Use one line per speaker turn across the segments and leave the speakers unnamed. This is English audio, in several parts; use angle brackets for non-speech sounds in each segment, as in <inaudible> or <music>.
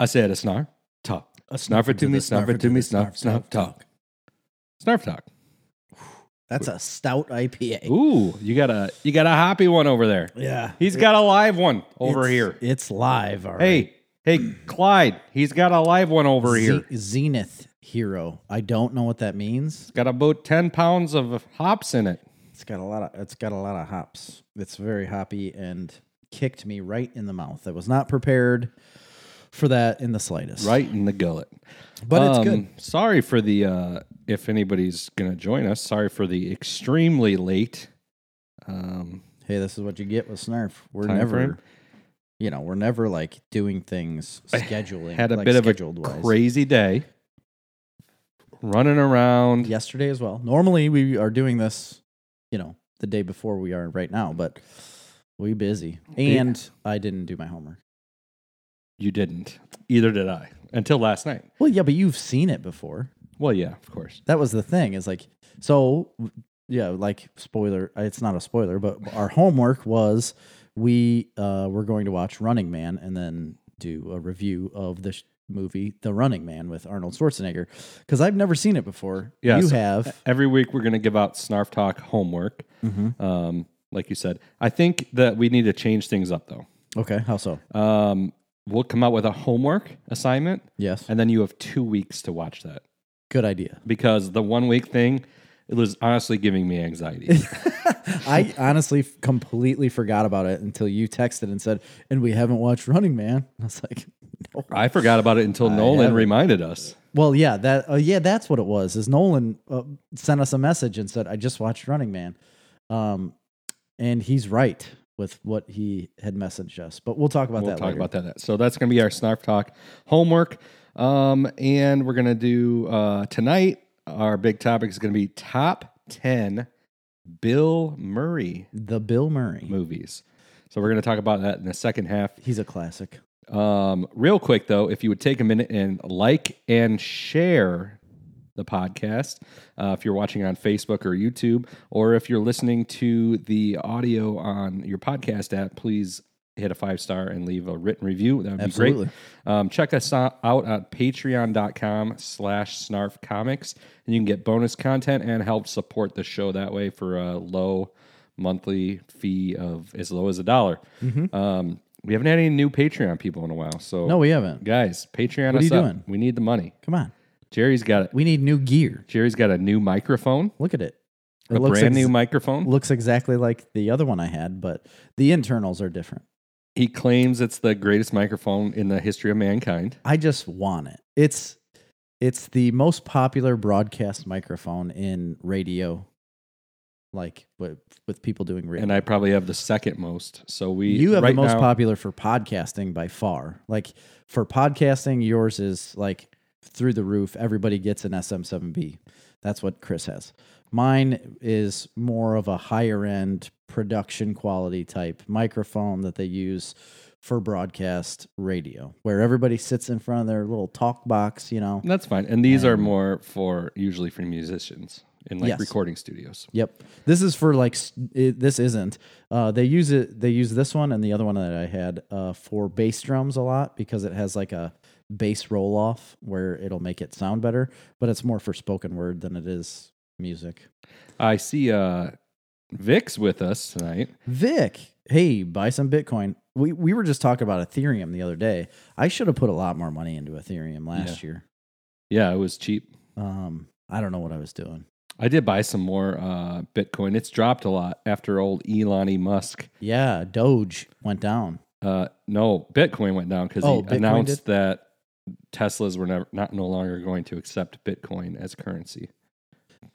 I said a snarf talk.
A
Snarf it to me, snarf it to me, snarf, snarf talk. Snarf talk.
That's a stout IPA.
Ooh, you got a you got a hoppy one over there.
Yeah.
He's got a live one over
It's-
here.
It's live. All right.
Hey, hey, Clyde, he's got a live one over
Ze-
here.
Zenith Hero. I don't know what that means.
It's got about ten pounds of hops in it.
It's got a lot of it's got a lot of hops. It's very hoppy and kicked me right in the mouth. I was not prepared for that in the slightest.
Right in the gullet. Um,
But it's good.
Sorry for the uh if anybody's gonna join us, sorry for the extremely late um
Hey, this is what you get with Snarf. We're
Time
never
frame?
you know, we're never like doing things scheduling.
had a
like,
bit of a
scheduled wise.
crazy day. Running around.
yesterday as well. Normally we are doing this, you know, the day before we are right now, but we busy. And I didn't do my homework.
You didn't. Either did I. Until last night.
Well, yeah, but you've seen it before.
Well, yeah, of course.
That was the thing. Is like so yeah, like spoiler, it's not a spoiler, but our homework was we uh were going to watch Running Man and then do a review of the sh- movie The Running Man with Arnold Schwarzenegger cuz I've never seen it before.
Yeah,
you
so-
have.
Every week we're going to give out Snarf Talk homework.
Mhm.
Um, like you said, I think that we need to change things up though.
Okay, how so?
Um, we'll come out with a homework assignment,
Yes.
and then you have two weeks to watch that
Good idea.
because the one week thing it was honestly giving me anxiety.
I honestly f- completely forgot about it until you texted and said, "And we haven't watched Running Man." <laughs> And I was like, "No."
I forgot about it until Nolan
haven't.
reminded us.
Well, yeah, that uh, yeah, that's what it was. Is Nolan uh, sent us a message and said, "I just watched Running Man," um, and he's right with what he had messaged us. But we'll talk about
We'll
that
talk
later.
about that. So that's going to be our Snarf Talk homework, um, and we're going to do uh, tonight. Our big topic is going to be top ten Bill Murray
the Bill Murray.
movies. So we're going to talk about that in the second half.
He's a classic.
Um, real quick though, if you would take a minute and like and share the podcast, uh, if you're watching on Facebook or YouTube, or if you're listening to the audio on your podcast app, please hit a five star and leave a written review. That would be
Absolutely.
great. Um, check us out out at patreon.com slash snarf comics and you can get bonus content and help support the show that way for a low monthly fee of as low as a dollar.
Mm-hmm.
Um, we haven't had any new Patreon people in a while. So
No, we haven't.
guys, Patreon
What
us
are you
up.
doing?
We need the money.
Come on,
Jerry's got it.
we need new gear.
Jerry's got a new microphone,
Look at it. It
a brand
ex-
new microphone.
looks exactly like the other one I had, but the internals are different.
He claims it's the greatest microphone in the history of mankind.
I just want it. It's it's the most popular broadcast microphone in radio, like with, with people doing radio.
And I probably have the second most. So we
you have
right
the most
now-
popular for podcasting by far. Like for podcasting, yours is like through the roof. Everybody gets an SM7B. That's what Chris has. Mine is more of a higher end production quality type microphone that they use for broadcast radio, where everybody sits in front of their little talk box, you know.
That's fine. And these are more for usually for musicians in like
Yes.
recording studios.
Yep. This is for like s- it, this isn't. Uh, they use it. They use this one and the other one that I had uh, for bass drums a lot because it has like a bass roll off where it'll make it sound better. But it's more for spoken word than it is music.
I see uh Vic's with us tonight.
Vic, hey, buy some Bitcoin. We we were just talking about Ethereum the other day. I should have put a lot more money into Ethereum last year.
Yeah, it was cheap.
Um, I don't know what I was doing.
I did buy some more uh Bitcoin. It's dropped a lot after old Elon Musk
Yeah, Doge went down.
Uh, no, Bitcoin went down because
Oh,
he
Bitcoin
announced that Teslas were never, not no longer going to accept Bitcoin as currency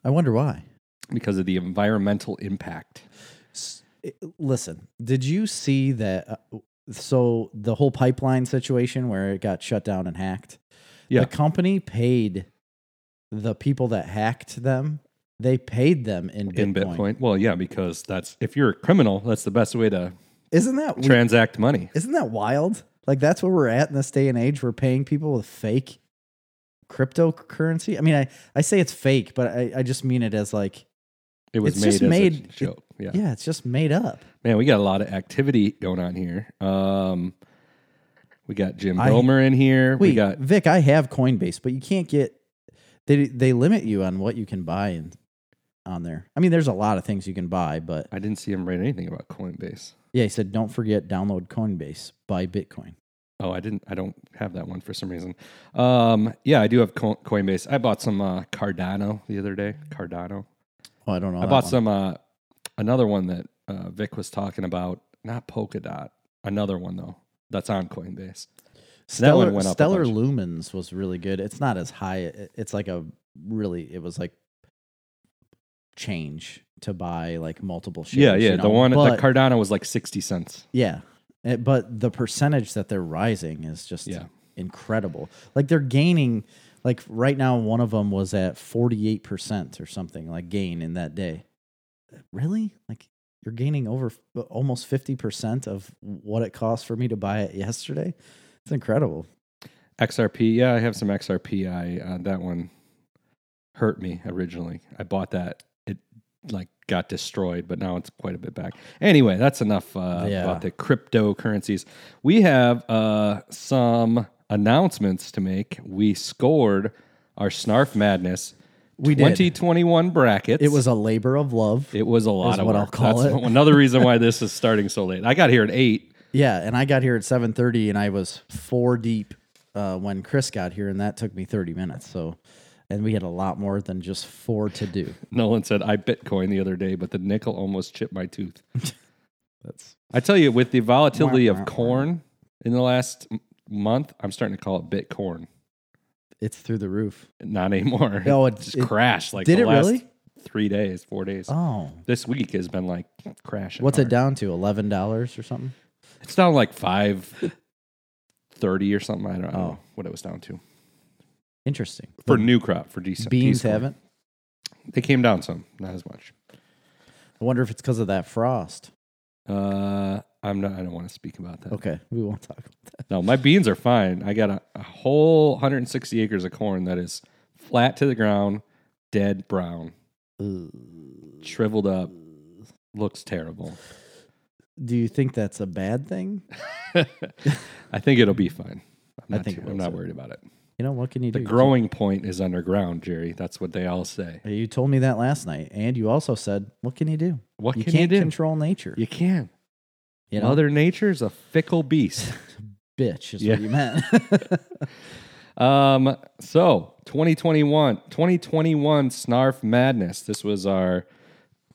I wonder why.
because of the environmental impact.
S- it- Listen, did you see that? Uh, so the whole pipeline situation where it got shut down and hacked.
Yeah.
The company paid the people that hacked them. They paid them in Bitcoin.
In Bitcoin, well, yeah, because that's if you're a criminal, that's the best way to
Isn't that we-
transact money.
isn't that wild? Like that's where we're at in this day and age. We're paying people with fake cryptocurrency. I mean, I, I say it's fake, but I, I just mean it as like,
It was
It's
made
just
as a
made- it-
joke. yeah.
yeah, it's just made up.
man, we got a lot of activity going on here. Um, We got Jim
I-
Gomer in here.
Wait,
we got
Vic, I have Coinbase, but you can't get they they limit you on what you can buy and on there. I mean, there's a lot of things you can buy, but
I didn't see him write anything about Coinbase.
yeah, he said don't forget download Coinbase, buy Bitcoin.
Oh, I didn't. I don't have that one for some reason. Um, yeah, I do have Co- Coinbase. I bought some uh, Cardano the other day. Cardano.
Oh, I don't know.
I
that
bought
one.
some uh, another one that uh, Vic was talking about. Not Polkadot. Another one though. That's on Coinbase. that one
Stellar,
went up a
Stellar
bunch.
Lumens was really good. It's not as high. it- It's like a really. It was like change to buy like multiple shares.
yeah, yeah.
you
The
know,
one
but,
the Cardano was like sixty cents.
Yeah, Eh, but the percentage that they're rising is just
Yeah.
incredible. Like they're gaining. Like right now, one of them was at forty eight percent or something like gain in that day. Really? Like you're gaining over f- uh, almost fifty percent of what it cost for me to buy it yesterday. It's incredible.
XRP. Yeah, I have some XRP. I uh, that one hurt me originally. I bought that. It like got destroyed, but now it's quite a bit back. Anyway, that's enough uh,
Yeah.
about the cryptocurrencies. We have uh, some announcements to make. We scored our Snarf Madness.
We did.
2021 brackets.
It was a labor of love.
It was a lot
is
of
what
work.
I'll call
That's <laughs>
it.
another reason why this
<laughs>
is starting so late. I got here at eight.
yeah, and I got here at seven thirty, and I was four deep uh, when Chris got here, and that took me thirty minutes. So, and we had a lot more than just four to
<laughs>
do.
Nolan said I Bitcoin the other day, but the nickel almost chipped my tooth.
That's
I tell you, with the volatility
Wah,
of
wah, wah.
corn in the last m- month, I'm starting to call it Bitcoin.
it's through the roof.
Not anymore. <laughs>
No, it-
just
it-
crashed like
did
the
it
last
really?
three days, four days.
Oh,
This week has been like crashing.
what's it
hard.
down to? Eleven dollars or something?
It's down like five thirty or something. I don't, I don't
Oh.
know what it was down to
Interesting.
for
The
new crop for decent
beans
decent corn.
haven't.
They came down some, not as much.
I wonder if it's because of that frost.
Uh, I'm not. I don't want to speak about that.
Okay, we won't talk about that.
No, my beans are fine. I got a, a whole 160 acres of corn that is flat to the ground, dead brown,
Ugh.
shriveled up, looks terrible.
Do you think that's a bad thing?
I think it'll be fine. I'm
I
not,
think
too-
it will,
I'm not
too.
worried about it.
You know what can you
The
do?
growing point is underground, Jerry. That's what they all say.
You told me that last night, and you also said, "What can you do?
What
you
can you
can't
do?
control nature."
You can.
You know,
Mother Nature's a fickle beast.
bitch is
Yeah.
what you meant.
<laughs>
<laughs>
Um, so 2021, 2021 Snarf Madness. This was our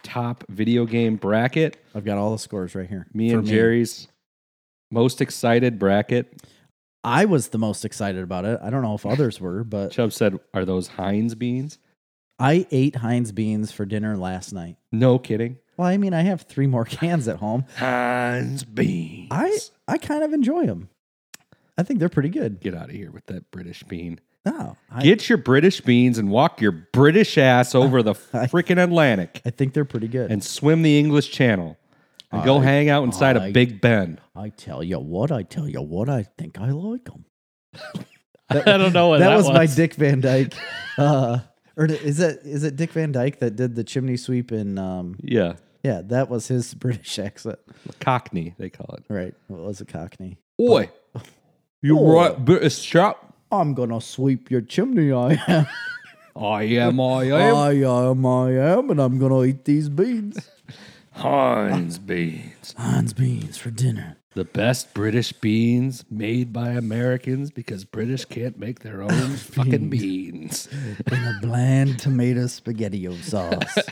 top video game bracket.
I've got all the scores right here.
Me
For
and Jerry's most excited bracket.
I was the most excited about it. I don't know if others were, but
Chubb said, Are those Heinz beans?
I ate Heinz beans for dinner last night.
No kidding.
Well, I mean, I have three more <laughs> cans at home.
Heinz beans.
I I kind of enjoy them. I think they're pretty good.
get out of here with that British bean.
No, I,
Get your British beans and walk your British ass over the
I-
freaking Atlantic
I think they're pretty good.
and swim the English Channel and go
I-
hang out inside
I-
of Big Ben.
I tell you what, I tell you what, I think I like them.
<laughs> I don't know what that,
that was my Dick
<laughs>
Van Dyke. Uh, or is that is it Dick Van Dyke that did the chimney sweep in? Um,
Yeah.
yeah, that was his <laughs> British accent.
Cockney, they call it.
Right, well, it was a Cockney.
Oi. You
Oi.
right, British chap?
I'm gonna sweep your chimney. I am.
I am, I am.
I am. I am, and I'm gonna eat these beans.
Heinz beans.
Hans beans for dinner.
The best British beans made by Americans because British can't make <laughs> their own fucking beans.
in a bland tomato spaghetti sauce.
<laughs>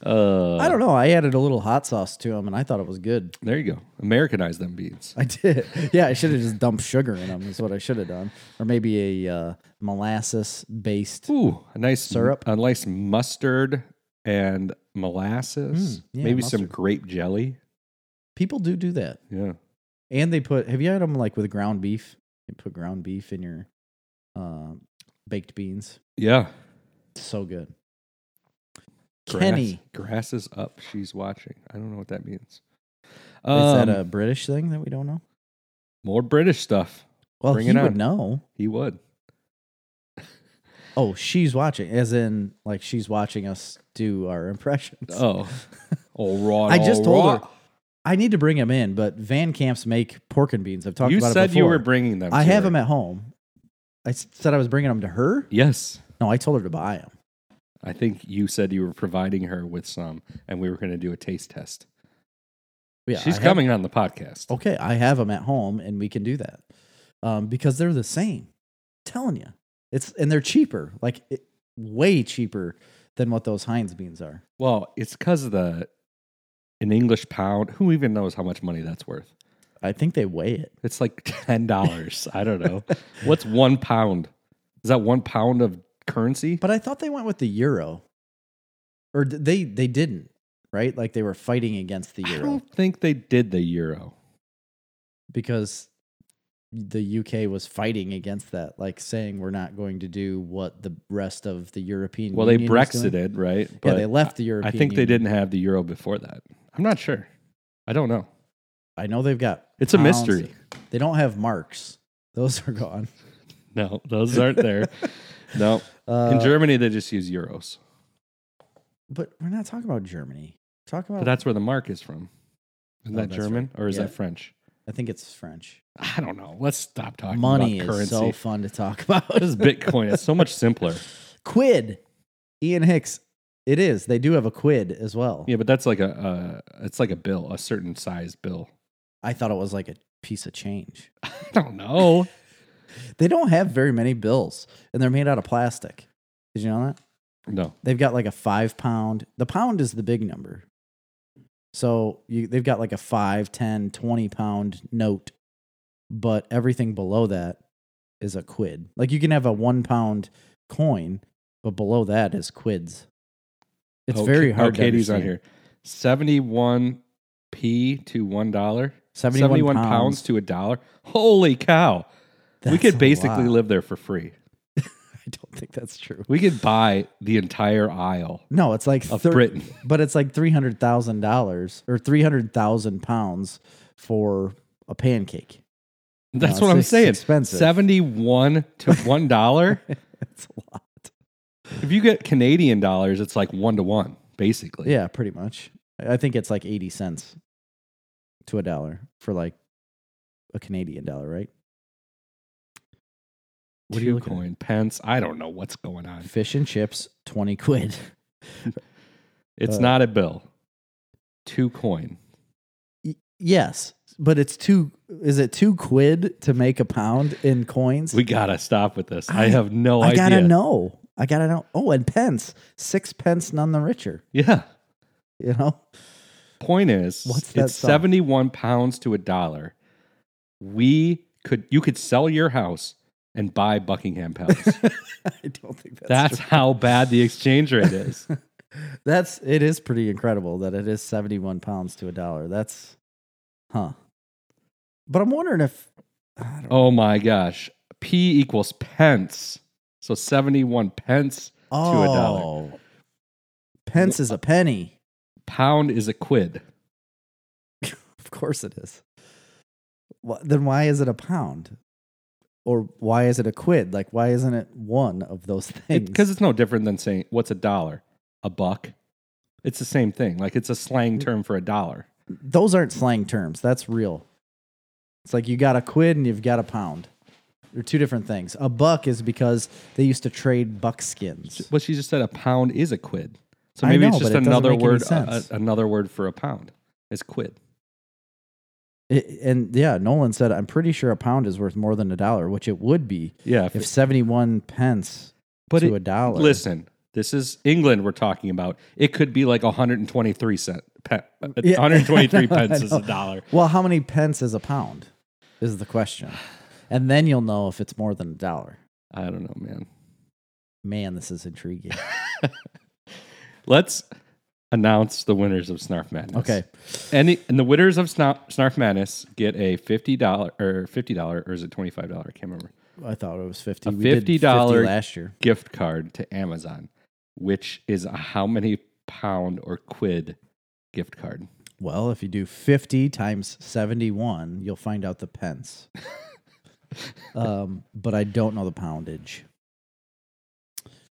Uh,
I don't know. I added a little hot sauce to them, and I thought it was good. <laughs>
there you go. Americanize them beans.
I did. Yeah, I should have just dumped sugar in them. Is what I should have done, or maybe a uh, molasses based.
Ooh, a nice
Syrup.
a nice mustard and molasses.
Mm, yeah,
Maybe some
mustard.
grape jelly.
People do do that,
Yeah.
and they put. Have you had them like with ground beef? You put ground beef in your uh, baked beans.
Yeah.
So good.
Grass-
Kenny,
Grass is up. She's watching. I don't know what that means.
is that
Um,
a British thing that we don't know?
more British stuff.
Well,
bring
he
it
would
on.
know.
He would.
Oh, she's watching, as in like she's watching us do our impressions. <laughs>
Oh. all right.
I just
all
told her-
right.
I need to bring him in, but Van Camps make pork and beans. I've talked
You
about it
said
before.
you were bringing them.
I
to
have
her.
them at home. I s- said I was bringing them to her.
Yes.
No, I told her to buy them.
I think you said you were providing her with some, and we were going to do a taste test.
Yeah, I
She's
have-
coming on the podcast.
okay, I have them at home, and we can do that um, because they're the same. telling you, it's and they're cheaper, like it, way cheaper than what those Heinz beans are.
Well, it's because of the an English pound. Who even knows how much money that's worth?
I think they weigh it.
It's like <laughs> ten dollars. I don't <laughs> know. What's one pound? Is that one pound of currency?
But I thought they went with the euro, or d- they they didn't, right? Like they were fighting against the
I
euro
don't think they did the euro.
because the UK was fighting against that, like saying we're not going to do what the rest of the European.
Well, they
Union was doing.
Brexited, right?
Yeah, they left the
I
European.
think they
Union.
didn't have the euro before that. I'm not sure. I don't know.
I know they've got.
It's a
pounds.
mystery.
They don't have marks. Those are gone.
No, those aren't there. <laughs> no,
Uh,
<laughs> in Germany they just use euros,
but we're not talking about Germany. Talk
but
about.
that's where the mark is from. Isn't
Oh,
that
that's
German or is
Yeah.
that French?
I think it's French.
I don't know. Let's stop talking
Money
about
is
currency.
so fun to talk <laughs>
<laughs>
about.
this is Bitcoin. It's so much simpler.
quid. Ian Hicks. It is. They do have a quid as well.
Yeah, but that's like a uh, it's like a bill, a certain size bill. <laughs>
I thought it was like a piece of change.
I don't know.
They don't have very many bills, and they're made out of plastic. Did you know that?
No,
They've got like a five pound. The pound is the big number. So you, they've got like a five, 10, 20 pound note, but everything below that is a quid. Like you can have a one pound coin, but below that is quids. It's
Oh,
very
Ka-
hard.
Oh,
to
Katie's on
understand.
here. Seventy-one p to one dollar.
71,
pounds.
pounds.
to a dollar. Holy cow! we
That's
could
a
basically
lot.
live there for free.
<laughs> I don't think that's true.
We could buy the entire aisle
No, it's like
of
thir-
Britain.
but it's like three hundred thousand dollars or three hundred thousand pounds for a pancake. <laughs>
That's
No,
what I'm
it's
saying.
expensive.
Seventy-one to <laughs> one dollar.
It's a lot.
if you get Canadian dollars, it's like one to one, basically.
Yeah, pretty much. I I think it's like eighty cents to a dollar for like a Canadian dollar, right? What
What
are
do
you
you
looking at?
coin pence? I don't know what's going on.
Fish and chips, twenty quid. <laughs>
It's
Uh,
not a bill. Two coin.
Y- yes, but it's two. Is it two quid to make a pound in coins?
We gotta stop with this. I,
I-
have no
I
idea.
gotta know. I gotta know. Oh, and pence, six pence, none the richer.
Yeah.
You know, <laughs>
Point is,
What's that
it's
song?
seventy-one pounds to a dollar. We could, you could sell your house and buy Buckingham
<laughs>
Palace.
I don't think that's
That's how bad the exchange rate is.
That's it is pretty incredible that it is 71 pounds to a dollar. That's huh. But I'm wondering if I don't
Oh my gosh. P equals pence. So 71 pence.
oh,
to a dollar.
Pence is a penny.
Pound is a quid.
Of course it is. Wh- then why is it a pound? Or why is it a quid? Like why isn't it one of those things?
Because it's no different than saying, what's a dollar? A buck. It's the same thing. Like it's a
Mm.
slang term for a dollar.
those aren't slang terms. That's real. It's like you got a quid and you've got a pound. They're two different things. A buck is because they used to trade buckskins.
Well, she just said a pound is a quid. So
I
maybe
know,
it's just
but it doesn't
another
make any
word.
sense.
a- a- another word for a pound is quid.
It, and yeah, Nolan said, I'm pretty sure a pound is worth more than a dollar, which it would be
Yeah,
if 71 pence
but
to
it-
a dollar. <laughs>
listen, this is England we're talking about. It could be like 123 cent, pe,
Yeah.
123
I know, <laughs> I
pence is
know.
a dollar.
Well, how many pence is a pound is the question. And then you'll know if it's more than a dollar.
I don't know, man.
Man, this
<laughs>
is intriguing.
Let's announce the winners of Snarf Madness.
Okay.
Any and the winners of Snarf, Snarf Madness get a fifty dollar or fifty dollar or is it twenty five dollar? I can't remember.
I thought it was 50.
A
we did 50
$50
last year.
Gift card to Amazon, which is a how many pound or quid gift card?
Well, if you do 50 times 71, you'll find out
<laughs>
the pence. um, but I don't know the poundage.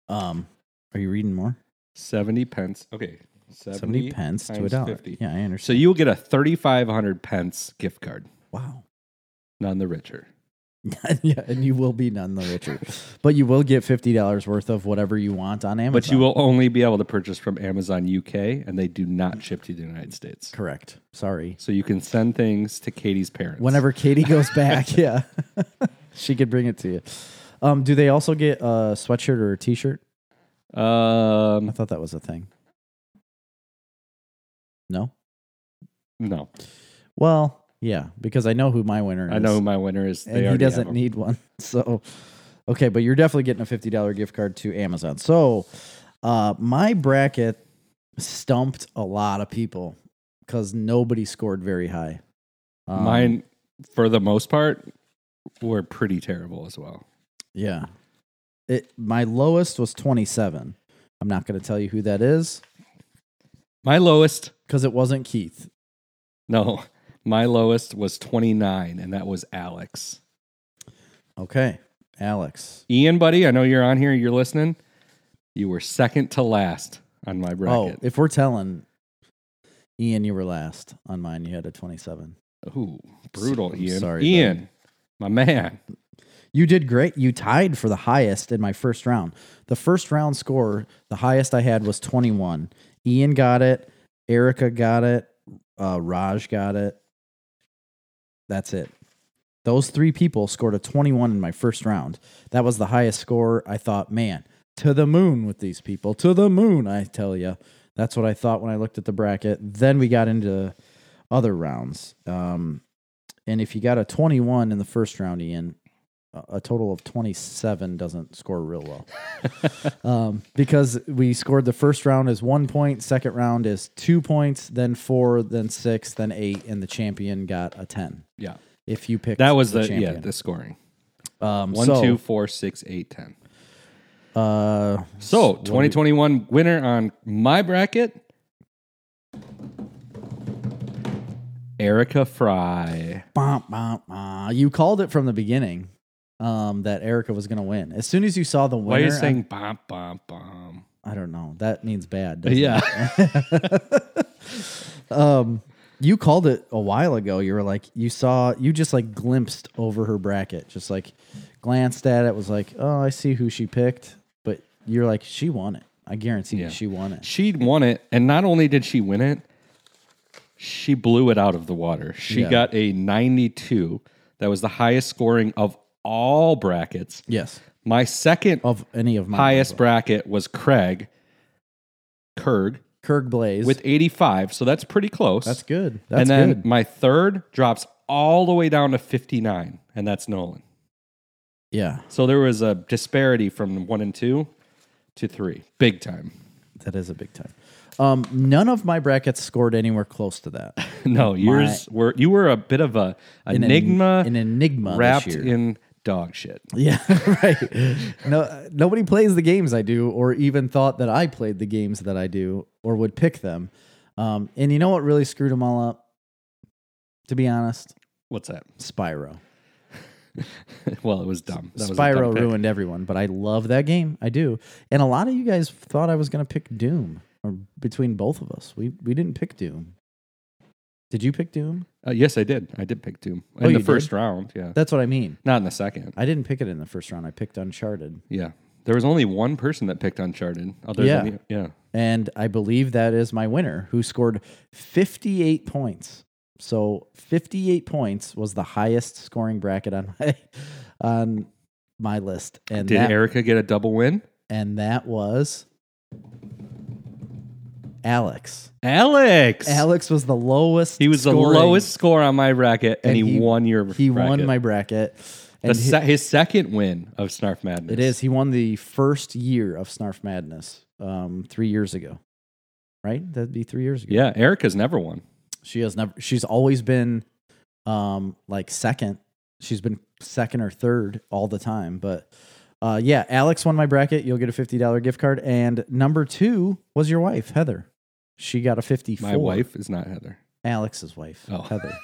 Um, are you reading more?
Seventy pence. Okay,
70 pence to a
times
dollar.
50.
Yeah, I understand.
So you will get a 3,500 pence gift card.
Wow. <laughs>
None the richer.
yeah, and you will be none the richer. but you will get fifty dollars worth of whatever you want on Amazon.
But you will only be able to purchase from Amazon UK, and they do not ship to the United States.
correct. Sorry.
So you can send things to Katie's parents.
Whenever Katie goes
<laughs>
back, yeah, <laughs> she could bring it to you. Um, do they also get a sweatshirt or a T-shirt? I
Um,
thought that was a thing. No.
no,
Well, yeah, because I know who my winner is.
I know who my winner is. They
and he
already have
doesn't
them.
need one. <laughs> So, okay, but you're definitely getting a fifty dollar gift card to Amazon. So, uh, my bracket stumped a lot of people because nobody scored very high. Um,
mine. For the most part, were pretty terrible as well.
yeah. It my lowest was twenty seven. I'm not going to tell you who that is
My lowest,
because it wasn't Keith.
no, <laughs> my lowest was twenty nine, and that was Alex.
Okay, Alex.
Ian, buddy, I know you're on here. You're listening. You were second to last on my
Oh,
bracket.
if we're telling. Ian, you were last on mine. You had a 27.
Ooh, brutal,
Oh. I'm
Ian.
sorry,
Ian, my man.
You did great. You tied for the highest in my first round. The first round score, the highest I had was 21. Ian got it. Erica got it. Uh, Raj got it. That's it. Those three people scored a 21 in my first round. That was the highest score. I thought, man, to the moon with these people. To the moon, I tell you. That's what I thought when I looked at the bracket. Then we got into other rounds. Um, and if you got a 21 in the first round, Ian, a- a total of 27 doesn't score real well <laughs> um, because we scored the first round as one point, second round is two points, then four, then six, then eight, and the champion got a 10.
Yeah,
If you picked
that was the, yeah
champion.
the scoring.
um,
One,
so,
two, four, six, eight, ten.
Uh,
So, 2021 winner on my bracket, Erica Fry.
bah, bah, bah. you called it from the beginning um, that Erica was going to win. As soon as you saw the winner,
Why are you
I-
saying bomb, bomb, bomb?
I, don't know. That means bad. doesn't
<laughs> Yeah.
um you called it a while ago you were like you saw you just like glimpsed over her bracket just like glanced at it was like oh i see who she picked but you're like she won it i guarantee
Yeah.
you she won it
she won it. And not only did she win it, she blew it out of the water. She
Yeah.
got a 92. That was the highest scoring of all brackets.
yes
My second
of any of my
highest bracket was Craig Kurg
kirk blaze
with 85. So that's pretty close.
that's good that's
and then
good
my third drops all the way down to 59, and that's Nolan.
yeah
So there was a disparity from one and two to three, big time.
that is a big time um none of my brackets scored anywhere close to
<laughs>
that
<laughs> No, yours were you were a bit of a
An en-
enigma
an enigma
wrapped
this year.
in dog shit.
Yeah, <laughs> right. No, nobody plays the games I do, or even thought that I played the games that I do, or would pick them. Um, and you know what really screwed them all up? To be honest,
What's that? <laughs>
Spyro.
well, it was dumb. That was a dumb
Spyro
pick.
ruined everyone, but I love that game. I do. And a lot of you guys thought I was going to pick Doom, or between both of us, we we didn't pick Doom. Did you pick Doom?
Uh, yes, I did. I did pick Doom
Oh,
in
you
the
did?
first round. Yeah,
That's what I mean.
not in the second.
I didn't pick it in the first round. I picked Uncharted.
Yeah, there was only one person that picked Uncharted. Other
Yeah.
than you. yeah,
And I believe that is my winner, who scored 58 points. So 58 points was the highest scoring bracket on <laughs> my on my list. And
did
that,
Erica get a double win?
and that was Alex.
Alex.
Alex was the lowest.
He was
scoring.
the lowest score on my bracket, and,
And
he,
he-
won your.
He won
bracket.
my bracket.
The
And he-
se- his second win of Snarf Madness.
it is. He won the first year of Snarf Madness um, three years ago. Right? That'd be three years ago.
Yeah, Erica's never won.
She has never. She's always been, um, like second. She's been second or third all the time. But, uh, yeah, Alex won my bracket. You'll get a fifty dollar gift card. And number two was your wife, Heather. She got a fifty.
My wife is not Heather.
Alex's wife,
Oh. <laughs>
Heather.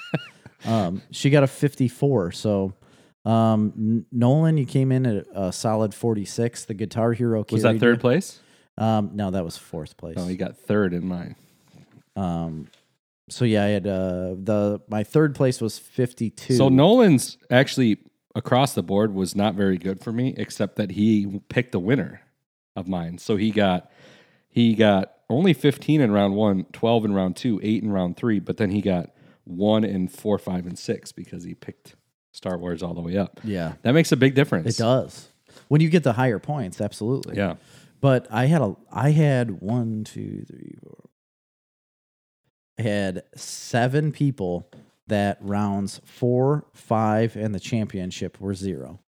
um, she got a fifty-four. So, um, N- Nolan, you came in at a solid forty-six. The Guitar Hero
Was
carried
that third
you.
place?
Um, no, that was fourth place.
Oh, you got third in mine.
Um, so yeah, I had uh, the my third place was fifty two.
So Nolan's actually across the board was not very good for me, except that he picked the winner of mine. So he got he got only 15 in round one, 12 in round two, eight in round three, but then he got one in four, five, and six because he picked Star Wars all the way up.
yeah,
That makes a big difference.
it does. When you get the higher points, absolutely.
Yeah.
But I had a I had one, two, three, four. I had seven people that rounds four, five, and the championship were zero.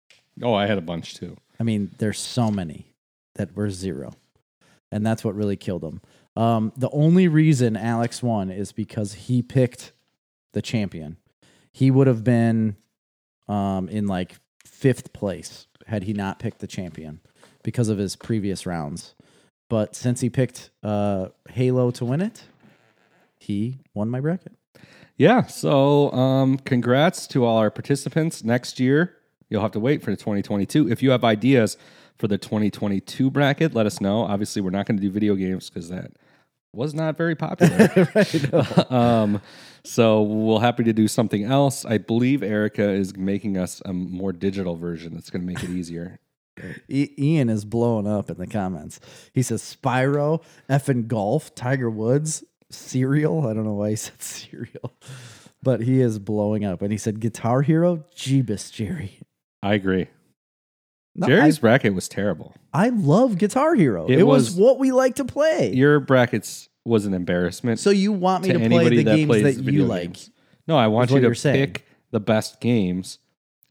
Oh, I had a bunch too.
I mean, there's so many that were zero. And that's what really killed him. Um, the only reason Alex won is because he picked the champion. He would have been um, in like fifth place had he not picked the champion because of his previous rounds. But since he picked uh, Halo to win it, he won my bracket.
Yeah. So, um, congrats to all our participants. Next year, you'll have to wait for the 2022. If you have ideas for the 2022 bracket, let us know. Obviously, we're not going to do video games because that was not very
<laughs>
popular. <laughs> um, so, we'll happy to do something else. I believe Erica is making us a more digital version that's going to make it easier.
I- Ian is blowing up in the comments. He says Spyro, effing golf, Tiger Woods, cereal. I don't know why he said <laughs> cereal, but he is blowing up. And he said Guitar Hero, Jeebus Jerry.
I agree.
No, I,
Jerry's bracket was terrible.
I love Guitar Hero. It,
It
was,
was-
what we like to play.
Your brackets was an embarrassment.
so you want me to, play
anybody
the games
plays
that
video
you like?
games. No, I want
what
you to
you're
pick
saying.
the best games.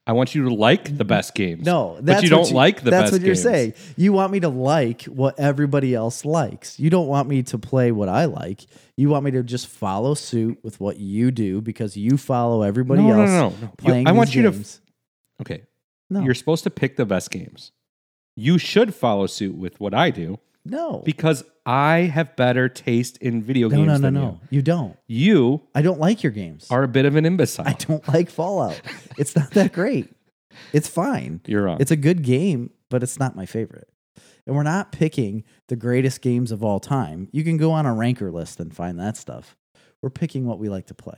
I want you to like the best games.
Mm-hmm. No, that's
but you
what
don't like the
That's
best
what you're
games.
saying. You want me to like what everybody else likes. You don't want me to play what I like. You want me to just follow suit with what you do because you follow everybody
No, no,
else
no, no. You-
playing.
I
these
want you to-
games.
Okay,
No,
you're supposed to pick the best games. You should follow suit with what I do
no,
because I have better taste in video
no,
games
no, no,
than
no. You. don't.
you. You
I don't like your games.
are a bit of an imbecile.
<laughs> I don't like Fallout. it's not that great. It's fine.
You're wrong.
It's a good game, but it's not my favorite. And we're not picking the greatest games of all time. You can go on a ranker list and find that stuff. We're picking what we like to play.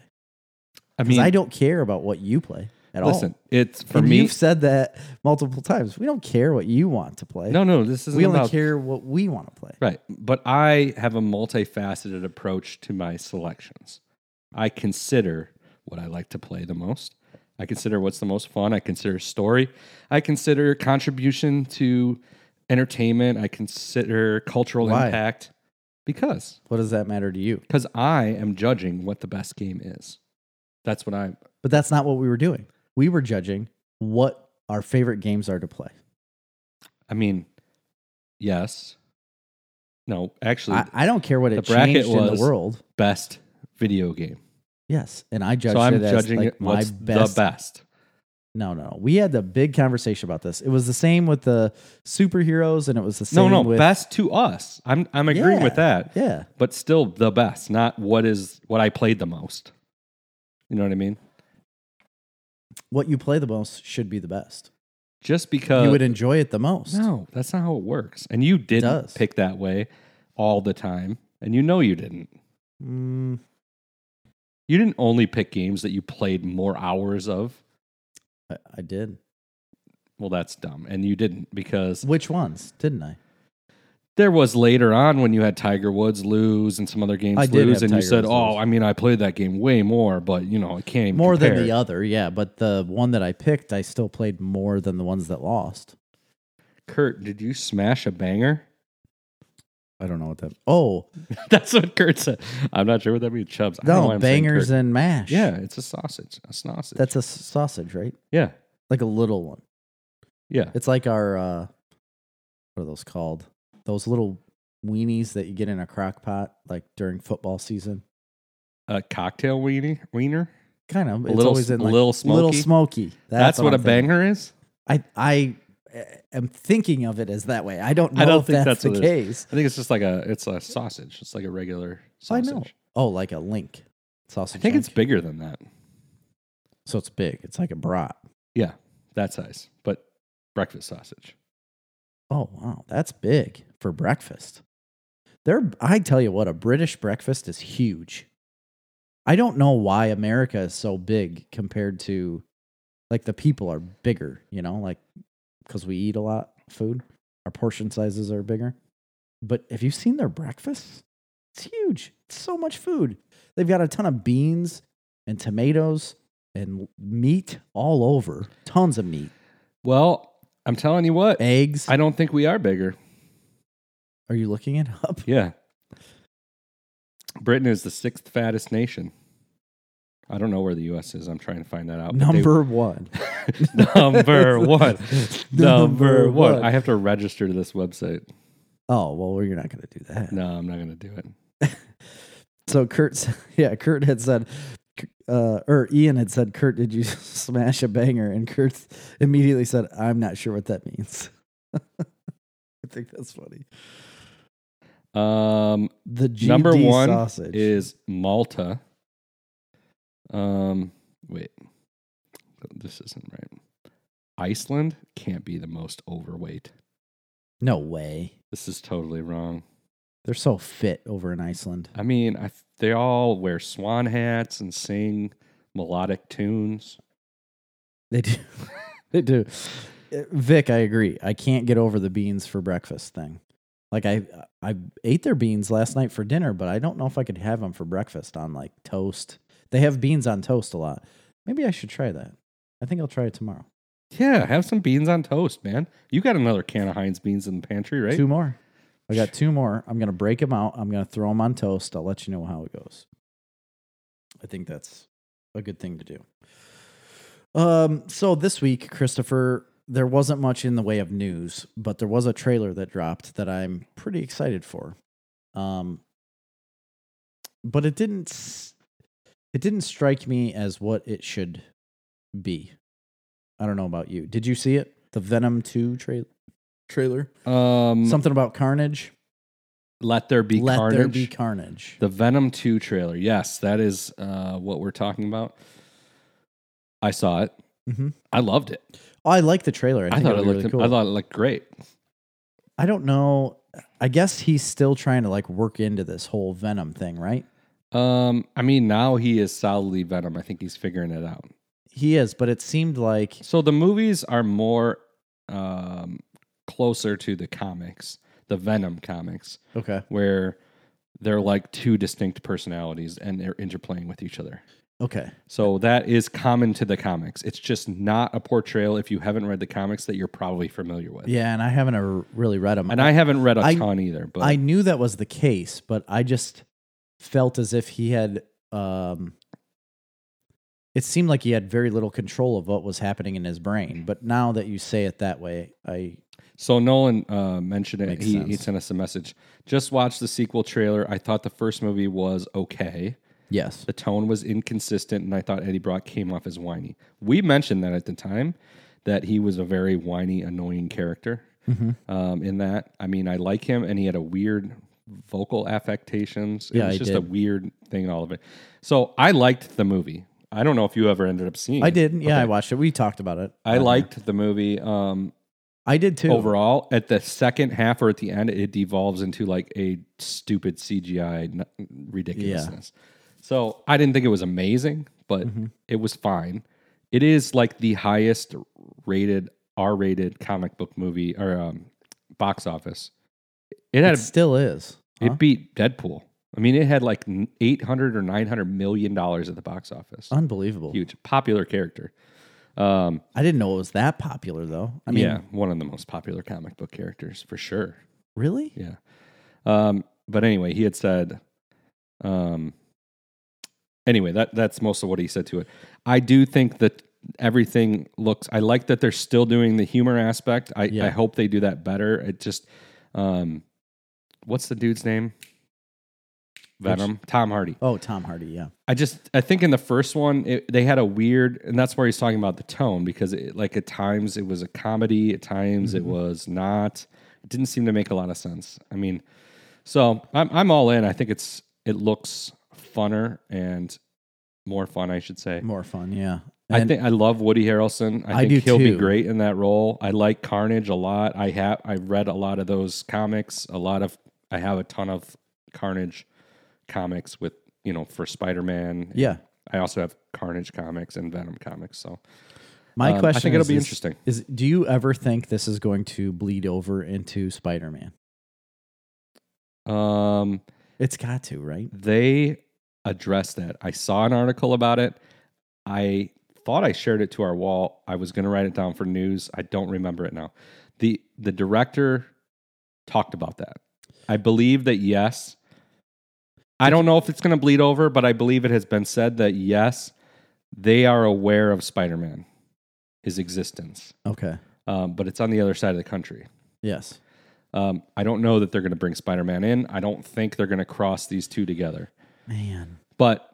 I
Because
mean,
I, don't care about what you play at all.
listen. It's for
and
me.
You've said that multiple times. We don't care what you want to play.
No, no. This isn't
we only
about
care what we want to play.
Right. But I have a multifaceted approach to my selections. I consider what I like to play the most. I consider what's the most fun. I consider story. I consider contribution to entertainment. I consider cultural
Why?
impact. Because
What does that matter to you?
because I am judging what the best game is. That's what I'm
But that's not what we were doing. We were judging what our favorite games are to play.
I mean, yes. No, actually
I, I don't care what
The
it
bracket
changed in the
was-
world.
best video game.
Yes, and I judged
So I'm
it as
judging
like
it
my
what's
best
the best.
No, no, no. We had the big conversation about this. It was the same with the superheroes, and it was the same.
No, no,
with,
best to us. I'm I'm agreeing
Yeah.
with that.
Yeah,
But still the best, not what is what I played the most. You know what I mean?
what you play the most should be the best.
Just because
you would enjoy it the most.
Uh, No, that's not how it works. And you didn't
does.
pick that way all the time. And you know you didn't.
Mm,
You didn't only pick games that you played more hours of.
I, I did.
Well, that's dumb. And you didn't because
Which ones didn't I?
there was later on when you had Tiger Woods lose and some other games
I did
lose,
have
and you
Tiger
said,
Woods
"Oh,
lose.
I mean, I played that game way more, but you know, I can't even
More than
compare."
the other, yeah. But the one that I picked, I still played more than the ones that lost.
Kurt, did you smash a banger?
I don't know what that. Oh
<laughs> That's what Kurt said. I'm not sure what that means. Chubs. I don't know why
no,
I'm saying
bangers
Kurt.
and mash.
yeah, it's a sausage. A sausage.
that's a s- sausage, right?
yeah,
Like a little one.
yeah.
It's like our uh what are those called? Those little weenies that you get in a crock pot like during football season.
A cocktail weenie, wiener.
Kind of.
A
It's
little
always
s-
in like
little smoky.
Little smoky.
That's, what,
I'm
a
thinking.
banger is.
I I uh, am thinking of it as that way. I don't know
I don't
if
think
that's,
that's what
the
it
case.
I think it's just like a. It's a sausage. It's like a regular
I
sausage.
know. Oh, like a link. Sausage.
I think it's
link.
bigger than that.
so it's big. It's like a brat.
Yeah, that size. But breakfast sausage.
Oh wow, that's big for breakfast. There, I tell you what, a British breakfast is huge. I don't know why America is so big compared to, like, the people are bigger. You know, like because we eat a lot of food, our portion sizes are bigger. But have you seen their breakfast? It's huge. It's so much food. They've got a ton of beans and tomatoes and meat all over. Tons of meat,
Well, I'm telling you what,
eggs.
I don't think we are bigger.
Are you looking it up?
Yeah. Britain is the sixth fattest nation. I don't know where the U.S. is. I'm trying to find that out. but Oh, they-
Number one. <laughs>
number one. Number
Number
one.
one.
I have to register to this website.
Oh well, you're not going to do that.
No, I'm not going to do it.
So Kurt, s- <laughs> yeah, Kurt had said, uh, or Ian had said, Kurt, did you <laughs> smash a banger? And Kurt immediately said, I'm not sure what that means. <laughs> I think that's funny.
Um,
The GD
Number one
sausage.
is Malta. Um, wait, this isn't right. Iceland can't be the most overweight.
no way.
This is totally wrong.
They're so fit over in Iceland.
I mean, I, they all wear swan hats and sing melodic tunes.
They do. <laughs> they do. Uh, Vic, I agree. I can't get over the beans for breakfast thing. Like I, I ate their beans last night for dinner, but I don't know if I could have them for breakfast on like toast. They have beans on toast a lot. Maybe I should try that. I think I'll try it tomorrow.
Yeah, have some beans on toast, man. You got another can of Heinz beans in the pantry, right?
Two more. I got two more. I'm gonna break them out. I'm gonna throw them on toast. I'll let you know how it goes. I think that's a good thing to do. Um, so this week, Christopher, there wasn't much in the way of news, but there was a trailer that dropped that I'm pretty excited for. Um, but it didn't s- it didn't strike me as what it should be. I don't know about you. Did you see it? The Venom 2 tra- trailer?
Um,
Something about Carnage.
let there be
Let
carnage.
there be carnage.
The Venom 2 trailer. Yes, that is uh, what we're talking about. I saw it.
Mhm.
I loved it.
Oh, I like the trailer. I,
I,
think
thought it
it'll
looked
be really cool.
I thought it looked great.
I don't know. I guess he's still trying to like work into this whole Venom thing, right?
Um, I mean, now he is solidly Venom. I think he's figuring it out.
He is, but it seemed like
So the movies are more um, closer to the comics, the Venom comics,
okay,
where they're like two distinct personalities and they're interplaying with each other.
okay,
So that is common to the comics. It's just not a portrayal if you haven't read the comics that you're probably familiar with.
yeah. And I haven't uh, really read them.
And I haven't read a
I-
ton either, but
I knew that was the case, but I just felt as if he had. um It seemed like he had very little control of what was happening in his brain. But now that you say it that way, I
so Nolan uh, mentioned it.
Makes
He, he
sense.
sent us a message. Just watched the sequel trailer. I thought the first movie was okay.
yes,
The tone was inconsistent, and I thought Eddie Brock came off as whiny. We mentioned that at the time that he was a very whiny, annoying character.
Mm-hmm.
Um, in that, I mean, I like him, and he had a weird vocal affectations. It
Yeah,
was
I
just a
did.
weird thing, all of it. So I liked the movie. I don't know if you ever ended up seeing.
I
it.
did.
Okay.
Yeah, I watched it. We talked about it.
I Oh, liked the movie. Um,
I did too.
overall at the second half or at the end it devolves into like a stupid cgi n- ridiculousness so i didn't think it was amazing but
Mm-hmm.
it was fine it is like the highest rated r-rated comic book movie or um, box office it had
It still is. huh?
it beat deadpool i mean it had like n- 800 or 900 million dollars at the box office
Oh. Unbelievable.
huge popular character um,
I didn't know it was that popular though. I mean,
yeah one of the most popular comic book characters for sure
really?
Yeah. Um, but anyway, he had said, um, anyway, that that's most of what he said to it. I do think that everything looks, I like that they're still doing the humor aspect. I,
Yeah.
I hope they do that better. It just, um, what's the dude's name?
Which-
Venom, Tom Hardy.
Oh, Tom Hardy, yeah.
I just I think in the first one it, they had a weird, and that's where he's talking about the tone because it, like at times it was a comedy, at times
Mm-hmm.
it was not. It didn't seem to make a lot of sense. I mean, so I'm I'm all in. I think it's it looks funner and more fun, I should say.
More fun, yeah.
I
And-
think I love Woody Harrelson. I, think
I do
he'll be
too.
great in that role. I like Carnage a lot. I have I've read a lot of those comics. A lot of I have a ton of Carnage comics with you know for Spider Man.
Yeah.
I also have Carnage comics and Venom comics. So
My
um,
question
I think it'll
is,
be
is-
interesting.
Is do you ever think this is going to bleed over into Spider-Man?
Um,
It's got to, right?
they addressed that. I saw an article about it. I thought I shared it to our wall. I was going to write it down for news. I don't remember it now. The the director talked about that. I believe that yes. I don't know if it's going to bleed over, but I believe it has been said that yes, they are aware of Spider-Man, his existence,
Okay.
um, but it's on the other side of the country.
Yes.
Um, I don't know that they're going to bring Spider-Man in. I don't think they're going to cross these two together.
Man,
But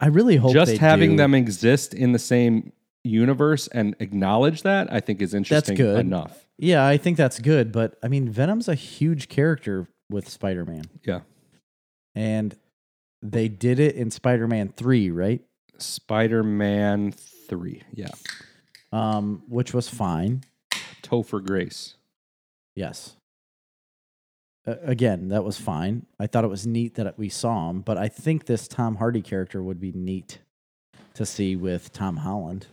I really hope
just
they
having
do.
them exist in the same universe and acknowledge that I think is interesting
good.
enough.
Yeah, I think that's good, but I mean, Venom's a huge character with Spider-Man,
Yeah.
and they did it in Spider-Man Three, right?
Spider-Man 3. Yeah.
Um, which was fine.
Topher Grace.
Yes. Uh, again, that was fine. I thought it was neat that we saw him, but I think this Tom Hardy character would be neat to see with Tom Holland.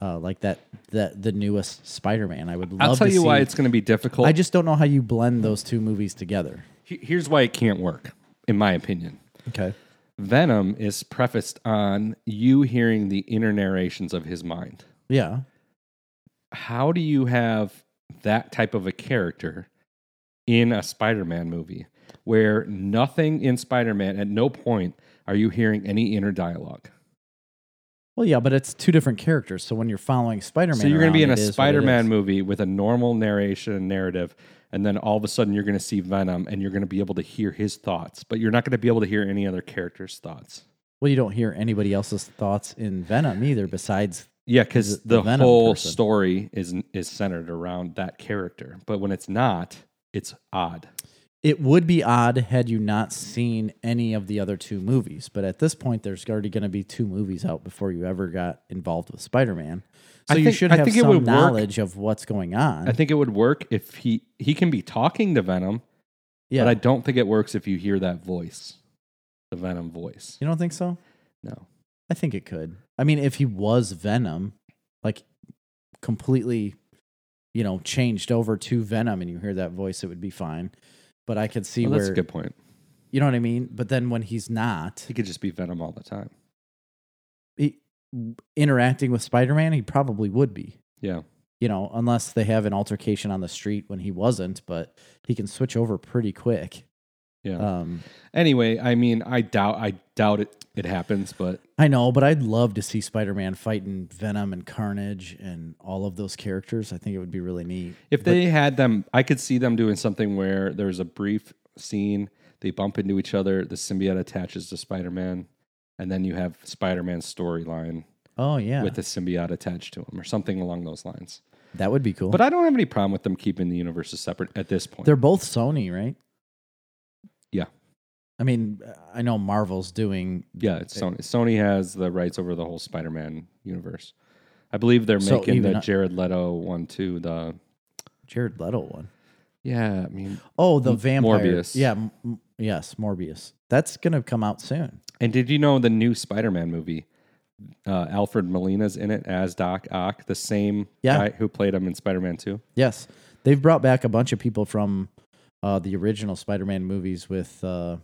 Uh, like that, that the newest Spider-Man. I would love.
I'll tell
to
you why
see-
it's going to be difficult.
I just don't know how you blend those two movies together.
He- Here's why it can't work in my opinion.
Okay.
Venom is prefaced on you hearing the inner narrations of his mind.
Yeah.
How do you have that type of a character in a Spider-Man movie where nothing in Spider-Man at no point are you hearing any inner dialogue?
Well, yeah, but it's two different characters. So when you're following Spider-Man,
So you're going to be in
around,
a
it is what it
Spider-Man
is.
movie with a normal narration and narrative, and then all of a sudden you're going to see Venom, and you're going to be able to hear his thoughts, but you're not going to be able to hear any other character's thoughts.
Well, you don't hear anybody else's thoughts in Venom either, besides
Yeah, because
The- the
the,
Venom
whole
person.
story is is centered around that character. But when it's not, it's odd.
it would be odd had you not seen any of the other two movies. But at this point, there's already going to be two movies out before you ever got involved with Spider-Man. So
I
you
think-
should
I
have
think it
some
would work.
knowledge of what's going on.
I think it would work if he he can be talking to Venom,
yeah,
but I don't think it works if you hear that voice, the Venom voice.
you don't think so?
No,
I think it could. I mean, if he was Venom, like completely, you know, changed over to Venom, and you hear that voice, it would be fine. But I could see
Well, that's
where
a good point.
you know what I mean. But then when he's not
He could just be Venom all the time.
he, interacting with Spider-Man, he probably would be.
Yeah.
you know, unless they have an altercation on the street when he wasn't, but he can switch over pretty quick.
Yeah.
Um,
Anyway, I mean, I doubt, I doubt it. It happens, but
I know, but I'd love to see Spider Man fighting Venom and Carnage and all of those characters. I think it would be really neat.
if they had them, I could see them doing something where there's a brief scene, they bump into each other, the symbiote attaches to Spider-Man, and then you have Spider-Man's storyline
Oh yeah,
with the symbiote attached to him, or something along those lines.
that would be cool.
But I don't have any problem with them keeping the universes separate at this point.
They're both Sony, right?
Yeah.
I mean, I know Marvel's doing.
yeah, it's Sony. Sony has the rights over the whole Spider-Man universe. I believe they're
So
making the
even-
Jared Leto one too. The
Jared Leto one.
yeah, I mean,
Oh, the
M-
vampire.
Morbius.
Yeah. M- m- yes, Morbius. That's gonna come out soon.
And did you know the new Spider-Man movie? Uh, Alfred Molina's in it as Doc Ock, the same
Yeah.
guy who played him in Spider-Man Two.
Yes, they've brought back a bunch of people from uh, the original Spider-Man movies with uh,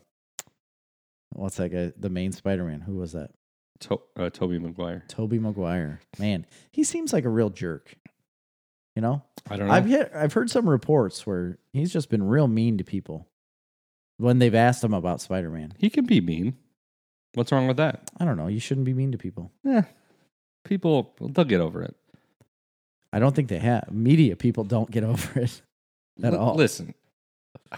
what's that guy? The main Spider-Man. Who was that?
To- uh, Toby Maguire.
Toby Maguire. Man, he seems like a real jerk. You know,
I don't know.
I've hit, I've heard some reports where he's just been real mean to people when they've asked him about Spider-Man.
he can be mean. What's wrong with that?
I don't know. You shouldn't be mean to people.
Eh, people they'll get over it
I don't think they have media people don't get over it. <laughs> At
L-
all.
Listen,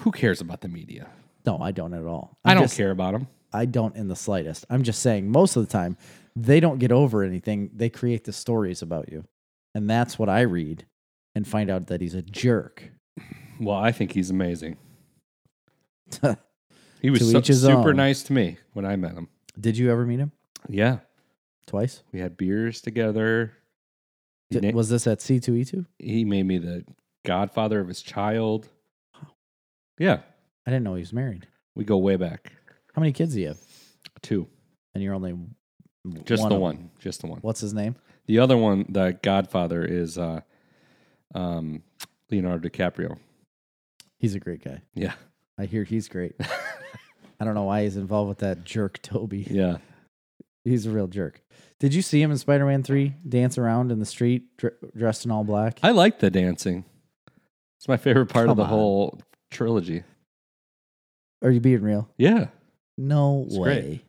who cares about the media?
No, I don't at all.
I'm I
I'm
do not
just-
care about them.
I don't in the slightest. I'm just saying most of the time they don't get over anything. They create the stories about you. And that's what I read and find out that he's a jerk.
Well, I think he's <laughs> amazing. He was
To
so-
each his
super
own.
nice to me when I met him.
Did you ever meet him?
Yeah,
twice.
We had beers together. He,
Did-
na-
was this at C two E two?
he made me the godfather of his child. Yeah,
I didn't know he was married.
we go way back.
How many kids do you have?
Two,
And you're only
just the
of
one,
them.
just the one.
What's his name?
The other one, the Godfather, is uh, um, Leonardo DiCaprio.
He's a great guy.
Yeah,
I hear he's great. I don't know why he's involved with that jerk Toby.
<laughs> <laughs> yeah.
He's a real jerk. Did you see him in Spider Man Three dance around in the street dr- dressed in all black?
I like the dancing. It's my favorite part of
Come
the
on.
whole trilogy.
Are you being real?
Yeah,
No
It's <laughs>
way.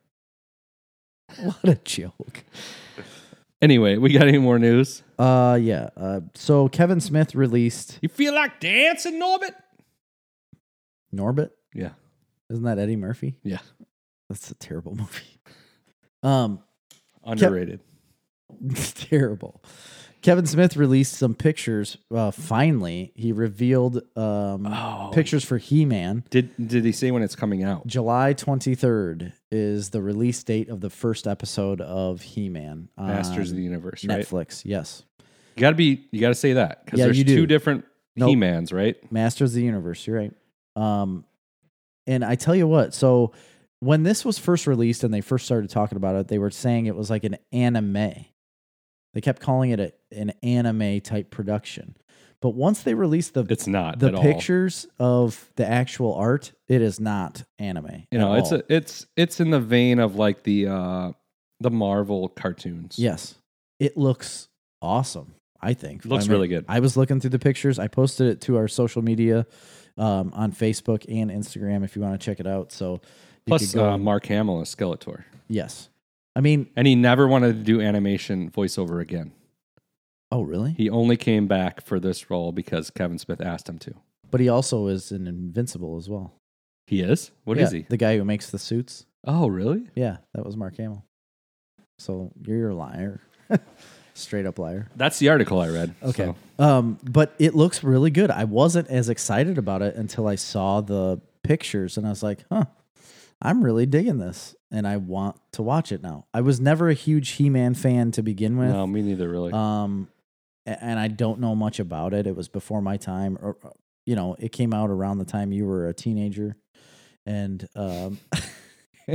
What a joke.
Anyway, we got any more news?
Uh, yeah. Uh, so Kevin Smith released
You feel like dancing, Norbit?
Norbit.
Yeah.
Isn't that Eddie Murphy?
Yeah.
That's a terrible <laughs> movie. Um, <laughs>
Underrated.
it's terrible. Kevin Smith released some pictures. Uh, finally, he revealed um,
Oh.
pictures for He Man.
Did did he say when it's coming out?
July 23rd is the release date of the first episode of He Man.
Masters of the Universe, right?
Netflix, yes.
You gotta be you gotta say that. Because
Yeah,
there's
you do.
two different
Nope.
He-Mans, right?
Masters of the Universe. You're right. Um, and I tell you what. So when this was first released and they first started talking about it, they were saying it was like an anime. They kept calling it a, an anime type production. But once they released the
It's not
the
at all.
pictures of the actual art, it is not anime.
You know,
at
it's
all.
a, it's it's in the vein of like the uh the Marvel cartoons.
yes. It looks awesome. I think
Looks
I mean,
really good.
I was looking through the pictures. I posted it to our social media um, on Facebook and Instagram if you want to check it out. So you
Plus
could go
uh,
and-
Mark Hamill is Skeletor.
yes, I mean,
And he never wanted to do animation voiceover again.
oh really?
He only came back for this role because Kevin Smith asked him to.
but he also is an invincible as well.
He is? What
Yeah,
is he?
The guy who makes the suits.
Oh, really?
Yeah, that was Mark Hamill. So you're a liar, <laughs> straight up liar.
That's the article I read.
Okay.
so.
Um, but it looks really good. I wasn't as excited about it until I saw the pictures and I was like, huh, I'm really digging this and I want to watch it now. I was never a huge He Man fan to begin with.
No, me neither, really.
Um, a- and I don't know much about it. It was before my time, or or, you know, it came out around the time you were a teenager, and um, <laughs>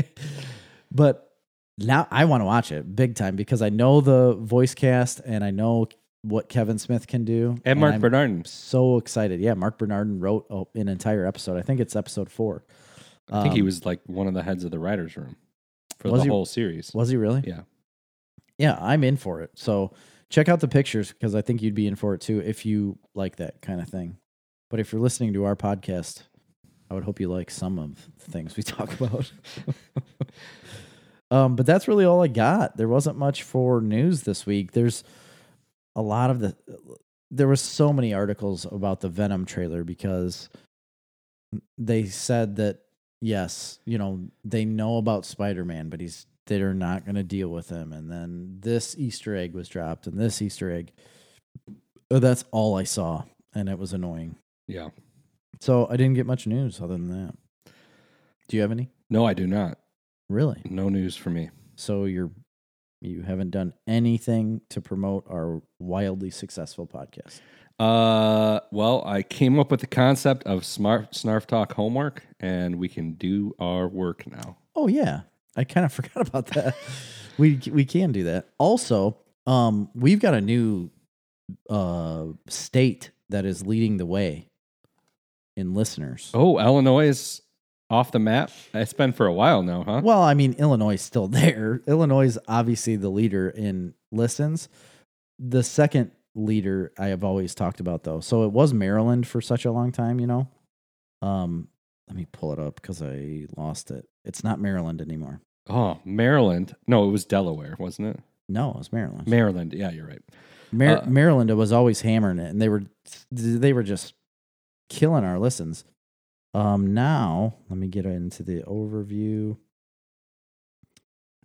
but now I want to watch it big time because I know the voice cast and I know what Kevin Smith can do.
and Mark
I'm
Bernardin.
so excited. Yeah, Mark Bernardin wrote oh, an entire episode. I think it's episode four.
I think he
Um,
was like one of the heads of the writers' room for
Was
the
he-
whole series.
Was he really?
Yeah.
yeah, I'm in for it. So check out the pictures because I think you'd be in for it too if you like that kind of thing. But if you're listening to our podcast, I would hope you like some of the things we <laughs> talk about. um, but that's really all I got. There wasn't much for news this week. There's a lot of the there was so many articles about the Venom trailer because they said that yes, you know, they know about Spider Man, but he's they're not going to deal with him. And then this Easter egg was dropped, and this Easter egg. Uh, That's all I saw, and it was annoying.
Yeah.
So I didn't get much news other than that. Do you have any?
No, I do not.
Really?
No news for me.
So you're you haven't done anything to promote our wildly successful podcast.
Uh, well, I came up with the concept of smart snarf talk homework, and we can do our work now.
Oh yeah, I kind of <laughs> forgot about that. we we can do that. Also, um, we've got a new uh state that is leading the way in listeners.
Oh, Illinois is off the map. It's been for a while now, huh?
Well, I mean, Illinois is still <laughs> there. Illinois is obviously the leader in listens. The second leader I have always talked about though. So it was Maryland for such a long time, you know. Um, let me pull it up because I lost it. It's not Maryland anymore.
Oh, Maryland. No, it was Delaware, wasn't it?
No, it was Maryland.
Maryland. Yeah, you're right.
Mar-
Uh,
Maryland was always hammering it, and they were they were just killing our listens. Um, now let me get into the overview.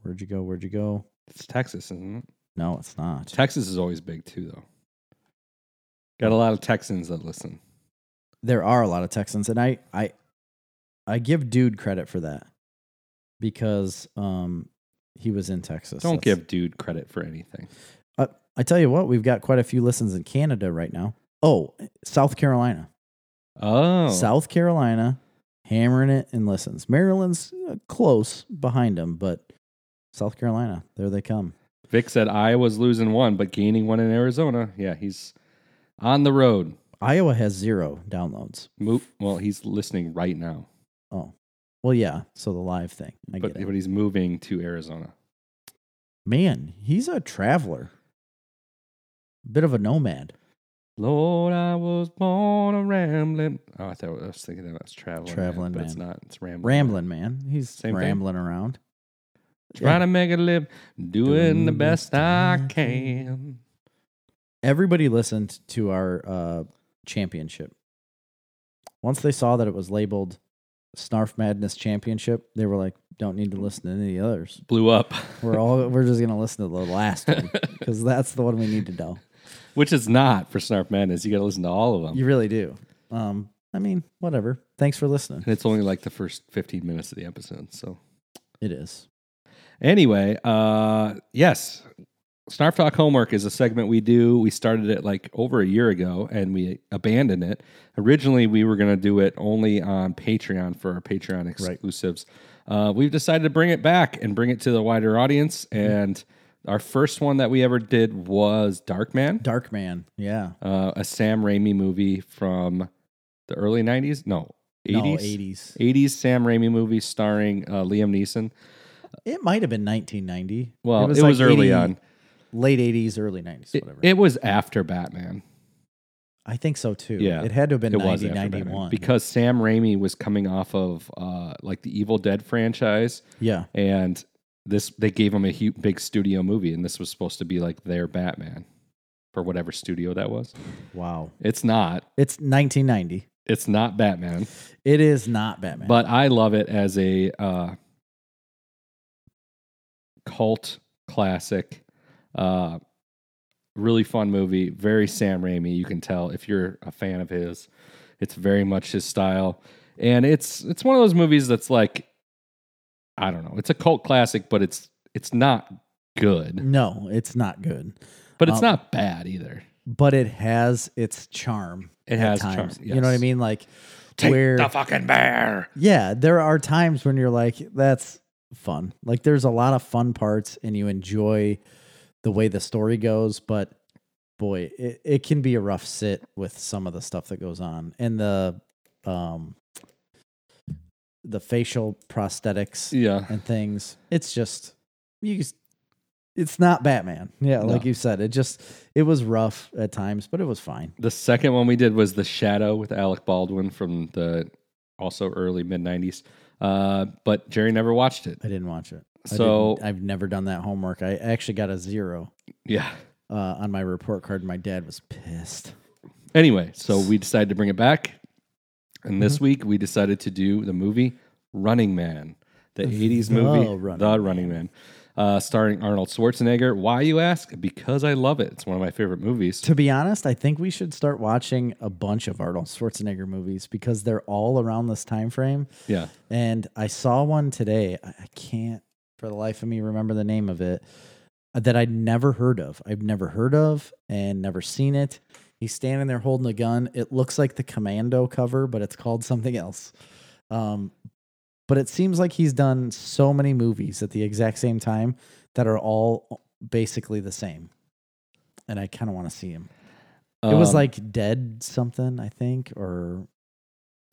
Where'd you go? Where'd you go?
It's Texas, isn't it?
No, it's not.
Texas is always big too, though. Got a lot of Texans that listen.
There are a lot of Texans, and I I I give dude credit for that because um He was in Texas.
Don't
That's-
give dude credit for anything.
Uh, I tell you what, we've got quite a few listens in Canada right now. Oh, South Carolina.
Oh,
South Carolina hammering it in listens. Maryland's uh, close behind them, but South Carolina, there they come.
Vic said Iowa's losing one but gaining one in Arizona. Yeah, he's on the road.
Iowa has zero downloads.
Mo- well, he's listening right now,
Oh, well, yeah. So the live thing, I
but, e
get it.
but he's moving to Arizona.
Man, he's a traveler, bit of a nomad.
Lord, I was born a rambling. Oh, I thought I was thinking that was traveling.
Traveling
but it's
man.
not. It's rambling.
Rambling man, he's
Same thing.
rambling around.
Trying to make a living, doing the
Doing
best I
I
can.
can. Everybody listened to our uh, championship. Once they saw that it was labeled Snarf Madness Championship, they were like, "Don't need to listen to any of the others.
Blew up,
We're all we're just gonna listen to the
<laughs>
last one because that's the one we need to know.
which is not for Snarf Madness. You <laughs> got to listen to all of them,
You really do. Um, I mean, whatever. Thanks for listening.
and it's only like the first fifteen minutes of the episode. So
It is.
Anyway, uh, yes, Snarf Talk Homework is a segment we do. We started it like over a year ago and we abandoned it. Originally, we were going to do it only on Patreon for our Patreon exclusives. Uh, we've decided to bring it back and bring it to the wider audience. And our first one that we ever did was Darkman,
Dark Man. Yeah.
uh, a Sam Raimi movie from the early 90s. No, 80s.
No, 80s.
80s Sam Raimi movie starring uh, Liam Neeson.
It might have been 1990.
Well, it was,
like
early
80
on.
Late 80s, early 90s,
It,
whatever.
it was after Batman.
I think so too.
Yeah,
It had to have been
it was after
90,
Batman.
91.
because Sam Raimi was coming off of uh, like the Evil Dead franchise,
yeah.
and this they gave him a hu big studio movie, and this was supposed to be like their Batman for whatever studio that was.
Wow.
It's not.
It's 1990.
It's not Batman,
It is not Batman.
but I love it as a uh, cult classic. Uh, really fun movie. Very Sam Raimi. You can tell if you're a fan of his. It's very much his style, and it's it's one of those movies that's like, I don't know. It's a cult classic, but it's it's not good,
no, it's not good.
but it's
Um,
not bad either.
But it has its charm.
It
at
has
times.
charm,
You know what I
yes.
mean? Like
Take
where
the fucking bear.
Yeah, there are times when you're like, that's fun. Like there's a lot of fun parts and you enjoy the way the story goes, but boy, it, it can be a rough sit with some of the stuff that goes on. And the um the facial prosthetics
Yeah,
and things. It's just you just- it's not Batman. Yeah, like
No.
you said, it just it was rough at times, but it was fine.
The second one we did was The Shadow with Alec Baldwin from the also early mid 90s. Uh, but Jerry never watched it.
I didn't watch it. I
So-
didn't- I've never done that homework. I actually got a zero.
Yeah.
uh, on my report card. My dad was pissed.
Anyway, so we decided to bring it back. And
Mm-hmm.
this week we decided to do the movie Running Man, the 80s movie,
Running
The Running Man, uh, starring Arnold Schwarzenegger. Why, you ask? Because I love it. It's one of my favorite movies.
To be honest, I think we should start watching a bunch of Arnold Schwarzenegger movies because they're all around this time frame.
Yeah.
And I saw one today. I I can't for the life of me remember the name of it uh, that I'd never heard of. I've never heard of and never seen it. He's standing there holding a gun. It looks like the commando cover, but it's called something else. Um, but it seems like he's done so many movies at the exact same time that are all basically the same. And I kind of want to see him. It was
Um,
like Dead something, I think, or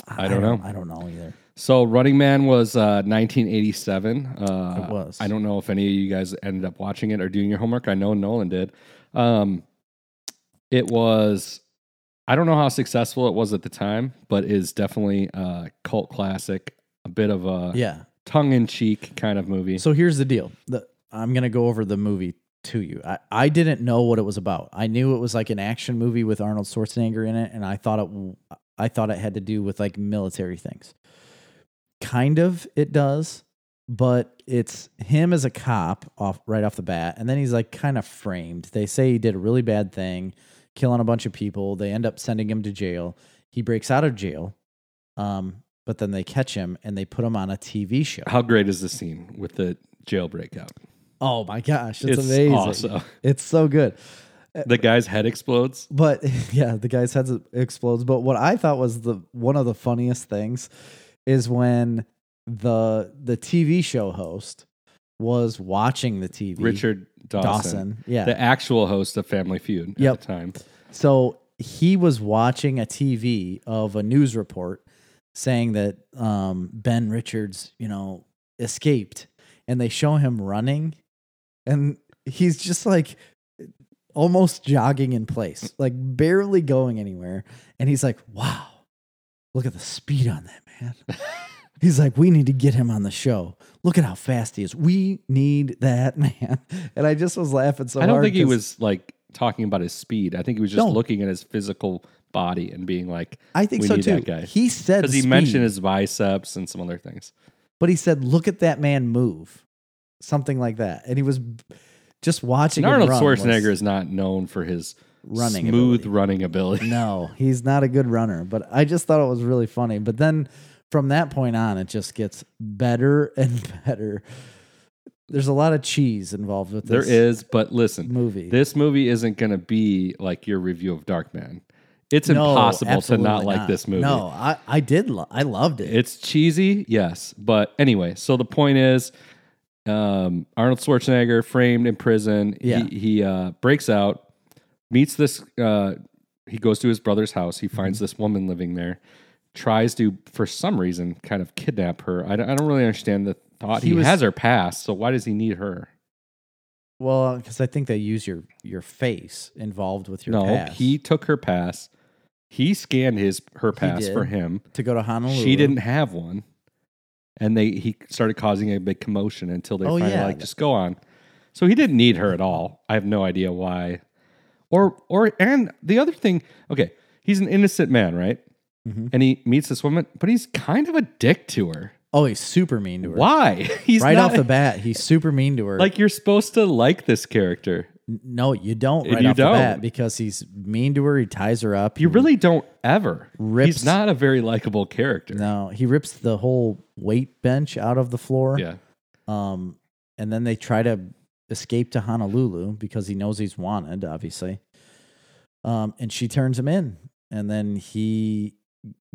I don't know.
I don't know either.
So Running Man was uh, 1987. Uh,
It was.
I don't know if any of you guys ended up watching it or doing your homework. I know Nolan did. Um, it was. I don't know how successful it was at the time, but is definitely a cult classic. A bit of a
Yeah.
tongue-in-cheek kind of movie.
So here's the deal. The, I'm gonna go over the movie to you. I, I didn't know what it was about. I knew it was like an action movie with Arnold Schwarzenegger in it, and I thought it w- I thought it had to do with like military things. Kind of, it does, but it's him as a cop off right off the bat, and then he's like kind of framed. They say he did a really bad thing, killing a bunch of people. They end up sending him to jail. He breaks out of jail, um, but then they catch him and they put him on a TV show.
how great is the scene with the jailbreak out?
Oh my gosh, it's,
It's
amazing. Uh,
awesome.
It's so good.
The guy's head explodes.
But <laughs> yeah, the guy's head explodes. But what I thought was the one of the funniest things is when the the TV show host was watching the TV.
Richard Dawson,
Dawson. Yeah.
the actual host of Family Feud
Yep.
at the time.
So he was watching a TV of a news report saying that um, Ben Richards, you know, escaped, and they show him running, and he's just like almost jogging in place, like barely going anywhere, and he's like, "Wow, look at the speed on that
<laughs>
man." He's like, we need to get him on the show. Look at how fast he is. We need that <laughs> man. And I just was laughing so
I don't
hard
think he
'cause-
was like talking about his speed. I think he was just
No.
looking at his physical body and being like,
I think
we
so
need
too.
that guy.
He said
because he
speed.
mentioned his biceps and some other things.
but he said, "Look at that man move," something like that. And he was just watching.
And
him
Arnold
run
Schwarzenegger
was
is not known for his
running
smooth
ability.
running
<laughs>
ability.
No, he's not a good runner. But I just thought it was really funny. But then from that point on, it just gets better and <laughs> better. There's a lot of cheese involved with
there
this
is, but listen,
movie.
this movie isn't going to be like your review of Dark Man. It's
No,
impossible to
absolutely
not, like this movie.
No, I, I did. Lo- I loved it.
It's cheesy, yes. But anyway, so the point is um, Arnold Schwarzenegger framed in prison.
Yeah.
He, he uh, breaks out, meets this. Uh, he goes to his brother's house. He
Mm-hmm.
finds this woman living there, tries to, for some reason, kind of kidnap her. I don't, I don't really understand the thought.
He
He,
was-
has her past, so why does he need her?
well, because I think they use your your face involved with your
no,
past
he took her pass. He scanned his her pass
did.
for him.
to go to Honolulu.
She didn't have one, and they he started causing a big commotion until they
Oh,
finally
yeah.
like just go on. So he didn't need her at all. I have no idea why, or or and the other thing. Okay, he's an innocent man, right?
Mhm.
And he meets this woman, but he's kind of a dick to her.
Oh, he's super mean to her.
Why? <laughs> He's
right
not-
off the bat, he's super mean to her.
Like you're supposed to like this character.
N- no, you don't right
You
off
don't.
the bat because he's mean to her. He ties her up.
You really don't ever.
Mm-hmm. Rips-
He's not a very likable character.
no. He rips the whole weight bench out of the floor.
Yeah.
Um, and then they try to escape to Honolulu because he knows he's wanted, obviously. Um, and she turns him in, and then he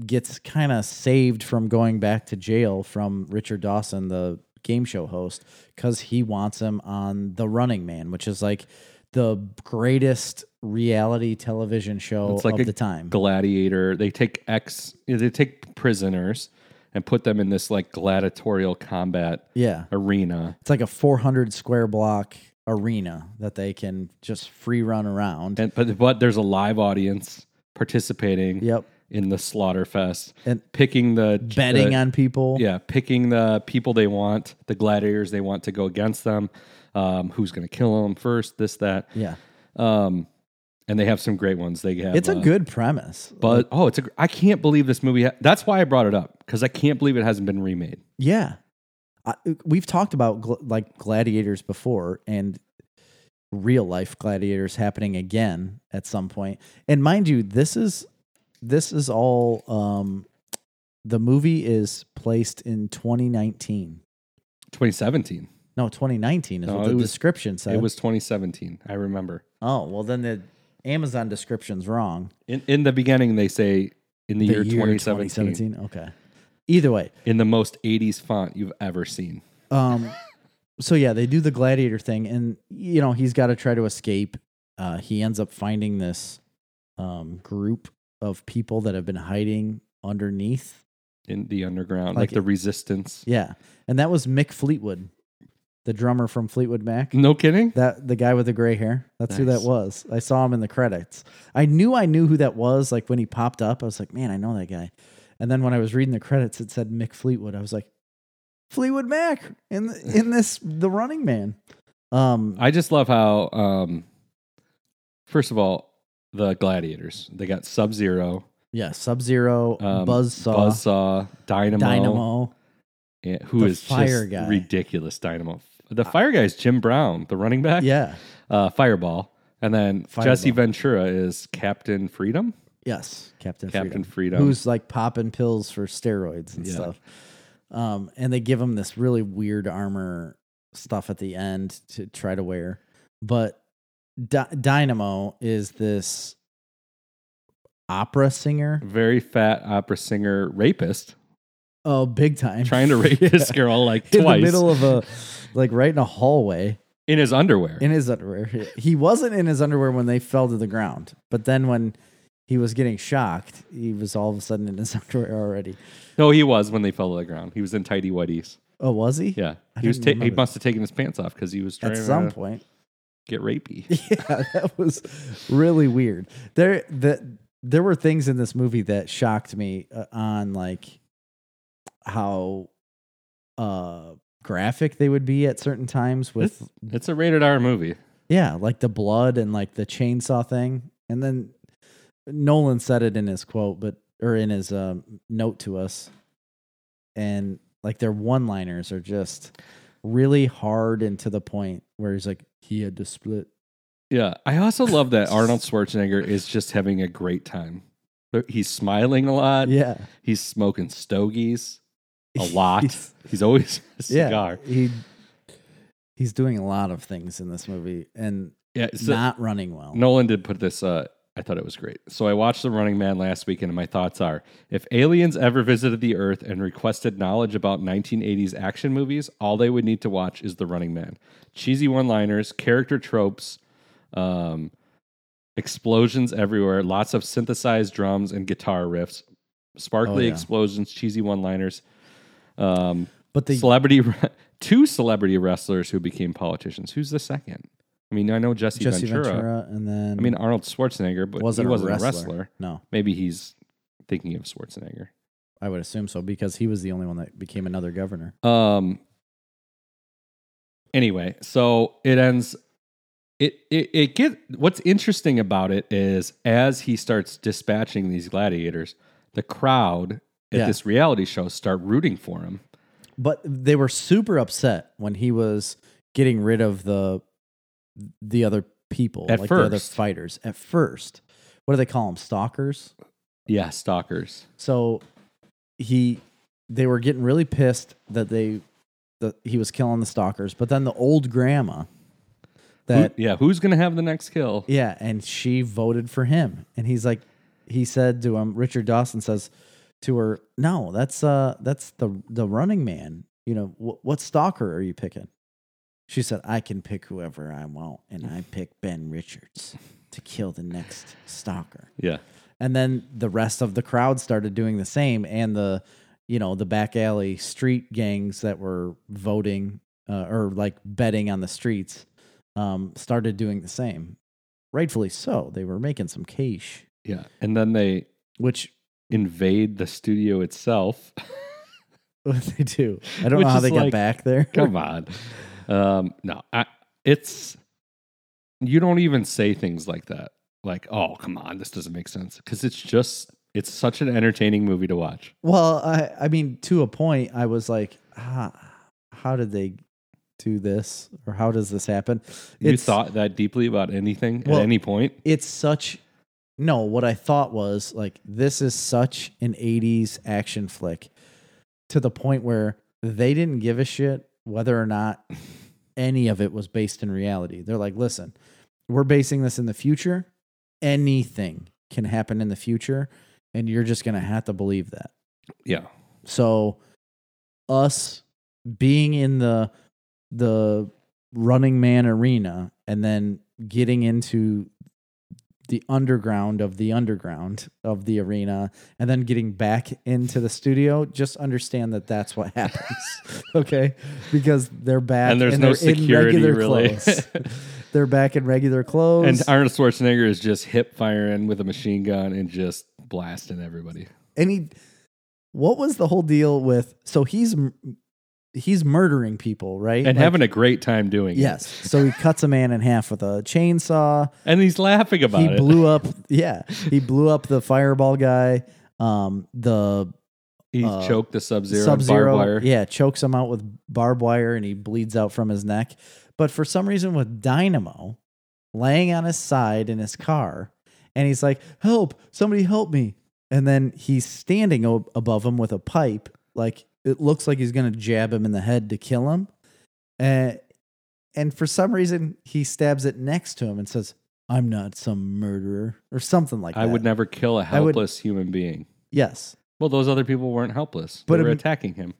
gets kind of saved from going back to jail from Richard Dawson, the game show host, because he wants him on The Running Man, which is like the greatest reality television show
It's like
of
a
the time.
gladiator. They take ex they take prisoners and put them in this like gladiatorial combat
yeah.
arena.
It's like a 400 square block arena that they can just free run around.
And but but there's a live audience participating
yep.
in the slaughter fest
And
picking the
betting
the-
on people.
yeah, picking the people they want, the gladiators they want to go against them, um, who's going to kill them first, this that.
Yeah.
Um and they have some great ones. They have
It's a
uh,
good premise.
but oh, it's a gr- I can't believe this movie. Ha- That's why I brought it up cuz I can't believe it hasn't been remade.
yeah. I, we've talked about gl- like gladiators before and real life gladiators happening again at some point. And mind you, this is this is all um the movie is placed in 2019.
2017.
No, 2019 is
No,
what the
it was-
description said.
It was 2017. I remember.
oh, well then the Amazon description's wrong.
In in the beginning, they say in the,
The
year, 2017,
2017. Okay. Either way,
in the most 80s font you've ever seen.
Um, so yeah, they do the gladiator thing, and you know he's got to try to escape. Uh, he ends up finding this um, group of people that have been hiding underneath.
In the underground,
Like
like, the resistance.
Yeah, and that was Mick Fleetwood, the drummer from Fleetwood Mac.
No kidding.
That the guy with the gray hair. That's who that
Nice.
was. I saw him in the credits. I knew I knew who that was. Like when he popped up, I was like, man, I know that guy. And then when I was reading the credits, it said Mick Fleetwood. I was like, Fleetwood Mac in the, in this The Running Man. Um,
I just love how, um, first of all, the gladiators. They got Sub Zero,
yeah, Sub Zero,
um,
Buzzsaw,
Buzzsaw, Dynamo,
Dynamo.
yeah, who
the
is
fire
just
guy.
ridiculous. Dynamo. The fire guy is Jim Brown, the running back.
Yeah,
Uh, Fireball, and then Jesse
Fireball.
Ventura is Captain Freedom.
yes, Captain
Captain
Freedom,
Freedom.
who's like popping pills for steroids and
Yeah.
stuff. Um, and they give him this really weird armor stuff at the end to try to wear. But Dy- Dynamo is this opera singer.
Very fat opera singer
<laughs>
rapist
Oh, big time.
trying to
<laughs>
rape
Yeah.
this girl like
in the
twice
middle
<laughs>
of a like right in a hallway
in his underwear.
in his underwear. He wasn't in his underwear when they fell to the ground, but then when he was getting shocked, he was all of a sudden in his <laughs> underwear already.
no, he was when they fell to the ground. He was in tidy whities.
Oh, was he?
Yeah,
I
he was.
didn't
Ta- he
remember
must have taken his pants off because he was trying
At some
to
point.
get rapey.
<laughs> Yeah, that was really weird. There the there were things in this movie that shocked me uh, on like how uh graphic they would be at certain times with
It's, it's a rated R movie.
Yeah, like the blood and like the chainsaw thing. And then Nolan said it in his quote, but or in his um, note to us. And like their one liners are just really hard and to the point where he's like, he had to split.
Yeah, I also love
<laughs>
that Arnold Schwarzenegger is just having a great time. But He's smiling a lot.
Yeah.
He's smoking stogies
<laughs>
a lot. he's, always <laughs> a
yeah.
cigar.
He he's doing a lot of things in this movie and
Yeah, so
not running well.
Nolan did put this. Uh, I thought it was great. So I watched The Running Man last weekend, and my thoughts are: if aliens ever visited the Earth and requested knowledge about 1980s action movies, all they would need to watch is The Running Man. Cheesy one-liners, character tropes, um, explosions everywhere, lots of synthesized drums and guitar riffs, sparkly
Oh, yeah.
explosions, cheesy one-liners. Um,
But the
celebrity, two celebrity wrestlers who became politicians. Who's the second? I mean, I know Jesse,
Jesse Ventura,
Ventura.
and then
I mean Arnold Schwarzenegger, but
wasn't,
he wasn't
a wrestler.
wrestler.
No.
Maybe he's thinking of Schwarzenegger.
I would assume so because he was the only one that became another governor.
Um. Anyway, so it ends. It it it get what's interesting about it is as he starts dispatching these gladiators, the crowd at
Yeah.
this reality show start rooting for him.
But they were super upset when he was getting rid of the the other people,
At
like the other
first.
fighters. At first, what do they call them? Stalkers.
Yeah, stalkers.
So he, they were getting really pissed that they, that he was killing the stalkers. But then the old grandma,
Who-
that
yeah, who's gonna have the next kill?
Yeah, and she voted for him. And he's like he said to him, Richard Dawson says to her, "No, that's uh that's the the running man. You know, wh- what stalker are you picking?" She said, "I can pick whoever I want, and I pick Ben Richards to kill the next stalker."
Yeah,
And then the rest of the crowd started doing the same and the you know, the back alley street gangs that were voting uh, or like betting on the streets um, started doing the same. Rightfully so. They were making some cash,
yeah. And then they
which <laughs>
invade the studio itself.
they do. I don't
Which
know how
is
they
like-
got back there.
Come on. Um, no, I, it's you don't even say things like that. Like, oh, come on, this doesn't make sense because it's just it's such an entertaining movie to watch.
<laughs> Well, I, I mean, to a point, I was like, ah, how did they do this? Or how does this happen?
You thought that deeply about anything
Well-
at any point?
it's such no what i thought was like this is such an 80s action flick to the point where they didn't give a shit whether or not any of it was based in reality they're like listen we're basing this in the future anything can happen in the future and you're just going to have to believe that
Yeah,
so us being in the the running man arena and then getting into the underground of the underground of the arena and then getting back into the studio just understand that that's what happens <laughs> okay because they're back
and there's no
they're in
security
regular
really. <laughs>
clothes they're back in regular clothes
and uh, Arnold Schwarzenegger is just hip firing with a machine gun and just blasting everybody.
and he what was the whole deal with so he's m- he's murdering people right
And
Like-
having a great time doing
yes so he cuts a man in half with a chainsaw
it. And he's laughing about
he
it. <laughs>
blew up yeah he blew up the fireball guy um the
he
uh,
choked the sub zero barbed
sub-zero
wire.
yeah chokes him out with barbed wire and he bleeds out from his neck but for some reason with dynamo laying on his side in his car and he's like help somebody help me and then he's standing o- above him with a pipe like it looks like he's going to jab him in the head to kill him Uh, and for some reason, he stabs it next to him and says, I'm not some murderer or something like
I
that.
would never kill a
I would-
helpless human being.
Yes,
Well, those other people weren't helpless.
But
they
I
were
mean-
attacking him.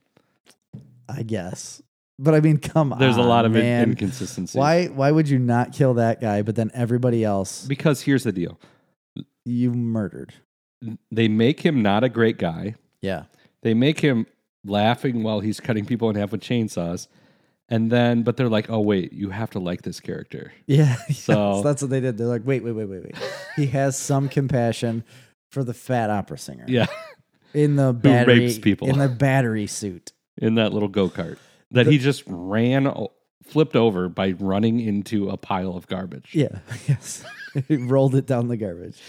I guess. But I mean, come on.
There's a lot of in-
man.
inconsistency.
Why, why would you not kill that guy, but then everybody else
Because here's the deal.
you murdered?
They make him not a great guy.
Yeah.
They make him laughing while he's cutting people in half with chainsaws. And then but they're like, "Oh wait, you have to like this character."
Yeah. <laughs> yes,
So-
that's what they did. They're like, wait, wait, wait, wait, wait. He has some compassion for the fat opera singer.
Yeah. <laughs>
In the battery,
rapes people.
In the battery
<laughs>
suit.
in that little go-kart that he just ran o- flipped over by running into a pile of garbage.
Yeah. <laughs> Yes. he rolled it down the garbage.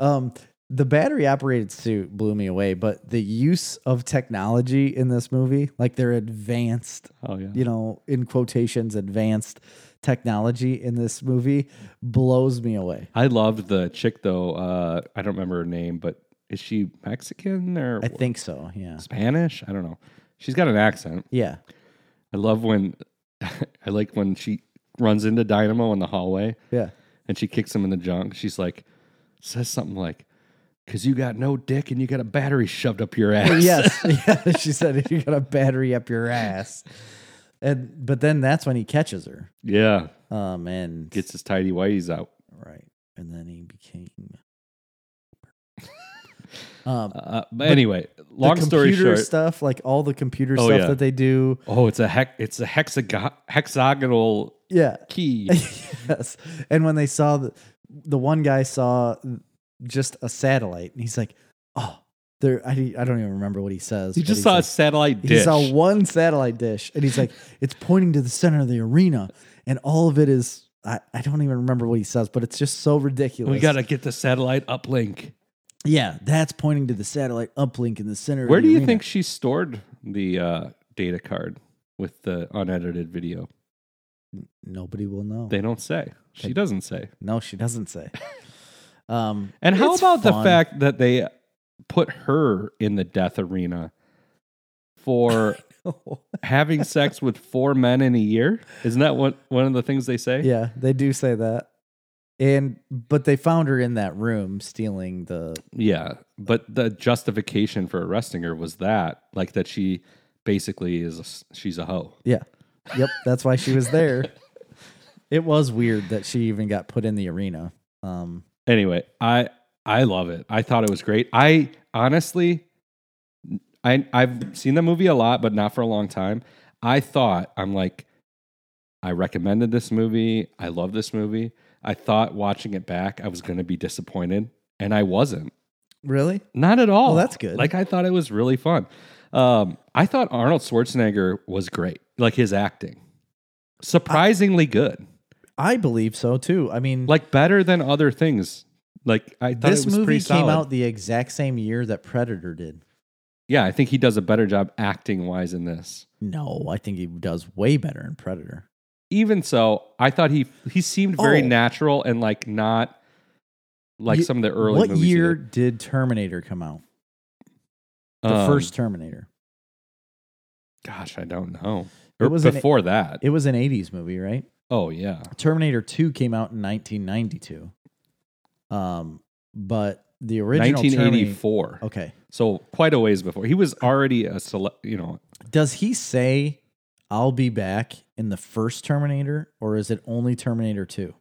Um, the battery operated suit blew me away, but the use of technology in this movie, like their advanced
Oh yeah.
you know, in quotations, advanced technology in this movie blows me away.
I loved the chick though. Uh, I don't remember her name, but is she Mexican or
I think so. Yeah.
Spanish? I don't know. She's got an accent.
Yeah.
I love when <laughs> I like when she runs into Dynamo in the hallway <laughs>
Yeah.
and she kicks him in the junk. She's like says something like Cause you got no dick and you got a battery shoved up your ass.
yes. Yeah. She said, you got a battery up your ass. And, but then that's when he catches her.
<laughs> yeah.
Um, and
Gets his tidy whities out.
right. And then he became. <laughs> Um,
Uh, but anyway, long
the
story
computer
short.
stuff, like all the computer
Oh,
stuff
yeah.
that they do.
Oh, it's a hex. It's a hexagon- hexagonal
Yeah. <laughs>
<laughs> key.
yes. And when they saw the, the one guy saw just a satellite, and he's like, "Oh, there." I, I don't even remember what he says.
He
but
just
he's
saw a
like-
satellite
He
dish.
saw one satellite dish, and
<laughs>
he's like, "It's pointing to the center of the arena, and all of it is." I, I don't even remember what he says, but it's just so ridiculous.
we gotta get the satellite uplink.
yeah, that's pointing to the satellite uplink in the center. of
Where do
the
you
arena.
think she stored the uh, data card with the unedited video?
nobody will know?
They don't say. She doesn't say.
no, she
<laughs>
doesn't say. Um,
And how
it's
about the
fun.
fact that they put her in the death arena
<laughs>
for having sex with four men in a year? Isn't that what one of the things they say?
Yeah, they do say that. And but they found her in that room stealing the
Yeah, but the justification for arresting her was that, like, that she basically is a s she's a hoe.
yeah. Yep, that's why she was there. it was weird that she even got put in the arena. Um
Anyway, I I love it. I thought it was great. I honestly, I I've seen the movie a lot, but not for a long time. I thought I'm like, I recommended this movie. I love this movie. I thought watching it back, I was going to be disappointed, and I wasn't.
really?
Not at all.
Well, that's good.
Like I thought it was really fun. Um, I thought Arnold Schwarzenegger was great. Like his acting, surprisingly good.
I believe so too. I mean,
Like better than other things. Like I thought
this
it was
movie
pretty
came
solid.
out the exact same year that Predator did.
Yeah, I think he does a better job acting wise in this.
No, I think he does way better in Predator.
Even so, I thought he he seemed very
Oh.
natural and like not like
Ye-
some of the early
what
movies he
year
did.
did. Terminator come out? The
Um,
first Terminator.
Gosh, I don't know.
It
Or
was an-
before that.
It was an 80s movie, right?
oh yeah.
Terminator 2 came out in 1992. Um, but the original
Nineteen eighty
1984.
four.
Okay.
So quite a ways before. He was already a sele- you know,
Does he say I'll be back in the first Terminator or is it only Terminator 2?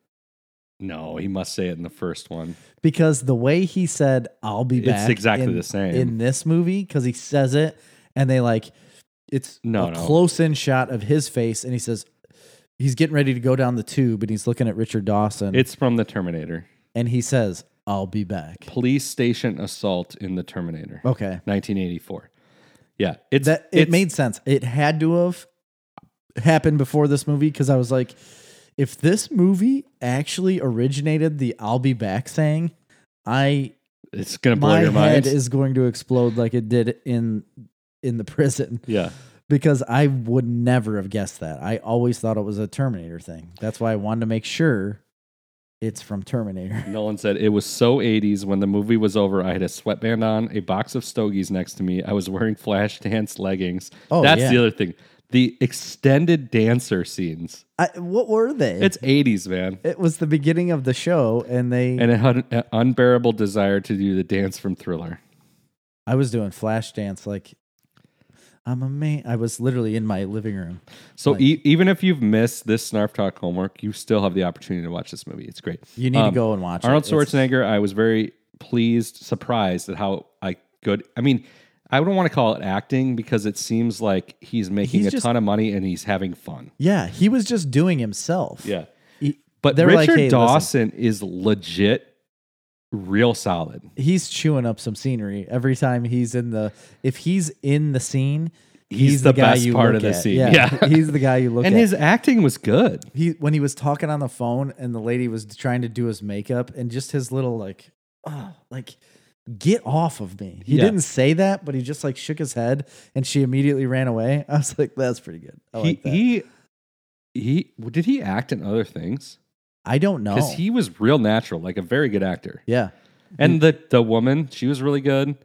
no, he must say it in the first one.
Mm. Because the way he said I'll be
It's
back
exactly
in,
the same.
in this movie cuz he says it and they like it's
No,
a
no.
close in shot of his face and he says he's getting ready to go down the tube and he's looking at Richard Dawson
It's from the Terminator.
and he says I'll be back.
Police station assault in the Terminator.
Okay.
1984. Yeah, it's
Oh. that it
it's-
made sense. It had to have happened before this movie because I was like, if this movie actually originated the "I'll be back" saying, I
it's going to blow
my
your
head
mind.
is going to explode like it did in in the <laughs> prison
yeah.
because I would never have guessed that. I always thought it was a Terminator thing. That's why I wanted to make sure it's from Terminator. <laughs>
Nolan said it was so 80s when the movie was over. I had a sweatband on, a box of stogies next to me. I was wearing flash dance leggings.
Oh,
That's
yeah.
the other thing. The extended dancer scenes.
I, what were they?
It's 80s, man.
it was the beginning of the show, and they.
And it had an uh, unbearable desire to do the dance from Thriller.
I was doing flash dance like I'm a man. I was literally in my living room.
So e- even if you've missed this Snarf Talk homework, you still have the opportunity to watch this movie. It's great.
You need
Um,
to go and watch
Arnold
it. It's-
Schwarzenegger, I was very pleased, surprised at how I good. I mean, I don't want to call it acting because it seems like he's making
He's
a
just-
ton of money and he's having fun.
Yeah, he was just doing himself.
Yeah.
He-
But
They're like,
Richard
"Hey, listen."
Dawson is legit real solid.
he's chewing up some scenery every time he's in the. If he's in the scene, he's,
He's
the,
the
guy
best
you
part
look
of the
at.
scene. Yeah.
Yeah, <laughs> he's the guy you look
And
at.
his acting was good.
he when he was talking on the phone and the lady was trying to do his makeup and just his little like oh like get off of me he
Yeah.
didn't say that but he just like shook his head and she immediately ran away <laughs> i was like that's pretty good i
he,
like that
he he well, did he act in other things?
i don't know
Because he was real natural, like a very good actor.
yeah
And the the woman, she was really good.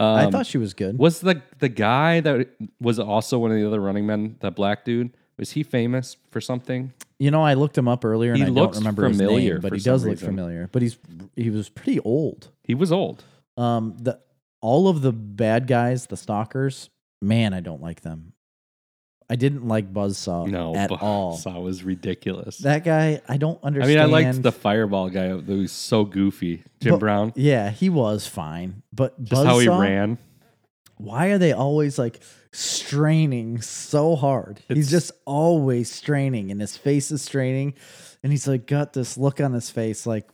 Um,
i thought she was good
was the the guy that was also one of the other running men, the black dude. Was he famous for something?
you know i looked him up earlier and
He
i don't
looks
remember his
familiar
name but
for
he
some
does look
reason.
familiar but he's he was pretty old
He was old.
um the all of the bad guys the stalkers man i don't like them i didn't like buzzsaw
No,
at
but <laughs>
all
Saw was ridiculous.
That guy, I don't
I
understand.
mean, I liked the fireball guy who was so goofy, Jim
But-
Brown.
Yeah, he was fine, but
Just how he
Buzzsaw,
ran.
Why are they always like straining so hard?
It's-
he's just always straining, and his face is straining, and he's like got this look on his face, like,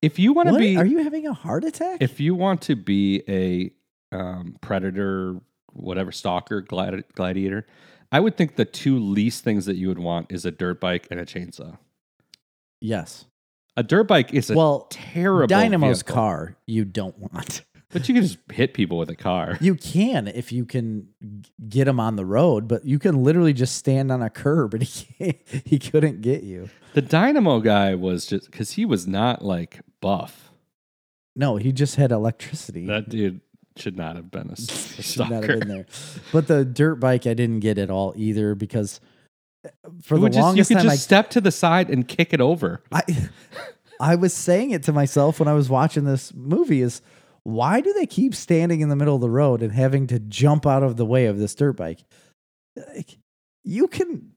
If you want to
"What?
be,
Are you having a heart attack?"
if you want to be a um, predator, whatever stalker, gladi- gladiator, I would think the two least things that you would want is a dirt bike and a chainsaw.
yes.
A dirt bike is a
Well,
terrible
Dynamo's
vehicle,
car, you don't want.
but you can just hit people with a car.
You can if you can g- get him on the road, but you can literally just stand on a curb, and <laughs> he can't, he couldn't get you.
The Dynamo guy was just because he was not like buff.
No, he just had electricity.
That dude should not have been a, <laughs>
<laughs>
s- a
should not
stalker.
have been there. But the dirt bike, I didn't get at all either because uh, for
It
the
would just-
longest
you could
time,
just step to the side and kick it over.
I, I I <laughs> was saying it to myself when I was watching this movie: is why do they keep standing in the middle of the road and having to jump out of the way of this dirt bike? Like, you can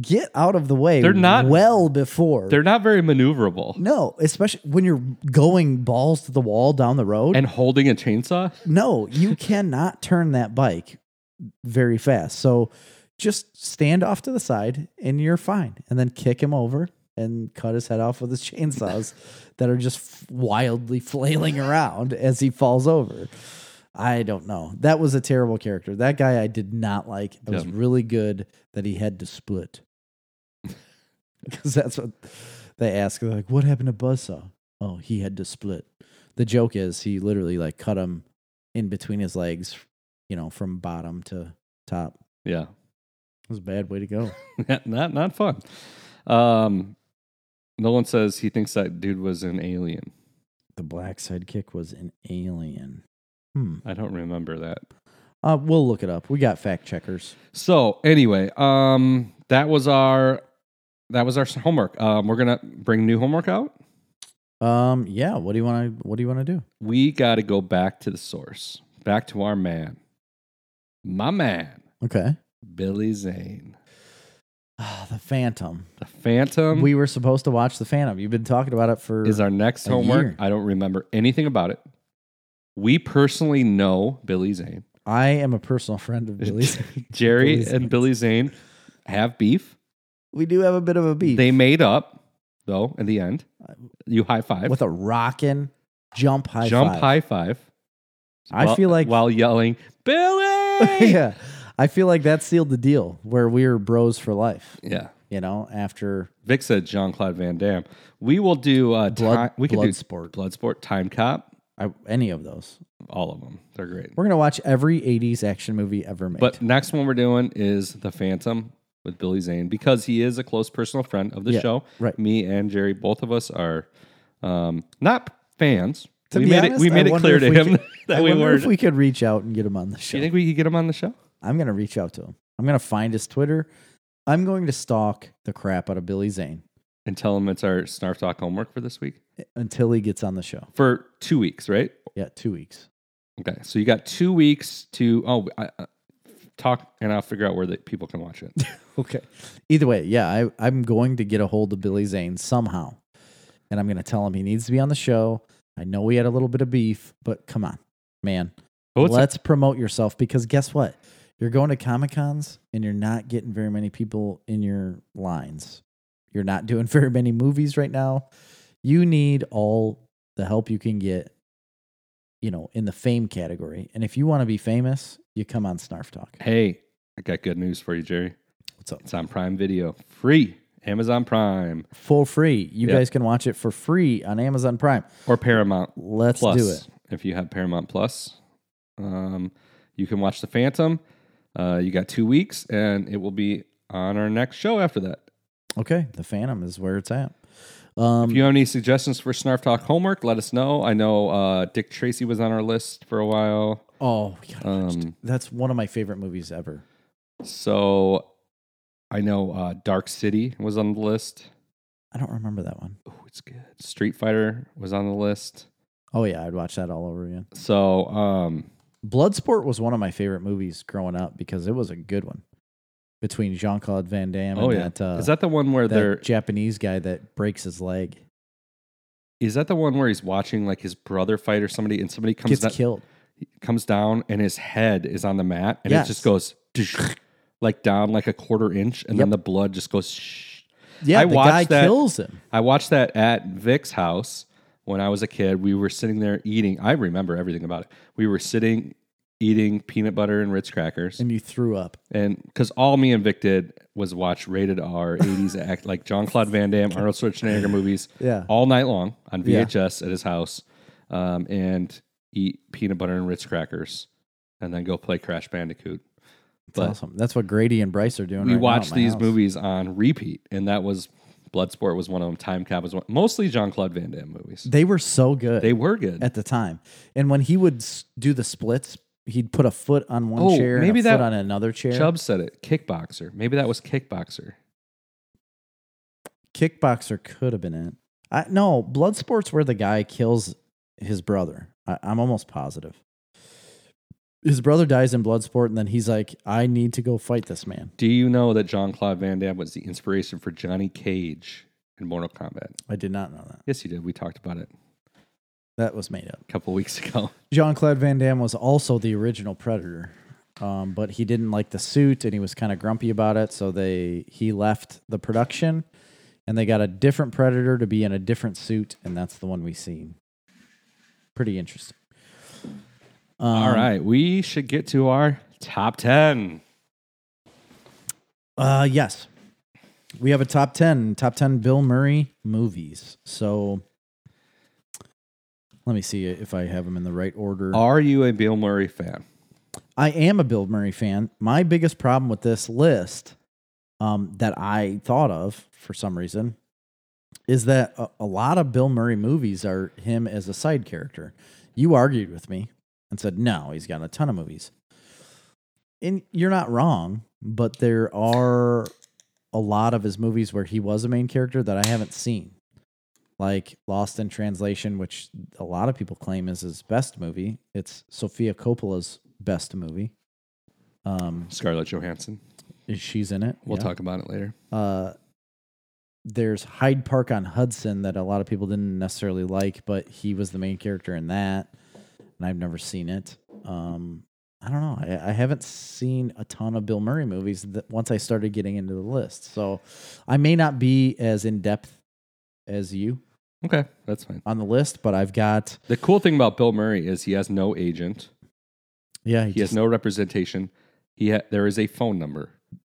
get out of the way.
They're not-
well before.
They're not very maneuverable.
no, especially when you're going balls to the wall down the road.
And holding a chainsaw,
No, you cannot turn that bike very fast. So just stand off to the side and you're fine. And then kick him over and cut his head off with his <laughs> chainsaws that are just wildly flailing around as he falls over. I don't know. That was a terrible character. That guy I did not like. It was
Yeah.
really good that he had to split. <laughs> Because that's what they ask. They're like, what happened to Buzzsaw? Oh, he had to split. The joke is he literally like cut him in between his legs, you know, from bottom to top.
yeah, <laughs>
It was a bad way to go.
not not fun. Um, Nolan says he thinks that dude was an alien.
the black sidekick was an alien. Hmm.
I don't remember that.
Uh, we'll look it up. We got fact checkers.
So anyway, um, that was our that was our homework. Um, we're gonna bring new homework out.
Um, yeah. What do you want to? What do you want to do?
we got to go back to the source, back to our man, my man,
Okay. <sighs>
Billy Zane,
Ah, the Phantom.
the Phantom.
we were supposed to watch the Phantom. You've been talking about it for.
Um, is our next
A
homework.
year.
I don't remember anything about it. We personally know Billy Zane.
I am a personal friend
<laughs>
of Billy's.
Jerry
Billy
and
Zane.
Billy Zane have beef.
we do have a bit of a beef.
They made up though. In the end, you high five,
with a rockin' jump high
jump
<laughs> five.
high five.
I
while-
feel like-
while yelling Billy.
<laughs> yeah. I feel like that sealed the deal where we were bros for life.
yeah.
You know, after
Vic said Jean Claude Van Damme. We will do uh,
blood,
ti- we can do
Bloodsport,
Bloodsport, Time Cop,
I, any of those.
all of them. They're great.
We're gonna watch every '80s action movie ever made.
But next one we're doing is The Phantom with Billy Zane because he is a close personal friend of the
Yeah,
show.
right.
Me and Jerry, both of us are um, not fans.
To
we
be
made it.
honest,
We
I
made it
wonder
clear
if
to
we
him
could-
<laughs> that
I
we
wonder
weren't.
if we could reach out and get him on the
Do
show.
you think we could get him on the show?
I'm gonna reach out to him. I'm gonna find his Twitter. I'm going to stalk the crap out of Billy Zane
and tell him it's our Snarf Talk homework for this week
until he gets on the show.
for two weeks, right?
Yeah, two weeks.
Okay, so you got two weeks to oh I, I, talk, and I'll figure out where the people can watch it.
Okay. Either way, yeah, I, I'm going to get a hold of Billy Zane somehow, and I'm gonna tell him he needs to be on the show. I know we had a little bit of beef, but come on, man.
But what's
Let's promote yourself because guess what? You're going to Comic Cons and you're not getting very many people in your lines. You're not doing <laughs> very many movies right now. You need all the help you can get, you know, in the fame category. And if you want to be famous, you come on Snarf Talk.
hey, I got good news for you, Jerry.
What's up?
It's on Prime Video, free Amazon Prime
For free. You
Yeah.
guys can watch it for free on Amazon Prime.
or Paramount
Let's
Plus.
do it.
If you have Paramount Plus, um, you can watch The Phantom. Uh, you got two weeks, and it will be on our next show after that.
Okay. The Phantom is where it's at. Um,
If you have any suggestions for Snarf Talk homework, let us know. I know uh, Dick Tracy was on our list for a while.
oh, we gotta watch
Um,
it. that's one of my favorite movies ever.
So I know uh, Dark City was on the list.
I don't remember that one.
Oh, it's good. Street Fighter was on the list.
Oh yeah, I'd watch that all over again.
So um,
Bloodsport was one of my favorite movies growing up because it was a good one. Between Jean Claude Van Damme and
oh yeah,
that, uh,
is that the one where
that
they're?
Japanese guy that breaks his leg
Is that the one where he's watching like his brother fight or somebody, and somebody comes
gets
down,
killed.
comes down and his head is on the mat, and
Yes.
it just goes like down like a quarter inch, and then
Yep.
the blood just goes. Shh.
Yeah,
I
the
watched
guy
that-
kills him.
I watched that at Vic's house when I was a kid. We were sitting there eating. I remember everything about it. We were sitting eating peanut butter and Ritz crackers.
And you threw up.
And because all me and Vic did was watch rated
<laughs>
R 80s act like John Claude Van Damme, Arnold Schwarzenegger movies
Yeah.
all night long on
Yeah.
VHS at his house um, and eat peanut butter and Ritz crackers and then go play Crash Bandicoot.
That's
but-
awesome. That's what Grady and Bryce are doing.
We
right now at
watched
my
these
house.
movies on repeat, and that was Bloodsport was one of them, Time Cop was one, mostly John Claude Van Damme movies.
They were so good
They were good.
at the time. And when he would s- do the splits, he'd put a foot on one
Oh,
chair and
maybe
a
that-
foot on another chair.
Chubb said it. Kickboxer. Maybe that was Kickboxer.
Kickboxer could have been it. I no, Bloodsport's where the guy kills his brother. I, I'm almost positive. His brother dies in Bloodsport, and then he's like, "I need to go fight this man."
Do you know that John Claude Van Damme was the inspiration for Johnny Cage in Mortal Kombat?
I did not know that.
Yes, you did. We talked about it
That was made up.
a couple weeks <laughs> ago.
Jean Claude Van Damme was also the original Predator, um, but he didn't like the suit, and he was kind of grumpy about it. So they he left the production, and they got a different Predator to be in a different suit, and that's the one we seen. Pretty interesting. Um,
All right, we should get to our top 10.
Uh, yes. We have a top 10, top 10 Bill Murray movies. So let me see if I have them in the right order.
Are you a Bill Murray fan?
I am a Bill Murray fan. My biggest problem with this list um, that I thought of for some reason is that a, a lot of Bill Murray movies are him as a side character. You argued with me and said, no, he's got a ton of movies. And you're not wrong, but there are a lot of his movies where he was a main character that I haven't seen. Like Lost in Translation, which a lot of people claim is his best movie. It's Sofia Coppola's best movie. Um,
Scarlett Johansson.
she's in it.
We'll
yeah.
talk about it later.
Uh, there's Hyde Park on Hudson that a lot of people didn't necessarily like, but he was the main character in that, and I've never seen it. Um, I don't know. I, I haven't seen a ton of Bill Murray movies that once I started getting into the list, so I may not be as in depth as you
Okay, that's fine.
on the list, but I've got
The cool thing about Bill Murray is he has no agent.
yeah.
He has no representation. He ha- there is a phone number.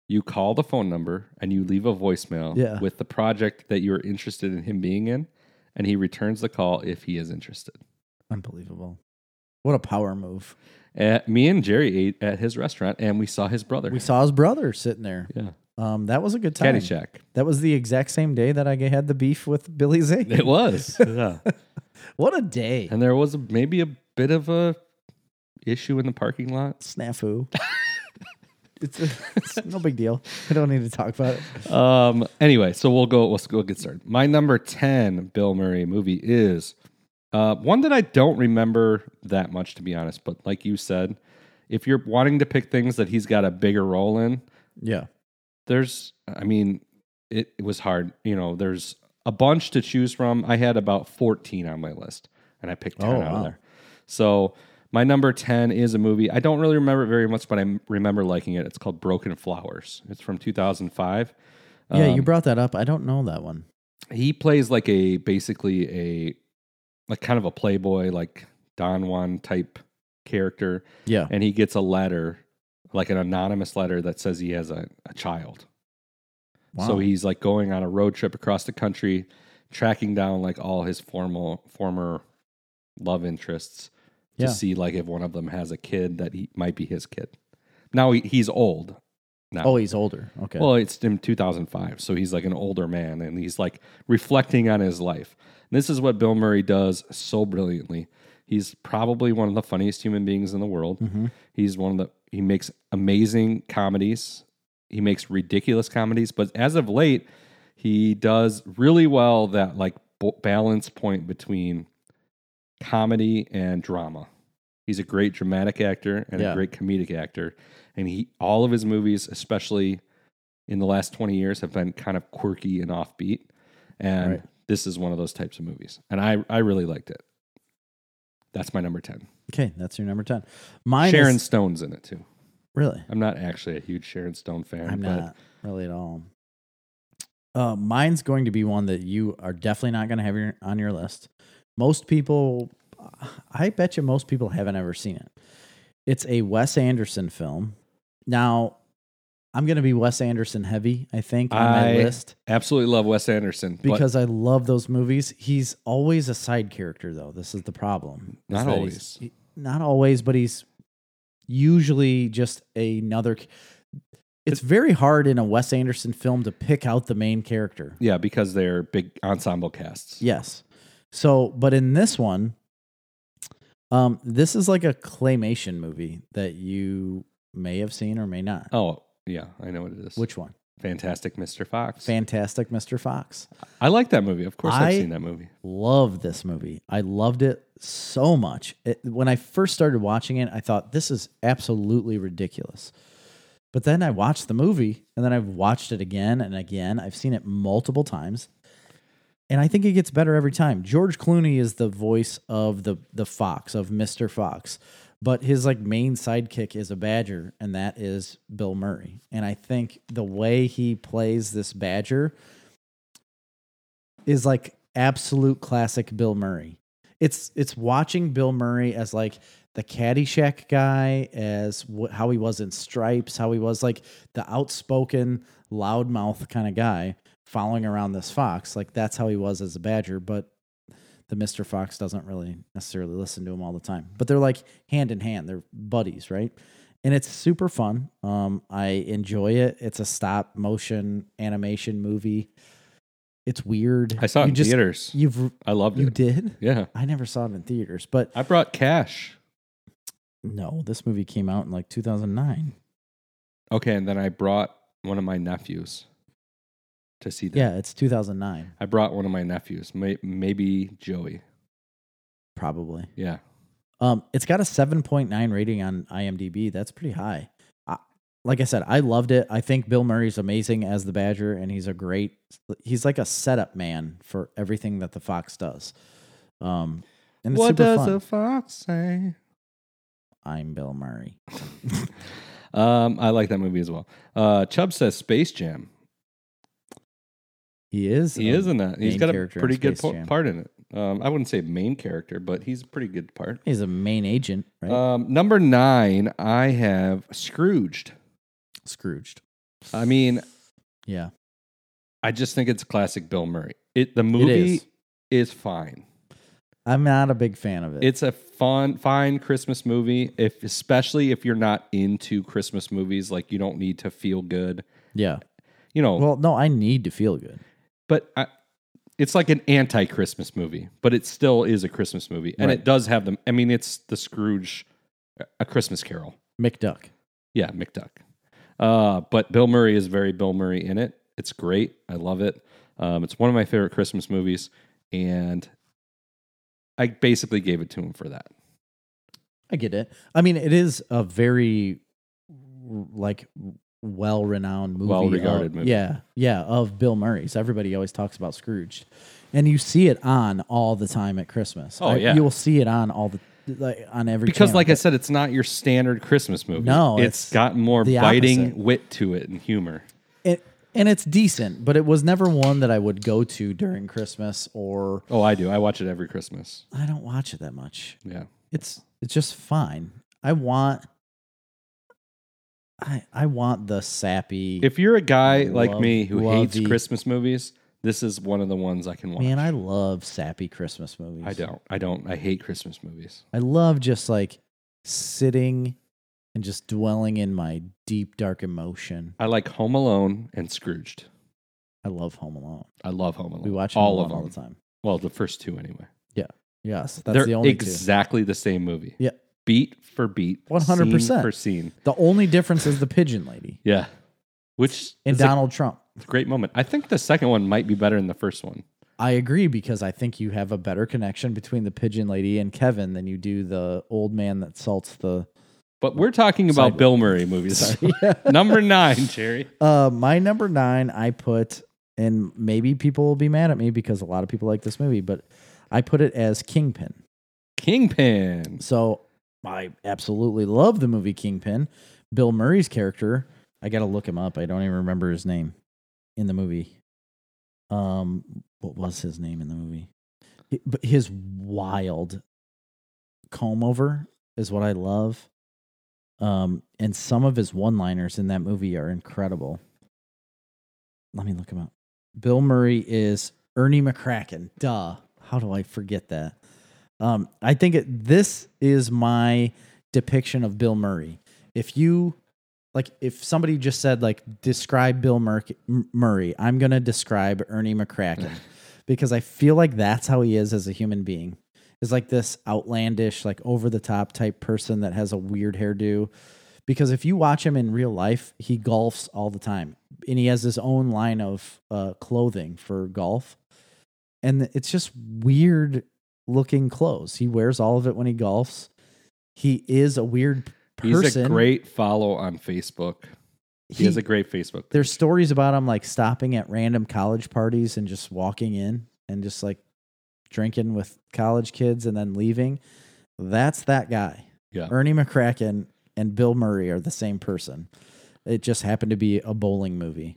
You call the phone number and you leave a voicemail
Yeah.
with the project that you're interested in him being in, and he returns the call if he is interested.
unbelievable. What a power move!
Uh me and Jerry ate at his restaurant, and we saw his brother.
We saw his brother sitting there.
yeah,
Um, that was a good time.
Caddyshack.
That was the exact same day that I g- had the beef with Billy
<laughs>
Zane.
It was. yeah,
<laughs> What a day.
and there was <laughs> maybe a bit of a issue in the parking lot.
Snafu. It's, it's no big deal. I don't need to talk about it.
Um. Anyway, so we'll go. We'll, we'll get started. My number ten Bill Murray movie is uh, one that I don't remember that much, to be honest. But like you said, if you're wanting to pick things that he's got a bigger role in,
Yeah.
there's. I mean, it, it was hard. You know, there's a bunch to choose from. I had about fourteen on my list, and I picked ten
Oh,
out
wow.
of there. So. My number 10 is a movie. I don't really remember it very much, but I m- remember liking it. It's called Broken Flowers. It's from 2005.
Yeah,
Um,
you brought that up. I don't know that one.
he plays like a basically a like kind of a playboy like don juan type character
Yeah.
and he gets a letter like an anonymous letter that says he has a, a child so he's like going on a road trip across the country tracking down like all his formal former love interests to
Yeah.
see like if one of them has a kid that he might be his kid now he, he's old now
Oh, he's older. Okay.
well, it's in 2005, so he's like an older man, and he's like reflecting on his life. And this is what Bill Murray does so brilliantly. He's probably one of the funniest human beings in the world.
Mhm.
He's one of the he makes amazing comedies. He makes ridiculous comedies, but as of late, he does really well that like b- balance point between comedy and drama. He's a great dramatic actor and a
Yeah.
great comedic actor, and he all of his movies, especially in the last 20 years have been kind of quirky and offbeat. And
Right.
this is one of those types of movies. And I, I really liked it. That's my number 10.
okay, that's your number ten. Mine.
Sharon
Is,
Stone's in it too.
really?
I'm not actually a huge Sharon Stone fan.
I'm
but
not really at all. Uh, mine's going to be one that you are definitely not going to have your, on your list. Most people, I bet you, most people haven't ever seen it. It's a Wes Anderson film. Now, I'm going to be Wes Anderson heavy. I think on
I-
my list
Absolutely love Wes Anderson. but
because I love those movies. He's always a side character, though. This is the problem. is
Not
that
always.
he's- he- not always, but he's usually just another. c- It's very hard in a Wes Anderson film to pick out the main character.
yeah, because they're big ensemble casts.
Yes. So, but in this one, um, this is like a claymation movie that you may have seen or may not.
Oh, yeah, I know what it is.
Which one?
Fantastic Mr. Fox.
Fantastic Mr. Fox.
I like that movie. Of course I,
I-
have seen that movie.
love this movie. I loved it so much. It, when I first started watching it, I thought this is absolutely ridiculous. But then I watched the movie and then I've watched it again and again. I've seen it multiple times. And I think it gets better every time. George Clooney is the voice of the the fox of Mr. Fox, but his like main sidekick is a badger and that is Bill Murray. And I think the way he plays this badger is like absolute classic Bill Murray. It's it's watching Bill Murray as like the Caddyshack guy, as wh- how he was in Stripes, how he was like the outspoken, loudmouth kind of guy following around this fox. Like that's how he was as a Badger, but the Mr. Fox doesn't really necessarily listen to him all the time. But they're like hand in hand, they're buddies, right? And it's super fun. Um, I enjoy it. It's a stop motion animation movie. It's weird.
I saw it
You
in
just-
theaters.
You've
I loved
you
it.
did?
Yeah.
I never saw it in theaters, but
I brought cash.
no, this movie came out in like 2009.
Okay, and then I brought one of my nephews to see that.
Yeah, it's 2009
I brought one of my nephews, may, maybe Joey.
probably.
Yeah.
Um, it's got a 7.9 rating on IMDb. That's pretty high. I, like I said, I loved it. I think Bill Murray's amazing as the Badger, and he's a great. He's like a setup man for everything that the Fox does. Um, and it's
what
super
does
fun.
a fox say?
I'm Bill Murray.
Um, I like that movie as well. Uh, Chubb says Space Jam.
He is.
He
a-
is in that. He's
main
got a
character in
pretty good
Space
po-
Jam.
part in it. Um, I wouldn't say main character, but he's a pretty good part.
He's a main agent, right?
Um, number nine, I have Scrooged.
Scrooged.
I mean,
Yeah.
I just think it's classic Bill Murray. It the movie
is.
is fine.
I'm not a big fan of it.
It's a fun, fine Christmas movie. If especially if you're not into Christmas movies, like you don't need to feel good.
yeah.
You know,
Well, no, I need to feel good.
but I, it's like an anti-Christmas movie, but it still is a Christmas movie, and it
Right.
does have them. I mean, it's the Scrooge, a Christmas Carol.
McDuck.
Yeah, McDuck. Uh, but Bill Murray is very Bill Murray in it. It's great. I love it. Um, it's one of my favorite Christmas movies, and I basically gave it to him for that.
I get it. I mean, it is a very like well-renowned movie.
Well-regarded
of-
movie.
Yeah, yeah, of Bill Murray's. Everybody always talks about Scrooge, and you see it on all the time at Christmas.
Oh, yeah.
you will see it on all the like on every
Because,
channel.
like I said, it's not your standard Christmas movie.
No,
it's
it's
got more
the
biting
opposite.
wit to it and humor.
it, and it's decent, but it was never one that I would go to during Christmas or
Oh, I do. I watch it every Christmas.
I don't watch it that much.
Yeah.
It's it's just fine. I want. I, I want the sappy.
If you're a guy like
Love-
me who hates
lovey.
Christmas movies, this is one of the ones I can watch.
Man, I love sappy Christmas movies.
I don't. I don't. I hate Christmas movies.
I love just like sitting and just dwelling in my deep dark emotion.
I like Home Alone and Scrooged.
I love Home Alone.
I love Home Alone.
We watch Home
all
Alone
of them.
all the time.
Well, the first two anyway.
Yes, that's
They're
the only two.
exactly the same movie.
Yeah.
Beat for beat.
100%.
scene for scene.
The only difference is the pigeon lady
Yeah. Which
and
is
Donald Trump.
a great moment. I think the second one might be better than the first one.
I agree because I think you have a better connection between the pigeon lady and Kevin than you do the old man that salts the.
But we're talking about
Sideways.
Bill Murray movies.
<laughs> Sorry.
<laughs> Number nine, Jerry.
Uh, my number nine, I put, and maybe people will be mad at me because a lot of people like this movie, but I put it as Kingpin.
Kingpin.
So I absolutely love the movie Kingpin. Bill Murray's character, I got to look him up. I don't even remember his name in the movie. Um, what was his name in the movie? Hi- But his wild comb over is what I love. Um, and some of his one liners in that movie are incredible. Let me look him up. Bill Murray is Ernie McCracken. Duh. How do I forget that? Um, I think it, this is my depiction of Bill Murray. If you like, if somebody just said like describe Bill Mur- M- Murray, I'm gonna describe Ernie McCracken
Mm.
because I feel like that's how he is as a human being. Is like this outlandish, like over the top type person that has a weird hairdo. Because if you watch him in real life, he golfs all the time, and he has his own line of uh, clothing for golf, and it's just weird looking clothes. He wears all of it when he golfs. He is a weird person.
He's a great follow on Facebook. He, has
He-
a great Facebook.
there's stories about him like stopping at random college parties and just walking in and just like drinking with college kids and then leaving. That's that guy.
Yeah.
Ernie McCracken and Bill Murray are the same person. It just happened to be a bowling movie.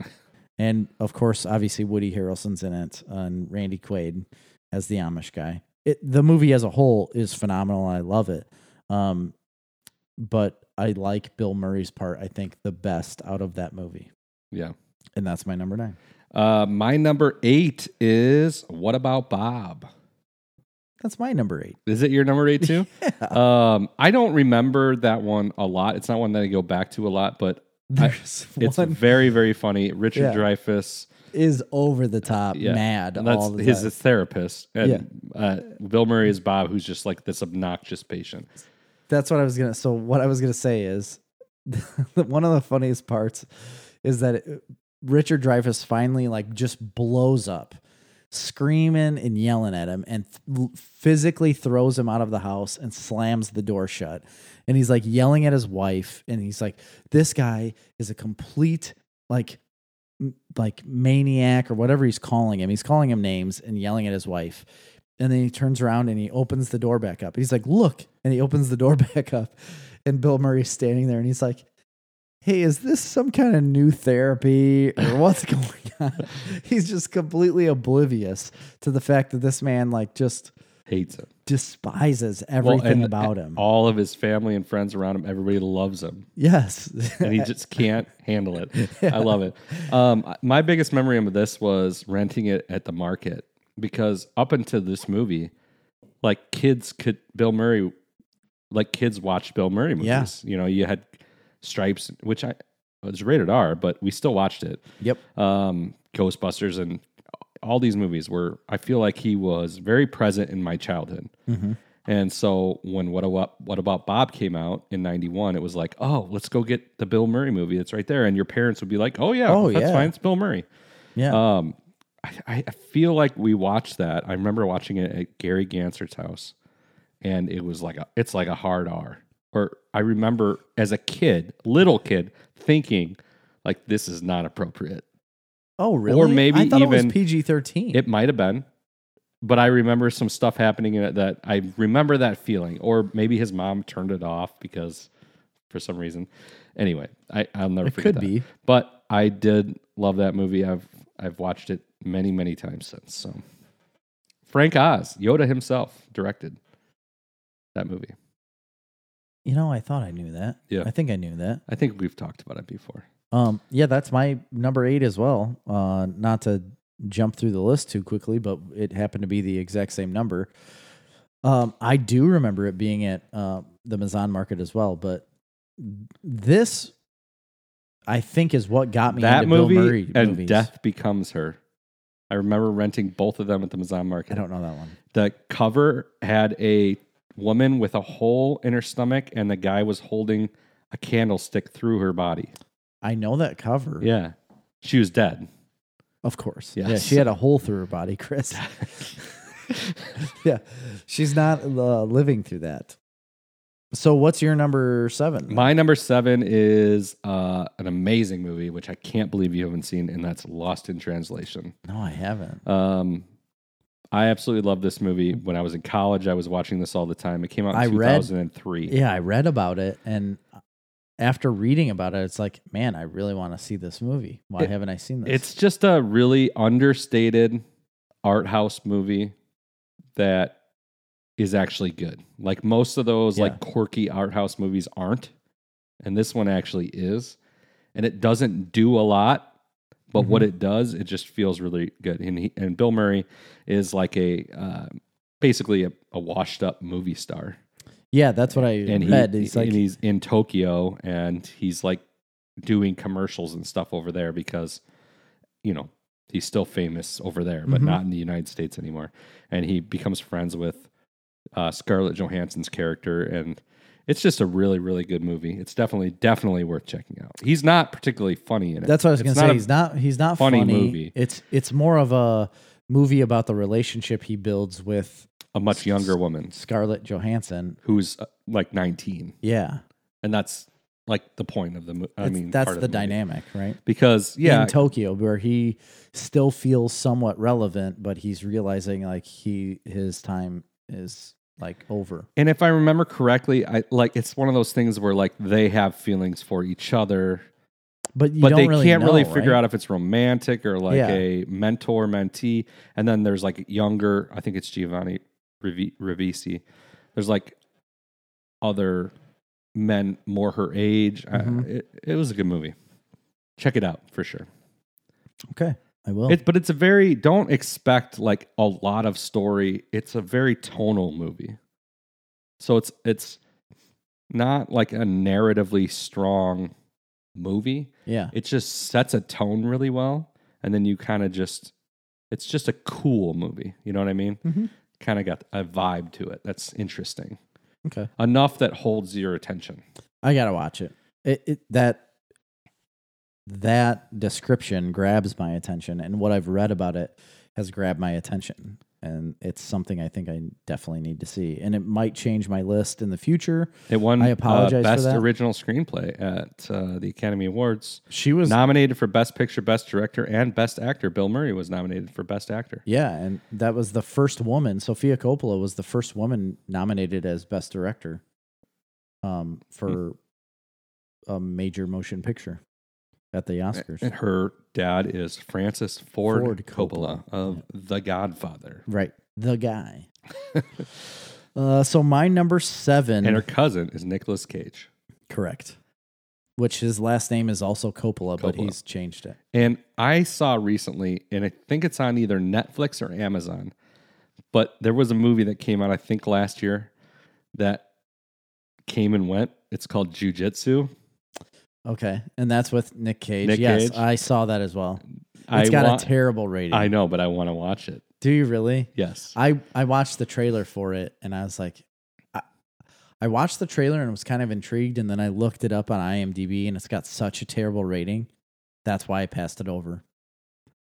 and of course, obviously Woody Harrelson's in it uh, and Randy Quaid as the Amish guy. It, the movie as a whole is phenomenal. I love it. Um, but I like Bill Murray's part, I think, the best out of that movie.
Yeah.
And that's my number nine.
Uh, my number eight is What About Bob?
That's my number eight.
Is it your number eight
<laughs>
too? Um, I don't remember that one a lot. It's not one that I go back to a lot, but
<laughs> There's
it's
one
very, very funny. Richard
Yeah.
Dreyfuss,
is over the top,
Yeah.
mad all
that's
the
his
time.
therapist, and uh, Bill Murray is Bob, who's just like this obnoxious patient.
That's what I was gonna. So what I was gonna say is, <laughs> one of the funniest parts is that it, Richard Dreyfuss finally like just blows up, screaming and yelling at him, and th- physically throws him out of the house and slams the door shut. And he's like yelling at his wife, and he's like, "This guy is a complete like." m- like maniac or whatever he's calling him. He's calling him names and yelling at his wife. And then he turns around and he opens the door back up. He's like, "Look!" And he opens the door <laughs> back up, and Bill Murray's standing there, and he's like, "Hey, is this some kind of new therapy
<laughs>
or what's going on?" he's just completely oblivious to the fact that this man like just
Hates him.
despises
Well,
everything
and-
about
and
him.
All of his family and friends around him, everybody loves him. <laughs>
yes,
and he just can't handle it. I love it. Um, my biggest memory of this was renting it at the market because up until this movie, like kids could Bill Murray, like kids watched Bill Murray movies.
Yeah.
You know, you had Stripes, which I it was rated R, but we still watched it.
yep.
Um, Ghostbusters and all these movies were. I feel like he was very present in my childhood.
Mhm.
And so when what about what about Bob came out in '91, it was like, oh, let's go get the Bill Murray movie. It's right there, and your parents would be like, oh yeah,
Oh,
that's
yeah.
fine. It's Bill Murray.
Yeah.
Um, I, I feel like we watched that. I remember watching it at Gary Gansert's house, and it was like a, it's like a hard R. Or I remember as a kid, little kid, thinking like this is not appropriate.
oh, really?
maybe
I thought it
even-
was PG thirteen.
It might have been, but I remember some stuff happening in it that I remember that feeling. Or maybe his mom turned it off because for some reason. Anyway, I, I'll never
It
forget
could
that.
be.
But I did love that movie. I've I've watched it many many times since. So Frank Oz, Yoda himself directed that movie.
You know, I thought I knew that.
Yeah.
I think I knew that.
I think we've talked about it before.
Um, yeah, that's my number eight as well. Uh, not to jump through the list too quickly, but it happened to be the exact same number. Um, I do remember it being at uh, the Mazan market as well, but this, I think, is what got me
that
into
movie
Bill Murray
and
movies.
Death Becomes Her. I remember renting both of them at the Mazan
I
Market.
don't know that one.
the cover had a woman with a hole in her stomach and the guy was holding a candlestick through her body
I know that cover.
yeah she was dead
Of course. Yeah.
Yes.
She had a hole through her
<laughs>
body, Chris. <laughs> yeah. She's not uh, living through that. So, what's your number seven?
my number seven is uh, an amazing movie which i can't believe you haven't seen and that's lost in translation
no, I haven't.
um, i absolutely love this movie when i was in college i was watching this all the time it came out in
I read-
2003
Yeah, I read about it. And after reading about it, it's like, man, I really want to see this movie. Why
It-
haven't I seen this?
It's just a really understated art house movie that is actually good. Like most of those
Yeah.
like quirky art house movies aren't, and this one actually is. And it doesn't do a lot, but what
Mm-hmm.
it does, it just feels really good. And he, and Bill Murray is like a uh, basically a, a washed up movie star
yeah, that's what I
and he-
read. He's like,
and he's in Tokyo and he's like doing commercials and stuff over there because you know he's still famous over there but
Mhm.
not in the United States anymore and he becomes friends with uh, Scarlett Johansson's character and it's just a really really good movie it's definitely definitely worth checking out he's not particularly funny in it
that's what I was
It's
gonna say.
not a
he's not. He's not
funny
funny,
movie.
It's it's more of a movie about the relationship he builds with
a much younger woman
Scarlett Johansson.
who's uh, like 19
Yeah,
and that's like the point of the movie I
It's-
mean
that's
part
the,
of movie.
dynamic, right?
because yeah
in Tokyo, where he still feels somewhat relevant, but he's realizing like he his time is like over.
And if I remember correctly, I like it's one of those things where like they have feelings for each other,
But you
but
don't
they
really
can't really
know,
figure
right?
out if it's romantic or like
Yeah.
a mentor mentee. And then there's like younger, I think it's Giovanni Rivi- Ribisi. There's like other men more her age. I-
Mhm.
it, it was a good movie. Check it out for sure.
Okay, I will.
It, but it's a very don't expect like a lot of story. It's a very tonal movie, so it's it's not like a narratively strong movie.
yeah,
It just sets a tone really well, and then you kind of just it's just a cool movie. You know what I mean?
Mhm.
Kind of got a vibe to it that's interesting
okay.
enough that holds your attention.
I gotta watch it. It, it that that description grabs my attention, and what I've read about it has grabbed my attention, and it's something I think I definitely need to see, and it might change my list in the future.
It won
I
uh,
apologize for
best
that.
original screenplay at uh, the Academy Awards.
She was
nominated for Best Picture, Best Director, and Best Actor. Bill Murray was nominated for Best Actor.
Yeah, and that was the first woman. Sophia Coppola was the first woman nominated as Best Director um, for
Hmm.
a major motion picture at
Eh,
the Oscars.
And her dad is Francis Ford,
Ford
Coppola,
Coppola.
of The Godfather.
right, the
<laughs>
guy. uh, so my number seven,
And her cousin is Nicolas Cage.
correct, which his last name is also Coppola, but
Coppola.
he's changed it.
And I saw recently, and I think it's on either Netflix or Amazon, but there was a movie that came out, I think last year, that came and went. It's called Jujitsu.
Okay, and that's with Nick Cage.
Nick
yes,
Cage.
I saw that as well.
I
It's got
want-
a terrible rating.
I know, but I want to watch it.
Do you really?
Yes.
I I watched the trailer for it and I was like, I watched the trailer and was kind of intrigued, and then I looked it up on IMDb, and it's got such a terrible rating. That's why I passed it over.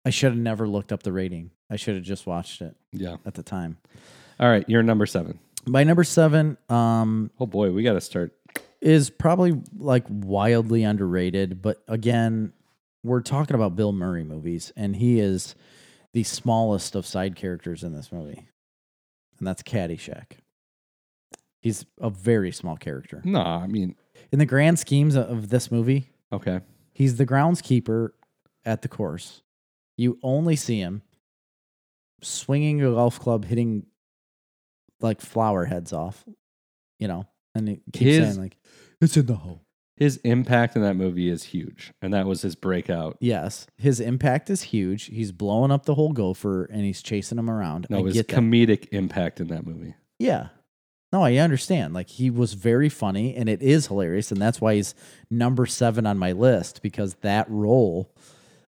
I should have never looked up the rating. I should have just watched it
Yeah.
at the time.
All right, you're number seven.
My number seven um,
Oh boy, we got to start.
is probably like wildly underrated, but again, we're talking about Bill Murray movies, and he is the smallest of side characters in this movie, and that's Caddyshack. He's a very small character
No, I mean,
in the grand schemes of this movie.
okay,
He's the groundskeeper at the course. You only see him swinging a golf club, hitting like flower heads off, you know, and he keeps
His-
saying like, "It's in the hole."
his impact in that movie is huge, and that was his breakout.
Yes, his impact is huge. He's blowing up the whole gopher and he's chasing him around.
No,
I
his
get that.
comedic impact in that movie.
Yeah. No, I understand. Like he was very funny and it is hilarious and that's why he's number 7 on my list because that role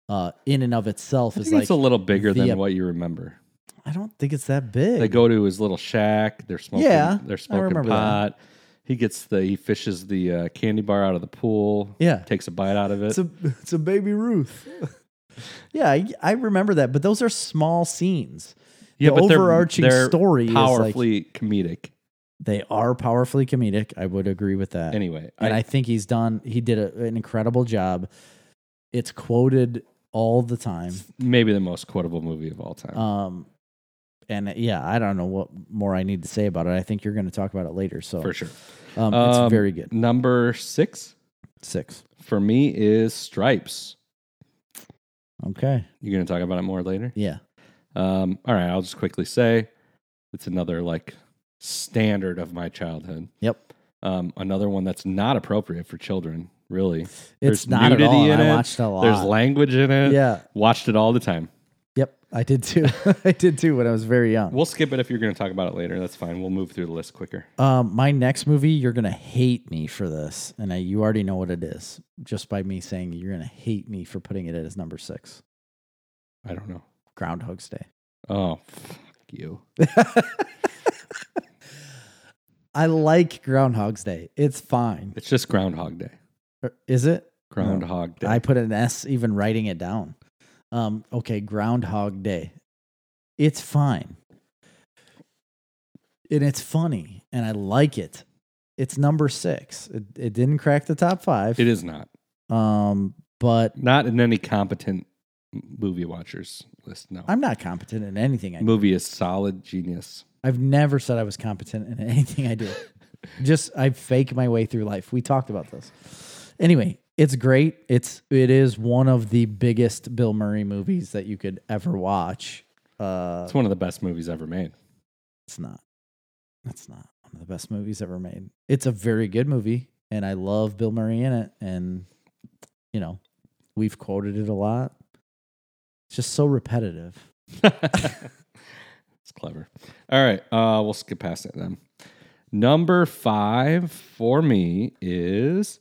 uh in and of itself
I
is
think
like
it's a little bigger
the-
than what you remember.
I don't think it's that big.
They go to his little shack. They're smoking.
Yeah,
they're
I
smoking
remember that.
pot. He gets the he fishes the uh, candy bar out of the pool.
Yeah.
takes a bite out of it.
It's a it's a baby Ruth. yeah, I, I remember that, but those are small scenes.
yeah,
the
but they're-
overarching
they're
story is, like-
powerfully comedic.
They are powerfully comedic. I would agree with that.
Anyway,
and
I,
I, think he's done he did a, an incredible job. It's quoted all the time.
maybe the most quotable movie of all time.
Um, and uh, yeah, I don't know what more I need to say about it. I think you're going to talk about it later, so
for sure.
um,
Um,
it's very good.
Number six
Six.
for me is Stripes.
Okay.
You're going to talk about it more later.
Yeah.
Um, all right, I'll just quickly say it's another like standard of my childhood.
Yep.
Um, another one that's not appropriate for children, really.
It's
There's
not at all.
nudity
and
in
I
it.
watched a lot.
There's language in it.
yeah.
Watched it all the time.
Yep. I did too. <laughs> I did too when I was very young.
We'll skip it if you're going to talk about it later. That's fine. We'll move through the list quicker.
Um, my next movie, you're gonna hate me for this, and I, you already know what it is just by me saying you're gonna hate me for putting it as number six.
I don't know.
Groundhog's Day.
Oh, fuck you.
I like Groundhog's Day. It's fine.
It's just Groundhog Day.
Er, Is it?
Groundhog Day.
I put an S even writing it down. Um, okay, Groundhog Day. It's fine. And it's funny, and I like it. It's number six. It, it didn't crack the top five.
it is not.
Um, but
Not in any competent m- movie watchers list. No.
I'm not competent in anything I do.
movie is solid genius.
I've never said I was competent in <laughs> anything I do. Just I fake my way through life. We talked about this. Anyway, it's great. It's it is one of the biggest Bill Murray movies that you could ever watch. Uh,
It's one of the best movies ever made.
it's not. It's not one of the best movies ever made. It's a very good movie, and I love Bill Murray in it. And you know, we've quoted it a lot. It's just so repetitive.
it's clever. All right, uh, we'll skip past it then. Number five for me is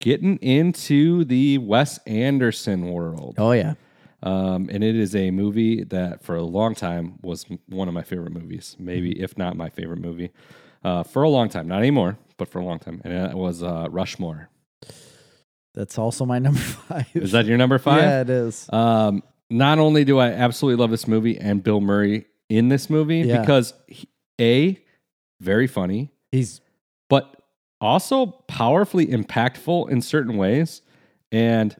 getting into the Wes Anderson world,
Oh yeah,
um, and it is a movie that for a long time was m- one of my favorite movies, maybe if not my favorite movie, uh, for a long time. Not anymore, but for a long time, and it was uh, Rushmore.
that's also my <laughs> number five.
Is that your number five?
Yeah, it is.
Um, not only do I absolutely love this movie and Bill Murray in this movie
Yeah.
because he, a very funny,
He's
but also powerfully impactful in certain ways. And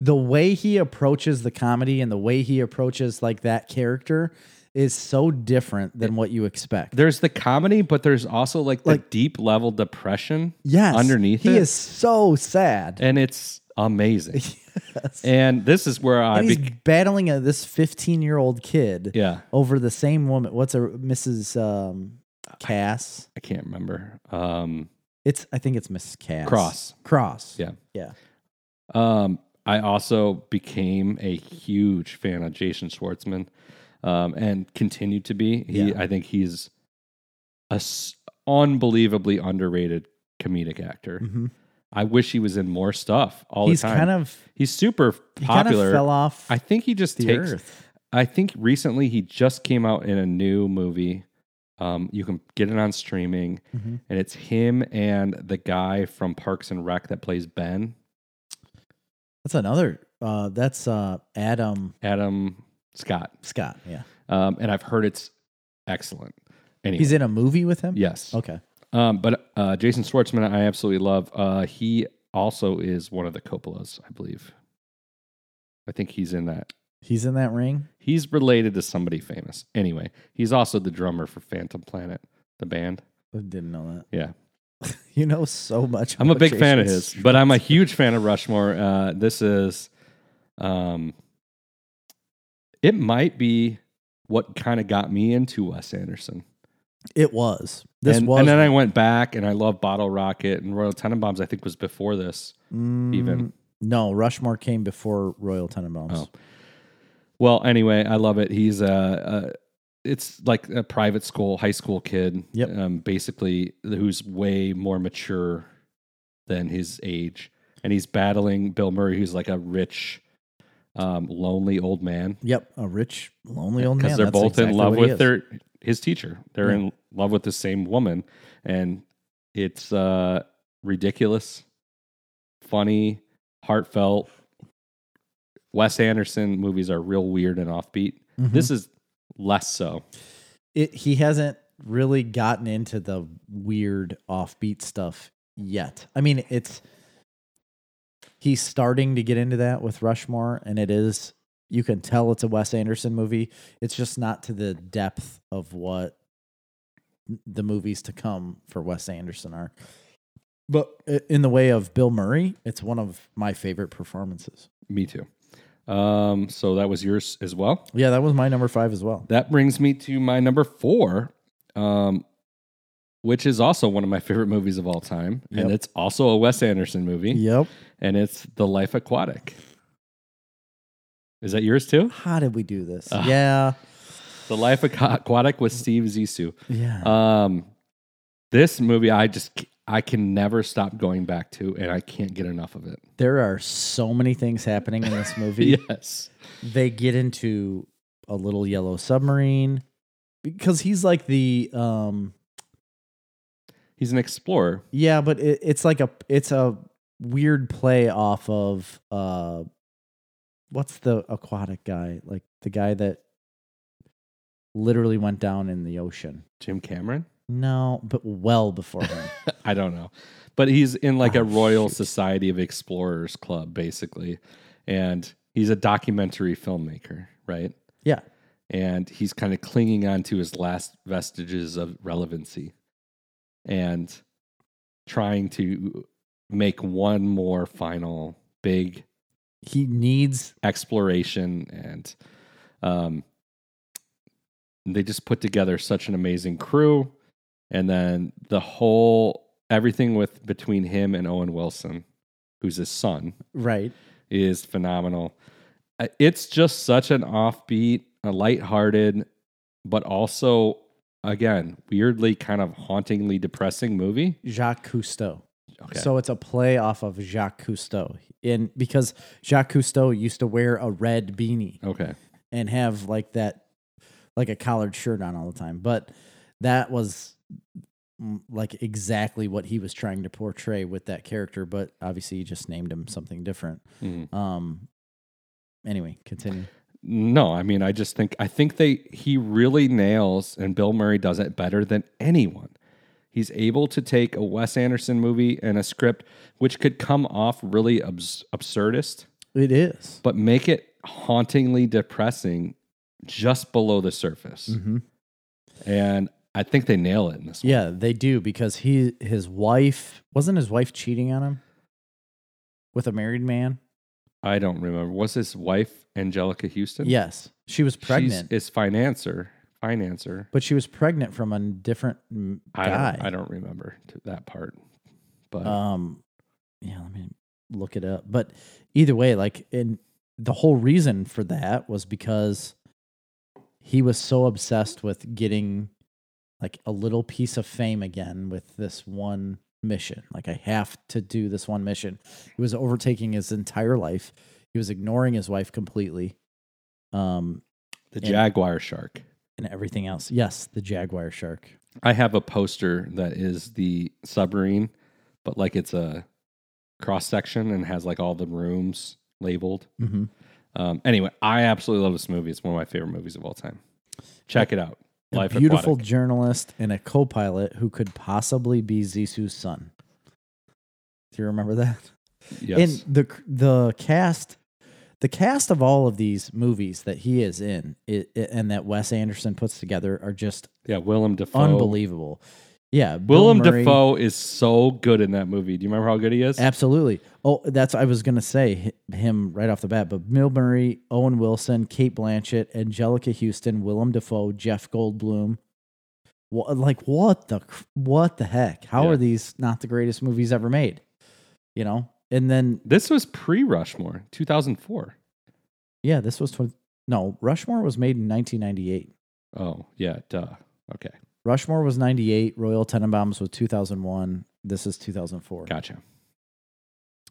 the way he approaches the comedy and the way he approaches like that character is so different than what you expect.
there's the comedy, but there's also like the
Like-
deep level depression,
Yes,
underneath
he
it?
is so sad.
and it's amazing.
<laughs> Yes.
and this is where I
And he's
bec-
battling a, this fifteen-year-old kid
yeah,
over the same woman. What's her Mrs. Um, Cass?
I can't remember. Um,
It's I think it's Mrs. Cass.
Cross.
Cross.
Yeah.
Yeah.
Um, I also became a huge fan of Jason Schwartzman, um, and continue to be. He,
Yeah.
I think he's a s- unbelievably underrated comedic actor.
Mhm.
I wish he was in more stuff all
He's
the time.
kind of
he's super
he kind of
popular.
fell off
I think he just
the
takes.
earth.
I think recently he just came out in a new movie Um, you can get it on streaming,
Mm-hmm.
and it's him and the guy from Parks and Rec that plays Ben,
That's another. Uh, that's uh, Adam
Adam Scott.
Scott. Yeah,
Um, and I've heard it's excellent. Anyway,
he's in a movie with him.
yes.
Okay.
Um, but uh, Jason Schwartzman, I absolutely love. Uh, he also is one of the Coppolas, I believe. I think he's in that.
He's in that ring.
He's related to somebody famous. Anyway, he's also the drummer for Phantom Planet, the band.
I didn't know that.
Yeah.
You know so much.
I'm a
about
big fan of
Jason
his,
Statham.
but I'm a huge fan of Rushmore. Uh, this is, um, it might be what kind of got me into Wes Anderson.
It was. This
and,
was.
and then I went back and I love Bottle Rocket and Royal Tenenbaums. I think was before this.
Mm,
even.
No, Rushmore came before Royal Tenenbaums.
Oh. Well, anyway, I love it. He's a, uh it's like a private school, high school kid.
Yep.
Um, basically, who's way more mature than his age, and he's battling Bill Murray, who's like a rich, um, lonely old man.
Yep, a rich, lonely old man.
Because they're
That's
both in
exactly
love
what he
with
is.
their his teacher. They're
Yeah.
in love with the same woman, and it's uh, ridiculous, funny, heartfelt. Wes Anderson movies are real weird and offbeat.
Mhm.
This is less so.
It, he hasn't really gotten into the weird offbeat stuff yet. I mean, it's he's starting to get into that with Rushmore, and it is you can tell it's a Wes Anderson movie. It's just not to the depth of what the movies to come for Wes Anderson are. But i- in the way of Bill Murray, it's one of my favorite performances.
Me too. Um, so that was yours as well.
Yeah, that was my number five as well.
That brings me to my number four, um, which is also one of my <laughs> favorite movies of all time,
Yep.
and it's also a Wes Anderson movie.
Yep.
and it's The Life Aquatic. Is that yours too?
How did we do this?
Ugh.
yeah.
The Life Aqu- Aquatic with Steve Zissou.
Yeah.
Um, this movie, I just c- I can never stop going back to, and I can't get enough of it.
there are so many things happening in this movie.
Yes,
They get into a little yellow submarine because he's like the um
he's an explorer.
yeah, but it, it's like a it's a weird play off of uh what's the aquatic guy? Like the guy that literally went down in the ocean.
Jim Cameron.
No, but well before him.
<laughs> I don't know, but he's in like
Oh,
a Royal
shoot.
Society of Explorers Club, basically, and he's a documentary filmmaker, right?
Yeah.
and he's kind of clinging on to his last vestiges of relevancy and trying to make one more final big
he needs
exploration and um, they just put together such an amazing crew and then the whole everything with between him and owen wilson who's his son
right.
is phenomenal. Uh, It's just such an offbeat, a lighthearted, but also again weirdly kind of hauntingly depressing movie.
Jacques Cousteau.
Okay,
So it's a play off of Jacques Cousteau. And because Jacques Cousteau used to wear a red beanie
okay,
and have like that, like a collared shirt on all the time. But that was mm, like exactly what he was trying to portray with that character. But obviously, he just named him something different.
Mm.
Um, anyway, continue.
no, I mean I just think I think they he really nails and Bill Murray does it better than anyone. He's able to take a Wes Anderson movie and a script which could come off really abs- absurdist,
It is.
but make it hauntingly depressing just below the surface.
Mm-hmm.
and I think they nail it in this one.
Yeah, they do because he his wife wasn't his wife cheating on him with a married man.
I don't remember. Was his wife Angelica Houston?
Yes, she was pregnant.
She's, is financer financer.
But she was pregnant from a different mm,
I
guy.
don't, I don't remember t- that part, but
Um, yeah, let me look it up. But either way, like, and the whole reason for that was because he was so obsessed with getting like a little piece of fame again with this one mission. Like, I have to do this one mission. He was overtaking his entire life. He was ignoring his wife completely. Um,
the jaguar shark.
and everything else. Yes, the jaguar shark.
I have a poster that is the submarine, but like it's a cross section and has like all the rooms labeled.
Mm-hmm.
Um, anyway, I absolutely love this movie. It's one of my favorite movies of all time. Check it out.
A
Life
beautiful
Aquatic.
journalist and a co-pilot who could possibly be Zisu's son. Do you remember that?
Yes.
And the the cast, the cast of all of these movies that he is in, it, it- and that Wes Anderson puts together are just
yeah, Willem Dafoe.
unbelievable. Yeah, Bill
Willem
Murray-
Dafoe is so good in that movie. Do you remember how good he is?
Absolutely. Oh, that's I was gonna say hi- him right off the bat. But Bill Murray, Owen Wilson, Kate Blanchett, Angelica Houston, Willem Dafoe, Jeff Goldblum. What, like what the cr- what the heck? How
Yeah.
are these not the greatest movies ever made? You know. And then
This was pre Rushmore, 2004.
yeah, this was twen- no Rushmore was made in 1998.
Oh, yeah, duh. Okay,
Rushmore was 98. Royal Tenenbaums was 2001. This is 2004.
gotcha.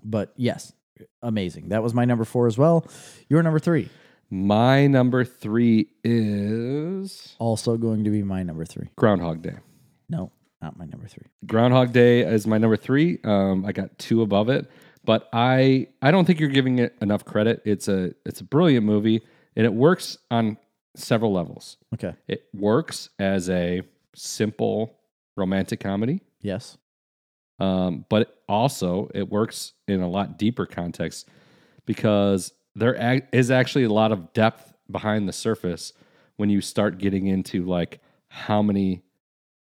But yes, amazing. That was my number four as well. Your number three.
My number three is
Also going to be my number three.
Groundhog Day.
No, not my number three.
Groundhog Day is my number three. Um, I got two above it, but I I don't think you're giving it enough credit. It's a it's a brilliant movie, and it works on several levels.
Okay.
It works as a simple romantic comedy,
Yes.
um, but also it works in a lot deeper context because there ac- is actually a lot of depth behind the surface when you start getting into like how many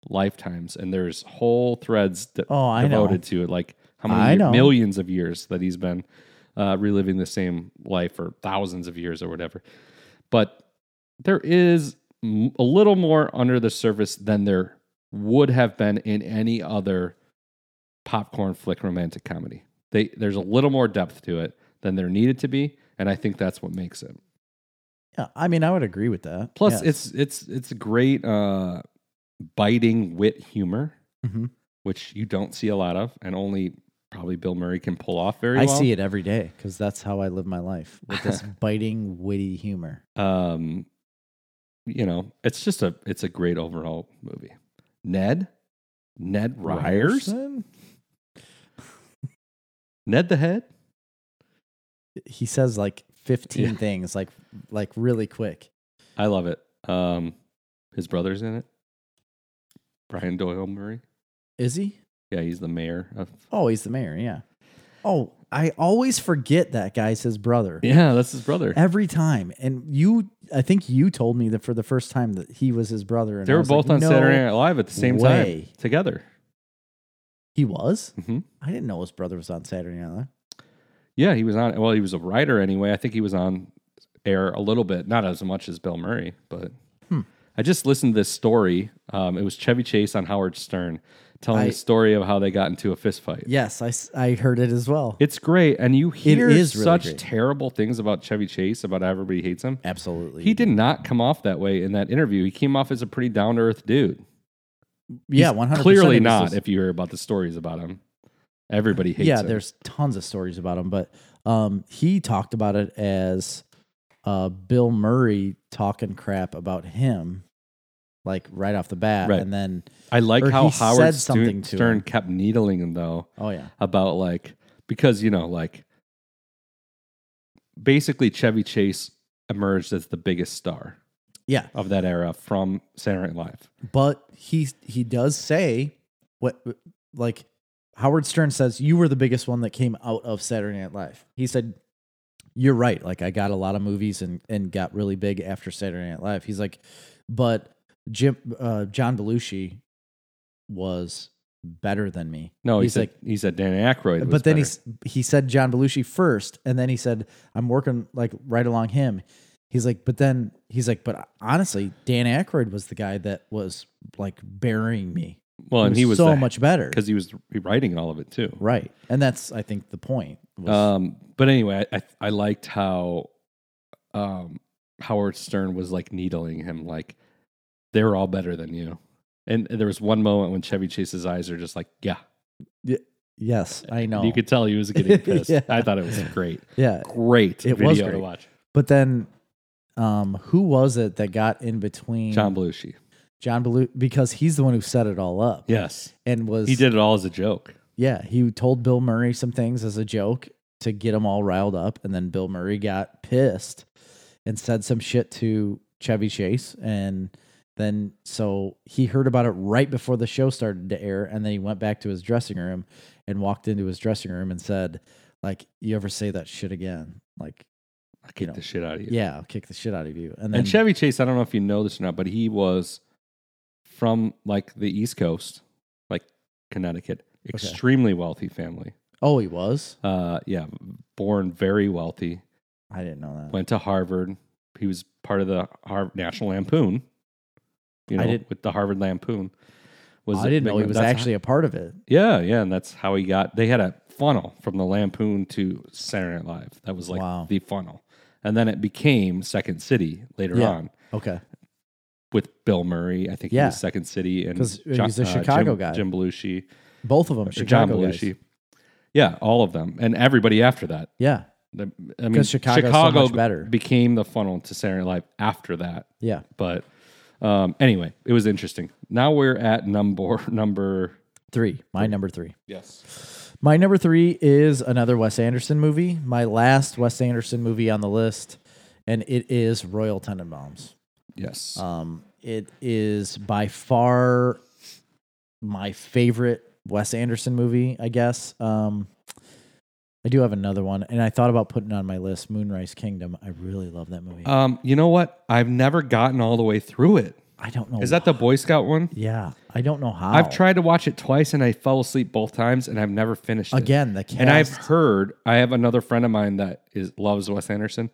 lifetimes and there's whole threads that
Oh, I know.
devoted to it like how many
I
year-
know.
millions of years that he's been uh, reliving the same life for thousands of years or whatever but there is m- a little more under the surface than there would have been in any other popcorn flick romantic comedy they there's a little more depth to it than there needed to be and i think that's what makes it
Yeah. I mean, I would agree with that.
plus
Yes.
it's it's it's great uh biting wit humor
Mhm.
which you don't see a lot of, and only probably Bill Murray can pull off very
I
well.
see it every day because that's how I live my life
<laughs>
with this biting, witty humor.
Um, you know, it's just a it's a great overall movie. Ned, Ned Ryers,
Ryerson?
Ned the Head.
He says like 15
Yeah.
things, like like really quick.
I love it. Um, his brother's in it. Brian Doyle Murray.
Is he?
Yeah, he's the mayor of.
Oh, he's the mayor. Yeah. Oh, I always forget that guy's his brother.
Yeah, that's his brother.
Every time, and you, I think you told me that for the first time that he was his brother. And
They
I
were
was like,
both on
"No,
Saturday Night Live at the same time
way."
together.
He was.
hmm
I didn't know his brother was on Saturday Night Live.
Yeah, he was on. Well, he was a writer anyway. I think he was on air a little bit, not as much as Bill Murray, but
Hmm.
I just listened to this story. Um, it was Chevy Chase on Howard Stern telling
I-
the story of how they got into a fist fight.
Yes, I, s- I heard it as well.
It's great, and you hear
is really
such
great.
terrible things about Chevy Chase about how everybody hates him.
Absolutely,
He did not come off that way in that interview. He came off as a pretty down to earth dude.
Yeah, one hundred
Clearly not. If you hear about the stories about him, everybody hates
yeah,
him.
there's tons of stories about him, but um, he talked about it as uh, Bill Murray talking crap about him, like right off the bat,
Right.
and then
I like
or
how
he said
Howard
something
Stern,
to
Stern
him.
kept needling him though.
oh yeah,
about like because you know like basically Chevy Chase emerged as the biggest star
yeah,
of that era from Saturday Night Live.
but he he does say what like Howard Stern says you were the biggest one that came out of Saturday Night Live. He said you're right. Like I got a lot of movies and and got really big after Saturday Night Live. He's like, but Jim uh, John Belushi was better than me.
No, he
He's
said he said Dan Aykroyd, was
But then
better.
he s- he said John Belushi first, and then he said I'm working like right along him. He's like, but then he's like, but honestly, Dan Aykroyd was the guy that was like burying me.
well, and he was
so much better,
because he was writing all of it too.
right? And that's I think the point. was-
Um, but anyway, I, I I liked how um Howard Stern was like needling him, like they were all better than you. And there was one moment when Chevy Chase's eyes are just like, yeah.
yes, I know.
And you could tell he
<laughs>
was getting pissed.
Yeah.
I thought it was great.
yeah,
Great
It
video
was
to
great.
watch.
but then Um, who was it that got in between
John Belushi.
John Belu because he's the one who set it all up.
Yes.
and was
He did it all as a joke.
Yeah, he told Bill Murray some things as a joke to get him all riled up, and then Bill Murray got pissed and said some shit to Chevy Chase, and then so he heard about it right before the show started to air, and then he went back to his dressing room and walked into his dressing room and said, "Like, you ever say that shit again? Like,
I
You
kicked
know.
the shit out of you.
yeah, I'll kick the shit out of you." And then
And Chevy Chase, I don't know if you know this or not, but he was from like the East Coast, like Connecticut. Extremely wealthy family.
oh, he was.
Uh, yeah, born very wealthy.
I didn't know that.
Went to Harvard. He was part of the Harvard National Lampoon. You
I
know,
didn't-
with the Harvard Lampoon. Was
I didn't know he was
that's-
actually a part of it.
Yeah, yeah, and that's how he got. They had a funnel from the Lampoon to Saturday Night Live. That was like
Wow.
the funnel, and then it became Second City later
Yeah.
on
Okay,
with Bill Murray. I think he
Yeah.
was Second City, and
'Cause
Jo-
he's a
uh,
Chicago
Jim,
guy.
Jim Belushi,
both of them.
or John
Chicago guys.
Belushi. Yeah, all of them, and everybody after that.
Yeah,
The- I mean,
because Chicago's so much better.
became the funnel to Saturday Night Live after that.
yeah.
But um, anyway, it was interesting. Now we're at number <laughs> number.
Three. My number three.
Yes.
My number three is another Wes Anderson movie. My last Wes Anderson movie on the list, and it is Royal Tenenbaums.
Yes.
Um, it is by far my favorite Wes Anderson movie, I guess. Um, I do have another one, and I thought about putting on my list Moonrise Kingdom. I really love that movie.
Um, you know what? I've never gotten all the way through it.
I don't know.
Is that the Boy Scout one?
Yeah, I don't know how.
I've tried to watch it twice and I fell asleep both times and I've never finished it.
again the cast.
And I've heard I have another friend of mine that is loves Wes Anderson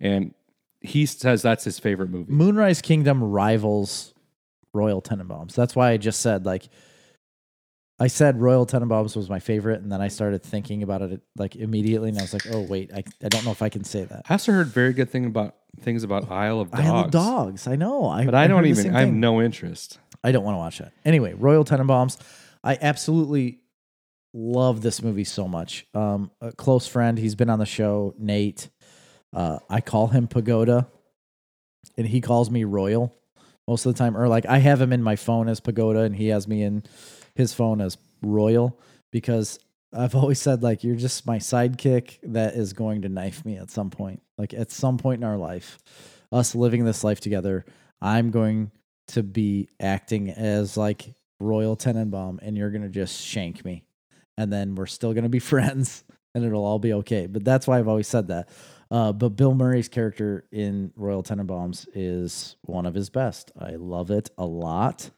and he says that's his favorite movie.
Moonrise Kingdom rivals Royal Tenenbaums. That's why I just said like I said Royal Tenenbaums was my favorite, and then I started thinking about it like immediately, and I was like, oh wait, I, I don't know if I can say that.
I also heard very good thing about things about Isle of Dogs.
I love dogs. I know. I,
But I
heard
don't
the
even
same
I have
thing.
no interest.
I don't want to watch that. Anyway, Royal Tenenbaums. I absolutely love this movie so much. Um, a close friend, he's been on the show, Nate. Uh, I call him Pagoda, and he calls me Royal most of the time. Or like I have him in my phone as Pagoda, and he has me in his phone as Royal because I've always said like you're just my sidekick that is going to knife me at some point. Like at some point in our life, us living this life together, I'm going to be acting as like Royal Tenenbaum, and you're gonna just shank me, and then we're still gonna be <laughs> friends, and it'll all be okay. But that's why I've always said that. Uh, but Bill Murray's character in Royal Tenenbaums is one of his best. I love it a lot.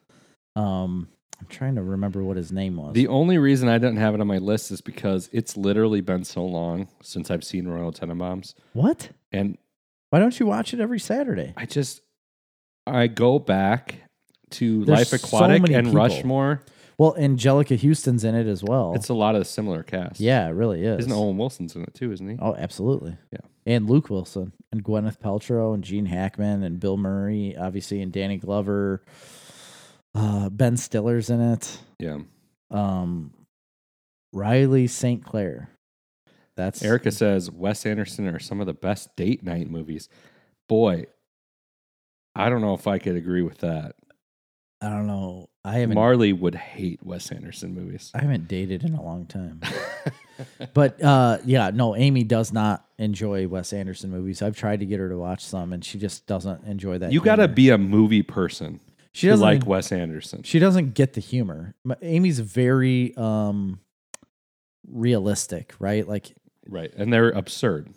Um, I'm trying to remember what his name was.
The only reason I didn't have it on my list is because it's literally been so long since I've seen Royal Tenenbaums.
what?
And
Why don't you watch it every Saturday?
I just I go back to
There's
Life
so
Aquatic
many
and
people. Oh.
Rushmore.
Well, Angelica Houston's in it as well.
It's a lot of similar cast.
yeah, it really is.
Isn't Owen Wilson's in it too, isn't he?
Oh, absolutely.
Yeah.
And Luke Wilson and Gwyneth Paltrow and Gene Hackman and Bill Murray, obviously, and Danny Glover. Uh, ben Stiller's in it.
Yeah.
Um, Riley St. Clair. That's
Erica says Wes Anderson are some of the best date night movies. Boy, I don't know if I could agree with that.
I don't know. I haven't.
Marley would hate Wes Anderson movies.
I haven't dated in a long time. but uh, yeah, no, Amy does not enjoy Wes Anderson movies. I've tried to get her to watch some, and she just doesn't enjoy that.
you got to
humor.
be a movie person
She
to
doesn't
like Wes Anderson.
She doesn't get the humor. M- Amy's very um realistic, right? Like
Right. And they're absurd.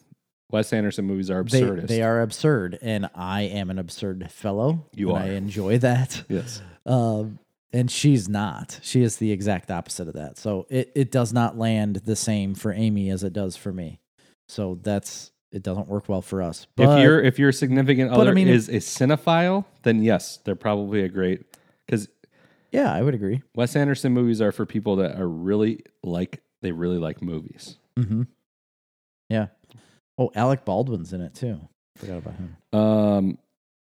Wes Anderson movies are
they,
absurdist.
they are absurd, and I am an absurd fellow.
You
and
are.
I enjoy that.
Yes.
Um, and she's not. She is the exact opposite of that. So it it does not land the same for Amy as it does for me. So that's it doesn't work well for us. But
if your if your significant
but I
other
mean-
is a cinephile, then yes, they're probably a great because
yeah, I would agree.
Wes Anderson movies are for people that are really like they really like movies.
Mm-hmm. Yeah. Oh, Alec Baldwin's in it too. Forgot about him.
Um,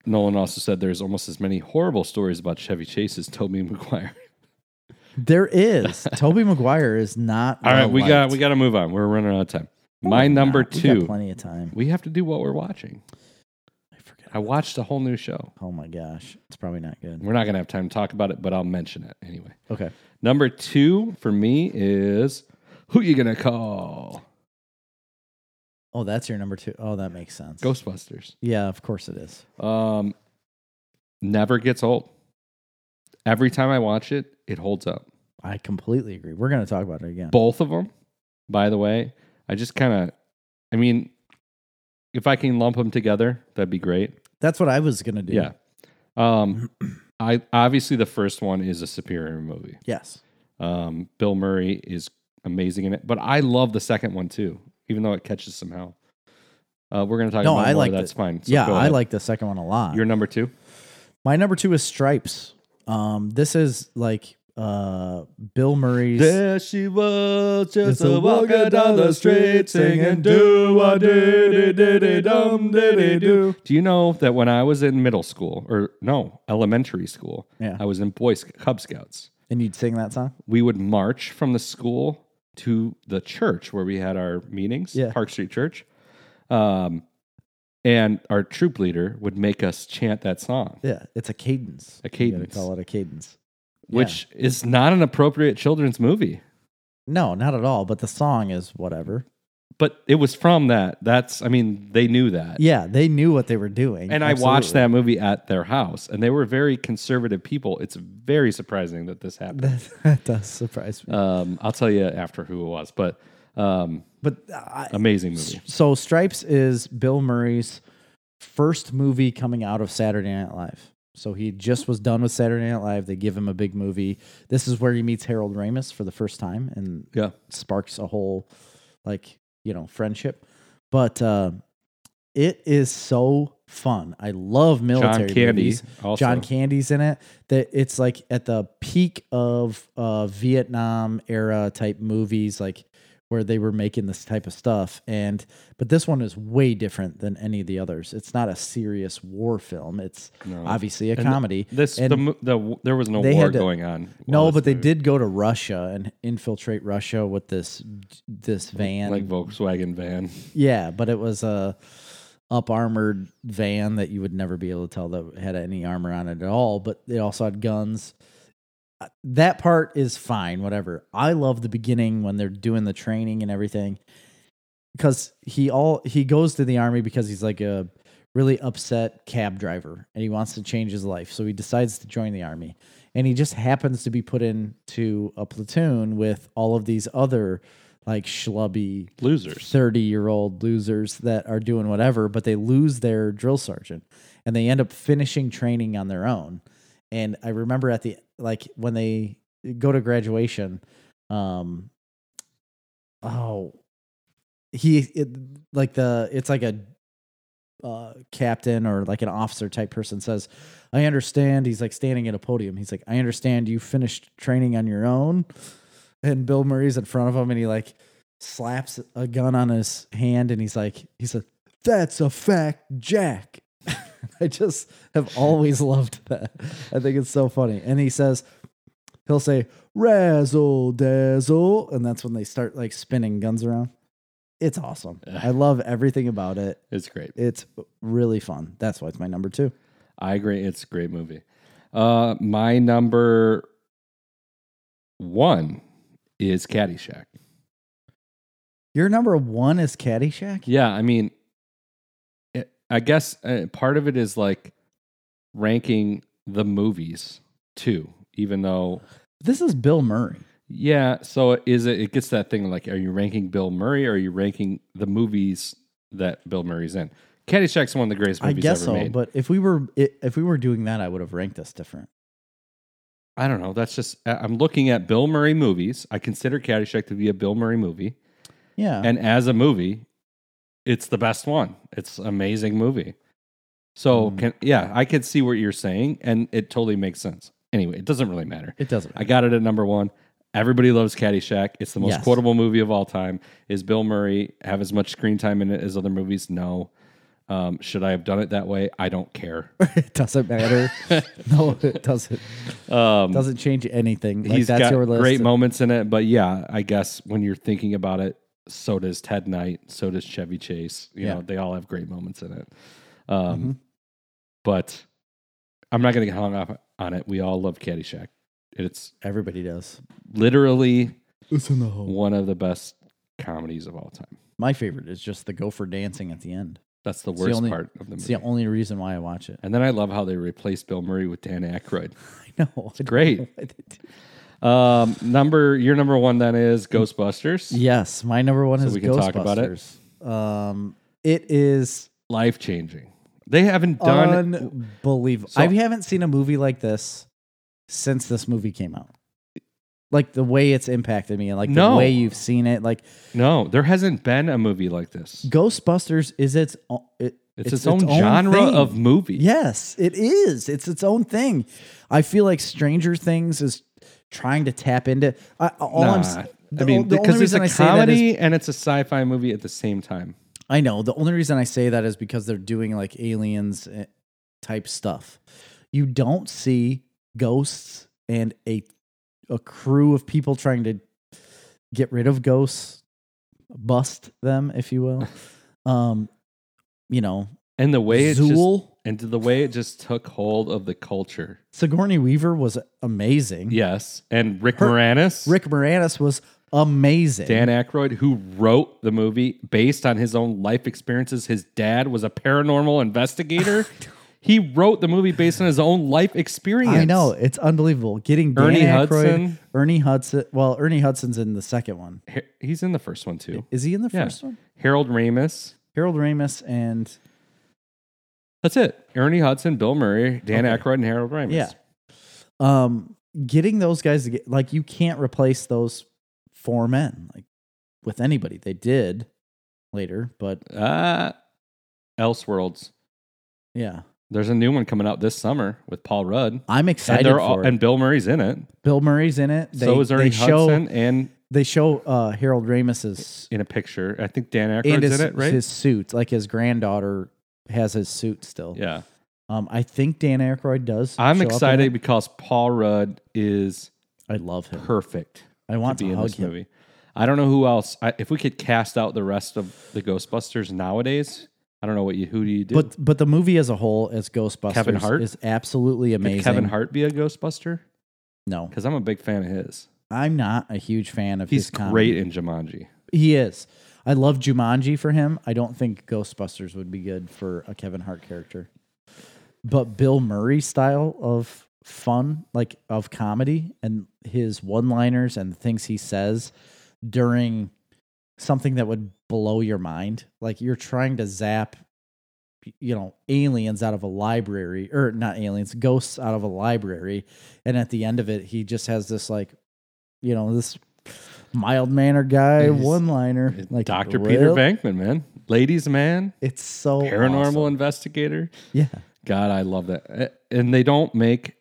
Nolan also said there's almost as many horrible stories about Chevy Chase as Toby McGuire.
There is. Toby Maguire is not.
<laughs> All right, we got
well-liked.
we got to move on. We're running out of time.
No,
My
we're
number
not. Oh, We got
two.
plenty of time.
We have to do what we're watching.
I forget
I watched a whole new show.
Oh my gosh, it's probably not good.
We're not going to have time to talk about it, but I'll mention it anyway.
Okay,
Number two for me is who you going to call?
oh that's your number two. Oh, that makes sense.
Ghostbusters.
Yeah, of course it is.
Um, never gets old. Every time I watch it, it holds up.
I completely agree. We're gonna talk about it again.
Both of them, by the way. I just kind of, I mean, if I can lump them together, that'd be great.
that's what I was gonna do.
Yeah.
<clears throat>
Um, I obviously the first one is a superior movie.
Yes.
Um, Bill Murray is amazing in it, but I love the second one too, even though it catches some hell. Uh, we're gonna talk
No,
about
I
more.
liked
That's
it.
fine. So
yeah,
go
I
ahead.
like the second one a lot.
your number two.
My number two is Stripes. Um, this is like uh Bill Murray's.
There she was, just
It's a
a walking down the street, singing do a diddy diddy dum diddy do. Do you know that when I was in middle school, or no, elementary school,
Yeah.
I was in Boy Sc- Cub Scouts.
And you'd sing that song?
We would march from the school to the church where we had our meetings,
Yeah.
Park Street Church, um, and our troop leader would make us chant that song,
Yeah, it's a cadence.
A
You
cadence.
gotta call it a cadence. Yeah.
which is not an appropriate children's movie.
No, not at all. But the song is whatever.
But it was from that. That's, I mean, they knew that.
Yeah, they knew what they were doing.
And I watched
absolutely.
that movie at their house, and they were very conservative people. It's very surprising that this happened.
That, <laughs> that does surprise me.
Um, I'll tell you after who it was, but um,
But uh, I,
amazing movie.
so Stripes is Bill Murray's first movie coming out of Saturday Night Live. So he just was done with Saturday Night Live. They give him a big movie. This is where he meets Harold Ramis for the first time, and
Yeah,
sparks a whole like you know friendship but uh, it is so fun i love military
John Candy.
movies
Also,
john candy's in it that it's like at the peak of uh, vietnam era type movies like where they were making this type of stuff and but this one is way different than any of the others it's not a serious war film it's
No.
obviously a
And
comedy
this
and-
the, mo- the there was no
they
war
had to-
going on. while
no
this
but they
movie-
did go to russia and infiltrate russia with this this van
like Volkswagen van.
yeah, but it was a up armored van that you would never be able to tell that had any armor on it at all. But they also had guns. Uh, That part is fine, whatever. I love the beginning when they're doing the training and everything, because he all he goes to the army because he's like a really upset cab driver and he wants to change his life, so he decides to join the army. And he just happens to be put into a platoon with all of these other like schlubby 30 year old losers that are doing whatever, but they lose their drill sergeant and they end up finishing training on their own. And I remember at the, like, when they go to graduation, um, oh, he, it, like, the, it's like a, uh, captain or like an officer type person says, I understand. He's like standing at a podium. He's like, I understand you finished training on your own. And Bill Murray's in front of him and he like slaps a gun on his hand and he's like, he said, That's a fact, Jack. <laughs> I just have always loved that. I think it's so funny. And he says, he'll say, Razzle dazzle. And that's when they start like spinning guns around. It's awesome. I love everything about it
It's great.
it's really fun. That's why it's my number two.
I agree. It's a great movie. Uh, my number one is Caddyshack.
Your number one is Caddyshack.
Yeah, I mean, it, I guess uh, part of it is like ranking the movies too. Even though,
This is Bill Murray.
yeah, so it is it? It gets that thing like, are you ranking Bill Murray? Or are you ranking the movies that Bill Murray's in? Caddyshack's one of the greatest
I
movies
guess
ever
so.
made.
But if we were i- if we were doing that, I would have ranked this different.
I don't know. That's just I- I'm looking at Bill Murray movies. I consider Caddyshack to be a Bill Murray movie,
Yeah.
and as a movie, it's the best one. It's an amazing movie. So
Mm.
can, yeah, I can see what you're saying, and it totally makes sense. Anyway, it doesn't really matter.
it doesn't.
I got it at number one. Everybody loves Caddyshack. It's the most
Yes.
quotable movie of all time. Is Bill Murray have as much screen time in it as other movies? No. Um, should I have done it that way? I don't care.
it <laughs>
<laughs>
doesn't matter. no, it doesn't.
Um,
Doesn't change anything. Like
He's
that's
got
your list.
great moments in it, but yeah, I guess when you're thinking about it, so does Ted Knight, so does Chevy Chase. You
Yeah. Mm-hmm.
know, they all have great moments in it. Um, But I'm not going to get hung up on it. We all love Caddyshack. It's
Everybody does.
literally
It's in the hole.
one of the best comedies of all time.
My favorite is just the gopher dancing at the end.
That's the
the
worst
only-
part of the
It's
movie.
the only reason why I watch it. <laughs>
and then I love how they replaced Bill Murray with Dan Aykroyd.
I know. It's
great. Um, number your number one then is
Mm.
Ghostbusters.
<laughs> Yes, my number one
So
is
we can
Ghostbusters.
talk about it?
Um, it is
Life changing. They haven't done.
unbelievable.
So-
I haven't seen a movie like this since this movie came out. Like the way it's impacted me, and like
No.
the way you've seen it. Like
no, there hasn't been a movie like this.
Ghostbusters is its o- it,
It's its, own genre
thing.
of movie.
Yes, it is. It's its own thing. I feel like Stranger Things is trying to tap into. I, all
Nah,
I'm. s-
I
the o-
mean,
the only
because it's
reason
a
I say that is-
comedy and it's a sci-fi movie at the same time.
I know. The only reason I say that is because they're doing like aliens eh, type stuff. You don't see ghosts and a a crew of people trying to get rid of ghosts, bust them, if
<laughs>
you will. Um, you know,
And the way it just,
Zool.
and the way it just took hold of the culture.
Sigourney Weaver was amazing.
Yes, and Rick
Mm-hmm. Her-
Moranis,
Rick Moranis was amazing.
Dan Aykroyd, who wrote the movie based on his own life experiences. His dad was a paranormal
<laughs>
investigator. he wrote the movie based on his own life experience.
I know it's unbelievable. Getting Dan
Ernie
Aykroyd,
Hudson.
Ernie Hudson. Well, Ernie Hudson's in the second one.
He- He's in the first one too.
Is he in the
Yeah.
first one?
Harold Ramis.
Harold Ramis and
That's it. Ernie Hudson, Bill Murray, Dan
Okay.
Aykroyd, and Harold Ramis.
yeah, um, getting those guys to get like you can't replace those four men like with anybody. They did later, but
Uh, Elseworlds.
yeah,
There's a new one coming out this summer with Paul Rudd.
I'm
And,
excited
they're
for
all,
it.
and Bill Murray's in it.
Bill Murray's in it. They,
so is Ernie
they show,
Hudson and
They show uh, Harold Ramis's
in a picture. I think Dan
and
Aykroyd's
his,
in it, right?
his suit. Like his granddaughter has his suit still.
yeah.
Um, I think Dan Aykroyd does.
I'm
show up in
excited
it.
because Paul Rudd is
I love him.
perfect
I
to
want to,
be in
hug
this
him.
movie. I don't know who else. I, if we could cast out the rest of the Ghostbusters nowadays, I don't know what you who do you do.
But but the movie as a whole, as Ghostbusters,
Kevin Hart?
is absolutely
Could
amazing.
Kevin Hart be a Ghostbuster?
No,
Because I'm a big fan of his.
I'm not a huge fan of
He's
his comedy.
great in Jumanji.
He is. I love Jumanji for him. I don't think Ghostbusters would be good for a Kevin Hart character. But Bill Murray style of fun, like of comedy and his one-liners and the things he says during something that would blow your mind. Like you're trying to zap you know aliens out of a library or not aliens ghosts out of a library and at the end of it he just has this like you know this mild mannered guy
He's-
one liner like
Dr.
well,
Peter Bankman, man. Ladies man,
it's so
paranormal
Oh, awesome.
investigator.
yeah
God, I love that. Eh, And they don't make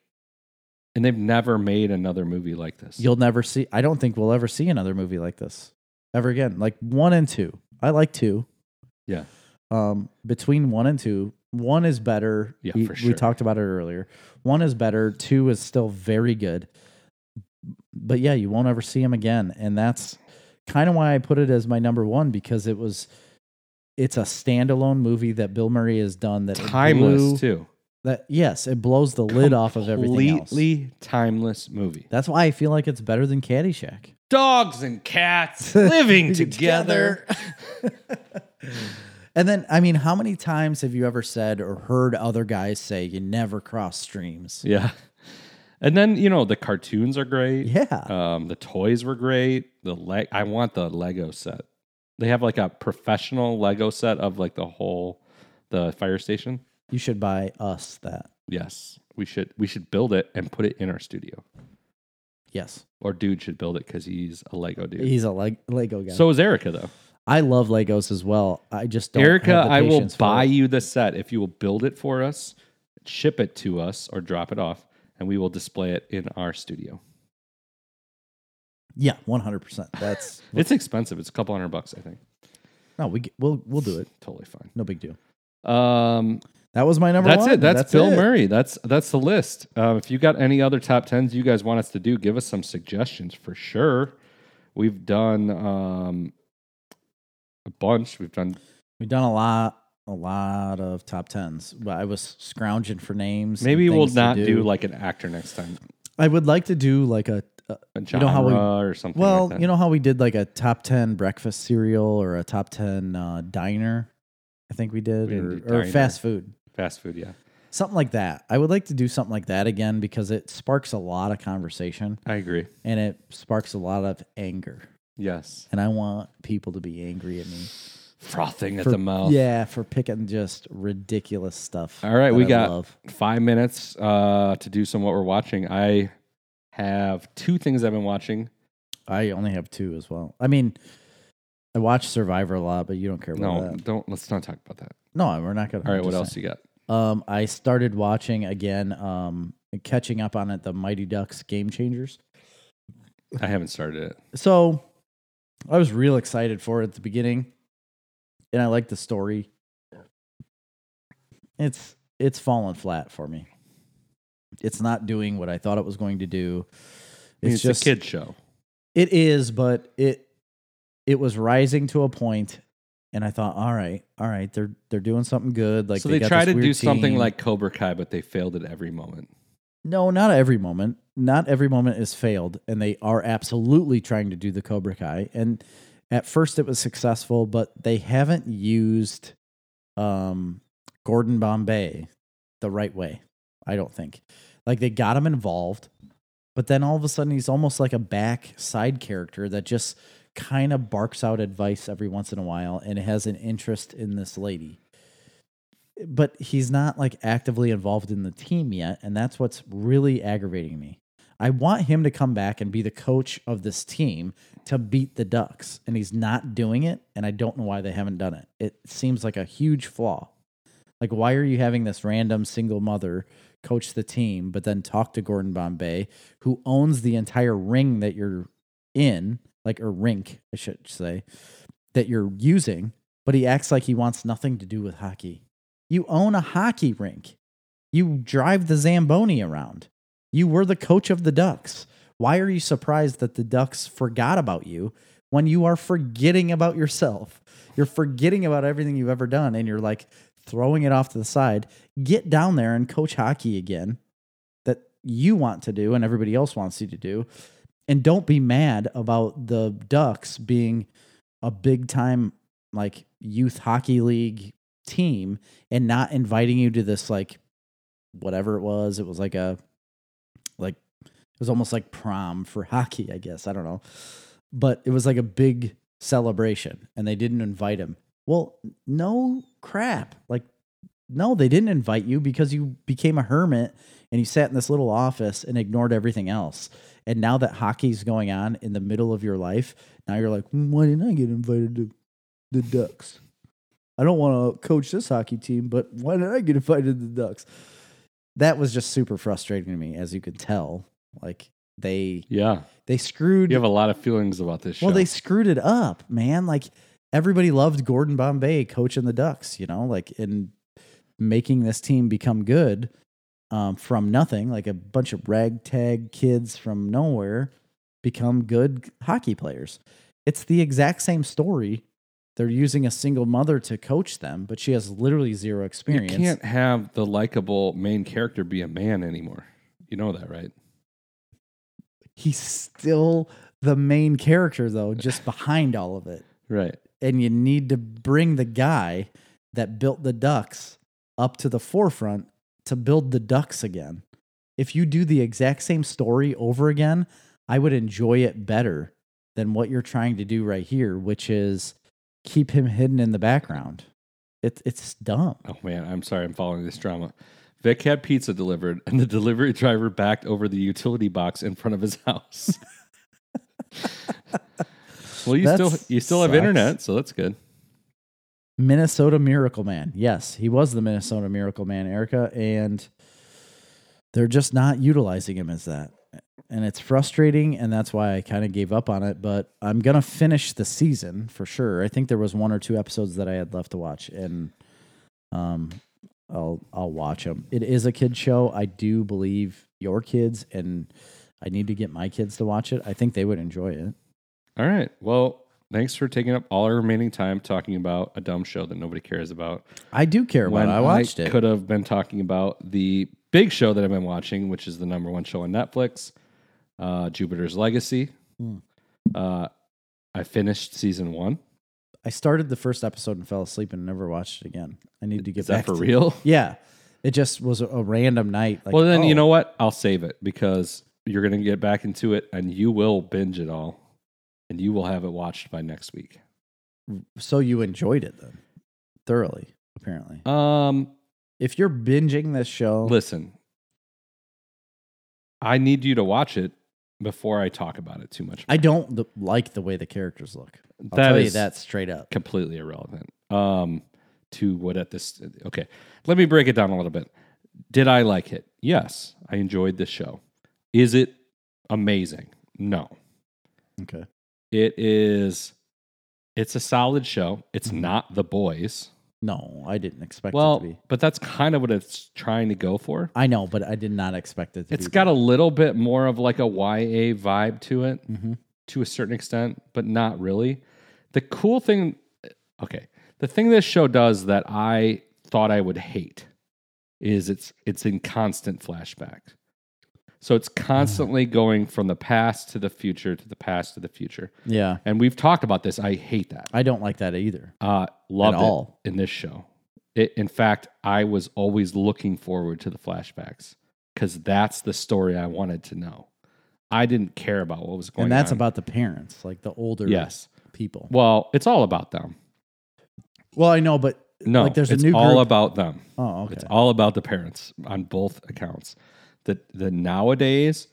and they've never made another movie like this.
you'll never see i don't think we'll ever see another movie like this ever again like one and two i like two
Yeah.
um between one and two one is better
Yeah,
we,
for
we
sure.
talked about it earlier one is better two is still very good but yeah you won't ever see him again and that's kind of why i put it as my number one because it was it's a standalone movie that bill murray has done that it
Timeless
blew-
too.
that yes it blows the lid off of everything else
Completely timeless movie.
that's why i feel like it's better than caddyshack
dogs and
<laughs>
cats living together.
and then, I mean, how many times have you ever said or heard other guys say you never cross streams?
Yeah. And then, you know, the cartoons are great.
Yeah.
Um, the toys were great. The leg I want the Lego set. They have like a professional Lego set of like the whole the fire station.
You should buy us that.
Yes. We should we should build it and put it in our studio.
Yes.
Or dude should build it because he's a Lego dude.
He's a Leg- Lego guy. So
so is Erica though.
I love Legos as well. I just don't.
Erica,
have the
I will
patience for
buy
it.
you the set if you will build it for us, ship it to us, or drop it off, and we will display it in our studio.
Yeah, 100%. That's <laughs>
It's expensive. It's a couple hundred bucks, I think.
no, we, g- we'll, we'll do it.
Totally fine.
No big deal.
Um,
That was my number
that's
one.
it. That's, Bill
it.
Murray. That's that's the list. Um, if you got any other top tens you guys want us to do, give us some suggestions for sure. We've done um, a bunch. We've done
We've done a lot. a lot of top tens. But I was scrounging for names. and
Maybe we'll
things to
not do. like an actor next time.
I would like to do like a. a
A
know
genre
how we-
or something.
well,
like that.
you know how we did like a top ten breakfast cereal or a top ten uh, diner. I think we did,
We
or,
didn't do
or
diner.
fast food,
fast food. Yeah,
something like that. I would like to do something like that again because it sparks a lot of conversation
I agree.
and it sparks a lot of anger.
Yes,
And I want people to be angry at me.
frothing at
for-
the mouth.
Yeah, for picking just ridiculous stuff.
All right,
that
we
I
got
love.
five minutes uh, to do some what we're watching. I have two things I've been watching.
I only have two as well. I mean, I watch Survivor a lot, but you don't care about
No,
that.
don't. Let's not talk about that.
No, we're not gonna.
All right,
I'm
what
just
else
saying.
you got?
Um, I started watching again. Um, catching up on it, the Mighty Ducks Game Changers.
I haven't started it.
So, I was real excited for it at the beginning, and I like the story. It's it's fallen flat for me. It's not doing what I thought it was going to do.
I mean, It's, a kid show.
It is, but it it was rising to a point, and I thought, all right, all right, they're they're doing something good. Like
so they,
got
try
this
to do
weird
something
team.
like Cobra Kai, but they failed at every moment.
no, not every moment. Not every moment is failed, and they are absolutely trying to do the Cobra Kai. And at first, it was successful, but they haven't used um, Gordon Bombay the right way. I don't think. Like they got him involved, but then all of a sudden he's almost like a back side character that just kind of barks out advice every once in a while and has an interest in this lady. But he's not like actively involved in the team yet, and that's what's really aggravating me. I want him to come back and be the coach of this team to beat the Ducks, and he's not doing it, and I don't know why they haven't done it. It seems like a huge flaw. Like, why are you having this random single mother coach the team, but then talk to Gordon Bombay, who owns the entire ring that you're in, like, or rink, I should say, that you're using, but he acts like he wants nothing to do with hockey. You own a hockey rink, you drive the Zamboni around, you were the coach of the Ducks. Why are you surprised that the Ducks forgot about you when you are forgetting about yourself? You're forgetting about everything you've ever done and you're like throwing it off to the side. Get down there and coach hockey again that you want to do and everybody else wants you to do. And don't be mad about the Ducks being a big time like youth hockey league team and not inviting you to this like whatever it was. It was like a like it was almost like prom for <laughs> hockey, I guess. I don't know. But it was like a big celebration and they didn't invite him. Well, no crap. Like no, they didn't invite you because you became a hermit and you sat in this little office and ignored everything else. And now that hockey's going on in the middle of your life, now you're like, "Hmm, why didn't I get invited to the Ducks? I don't want to coach this hockey team, but why did I get invited to the Ducks? That was just super frustrating to me, as you could tell. Like they
Yeah,
they screwed
you have a lot of feelings about this show.
well, they screwed it up, man. Like everybody loved Gordon Bombay coaching the Ducks, you know, like in making this team become good um, from nothing, like a bunch of ragtag kids from nowhere become good hockey players. It's the exact same story. They're using a single mother to coach them, but she has literally zero
you
experience.
can't have the likable main character be a man anymore. You know that, right?
He's still the main character, though, just behind all of it.
Right.
and you need to bring the guy that built the ducks up to the forefront to build the ducks again. If you do the exact same story over again, I would enjoy it better than what you're trying to do right here, which is keep him hidden in the background. It, it's dumb.
Oh man, I'm sorry. I'm following this drama. Vic had pizza delivered, and the delivery driver backed over the utility box in front of his house. <laughs> well, you
That
still you still have
sucks.
internet, so that's good.
Minnesota Miracle Man. Yes, he was the Minnesota Miracle Man, Erica, and they're just not utilizing him as that. And it's frustrating, and that's why I kind of gave up on it. But I'm gonna finish the season for sure. I think there was one or two episodes that I had left to watch, and um, I'll I'll watch them. It is a kid show. I do believe your kids, and I need to get my kids to watch it. I think they would enjoy it.
All right. Well, Thanks for taking up all our remaining time talking about a dumb show that nobody cares about.
I do care about it. I watched it.
could have been talking about the big show that I've been watching, which is the number one show on Netflix, uh, Jupiter's Legacy.
Hmm.
Uh, I finished season one.
I started the first episode and fell asleep and never watched it again. I need to get
Is that
back
for
to-
real?
<laughs> Yeah. It just was a, a random night. Like,
well, then you
oh,
know what? I'll save it because you're going to get back into it, and you will binge it all, and you will have it watched by next week.
So you enjoyed it then, thoroughly, apparently.
Um,
if you're binging this show,
listen, I need you to watch it before I talk about it too much.
I don't th- like the way the characters look. I'll
That
tell you
is-
that straight up.
completely irrelevant um to what at this okay let me break it down a little bit did i like it yes i enjoyed this show is it amazing no
Okay.
it is it's a solid show it's
Mhm.
not the boys
No, I didn't expect it
well
to be.
but that's kind of what it's trying to go for
I know, but I did not expect it to
it's
be.
got a little bit more of like a ya vibe to it
Mm-hmm.
to a certain extent, but not really. The cool thing, okay, the thing this show does that I thought I would hate is it's it's in constant flashback. So it's
Uh-huh.
constantly going from the past to the future to the past to the future.
Yeah.
And we've talked about this. I hate that.
I don't like that either.
Uh loved
At all.
it in this show. It, in fact, I was always looking forward to the flashbacks because that's the story I wanted to know. I didn't care about what was going on.
And that's about the parents, like the older
yes.
people.
Well, it's all about them.
Well, I know, but
No,
Like, there's a
it's
new
all
group-
about them.
oh, okay.
It's all about the parents on both accounts. The the nowadays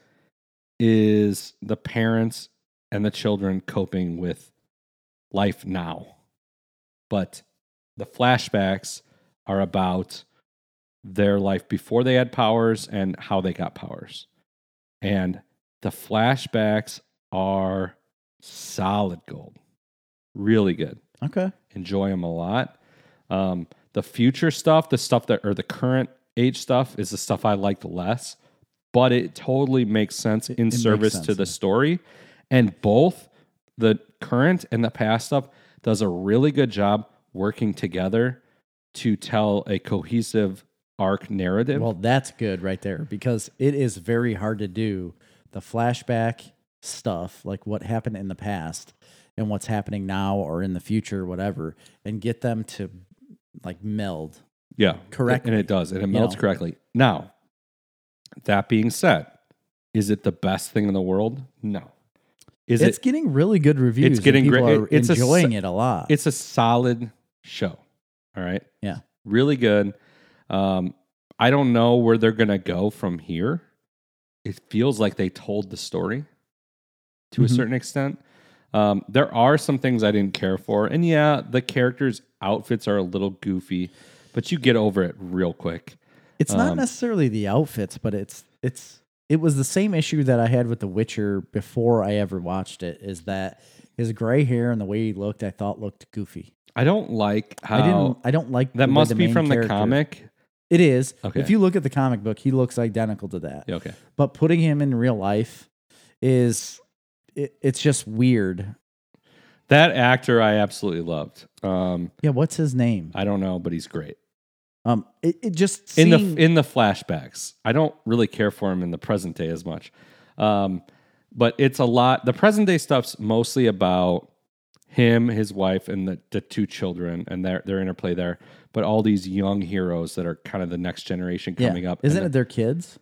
is the parents and the children coping with life now. But the flashbacks are about their life before they had powers and how they got powers. And the flashbacks are solid gold. Really good
Okay.
enjoy them a lot. Um, the future stuff, the stuff that or the current age stuff is the stuff I liked less, but it totally makes sense
it
in
makes
service
sense,
to the
yeah.
story. And both the current and the past stuff does a really good job working together to tell a cohesive arc narrative.
Well, that's good right there because it is very hard to do the flashback stuff, like what happened in the past and what's happening now or in the future, whatever, and get them to like meld.
Yeah.
correctly,
And it does. And it
you
melts
know.
correctly. Now, that being said, is it the best thing in the world? No. Is
it's
it
getting really good reviews. and
getting
people
great-
Are
it's a s-
enjoying it a lot.
it's a solid show. All right.
Yeah.
Really good. Um, I don't know where they're gonna go from here. It feels like they told the story to a
Mhm.
certain extent. Um, there are some things I didn't care for, and yeah, the characters' outfits are a little goofy, but you get over it real quick.
It's not
Um,
necessarily the outfits, but it's it's it was the same issue that I had with The Witcher before I ever watched it. Is that his gray hair and the way he looked? I thought looked goofy.
I don't like how
I didn't. I don't like
that
the way
must
the
be
main
from the
character-
comic.
It is.
Okay.
If you look at the comic book, he looks identical to that.
Yeah, okay,
But putting him in real life is it, it's just weird.
that actor I absolutely loved. Um,
Yeah, what's his name?
I don't know, but he's great.
Um, it, it just
in
seeing,
the in the flashbacks. I don't really care for him in the present day as much, um, but it's a lot. The present day stuff's mostly about him, his wife, and the, the two children and their their interplay there. But all these young heroes that are kind of the next generation
yeah.
coming up,
Isn't
and
it their kids?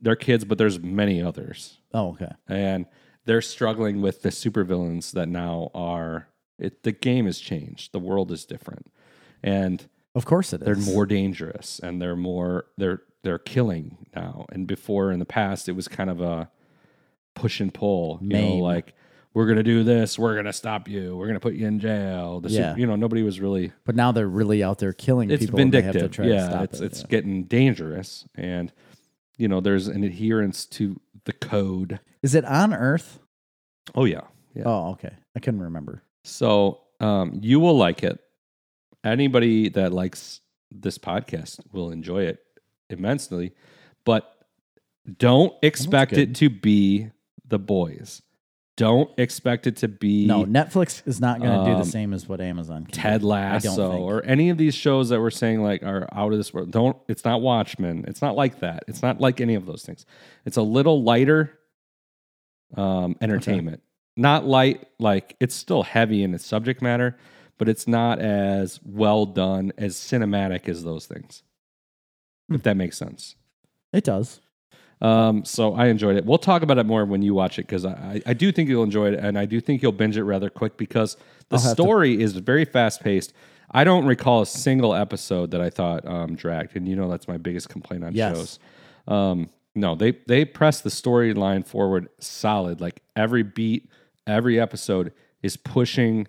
their kids? But there's many others,
Oh, okay.
and they're struggling with the supervillains that now are. It, the game has changed. The world is different, and
Of course it is.
they're more dangerous and they're more they're they're killing now and before in the past it was kind of a push and pull you know
Maim.
like we're gonna do this we're gonna stop you we're gonna put you in jail the
Yeah.
sup- you know nobody was really
But now they're really out there killing
it's
people. And they have to
vindictive
try to
yeah
stop
it's
it.
it's getting dangerous and you know there's an adherence to the code
Is it on Earth?
oh yeah yeah
Oh, okay. I couldn't remember.
so um you will like it anybody that likes this podcast will enjoy it immensely, but don't expect
good.
it to be the boys. don't expect it to be
No, Netflix is not going to do
Um,
the same as what Amazon can.
Ted
do. I don't
Lasso
think.
or any of these shows that we're saying like are out of this world. Don't it's not Watchmen. It's not like that. It's not like any of those things. It's a little lighter um entertainment. Not light like it's still heavy in its subject matter, but it's not as well done as cinematic as those things. If that makes sense.
It does.
Um, so I enjoyed it. We'll talk about it more when you watch it because I, I do think you'll enjoy it and I do think you'll binge it rather quick because the
I'll have to-
story is very fast paced. I don't recall a single episode that I thought um, dragged, and you know that's my biggest complaint on
Yes.
shows. Um, no, they they press the storyline forward solid. Like every beat, every episode is pushing,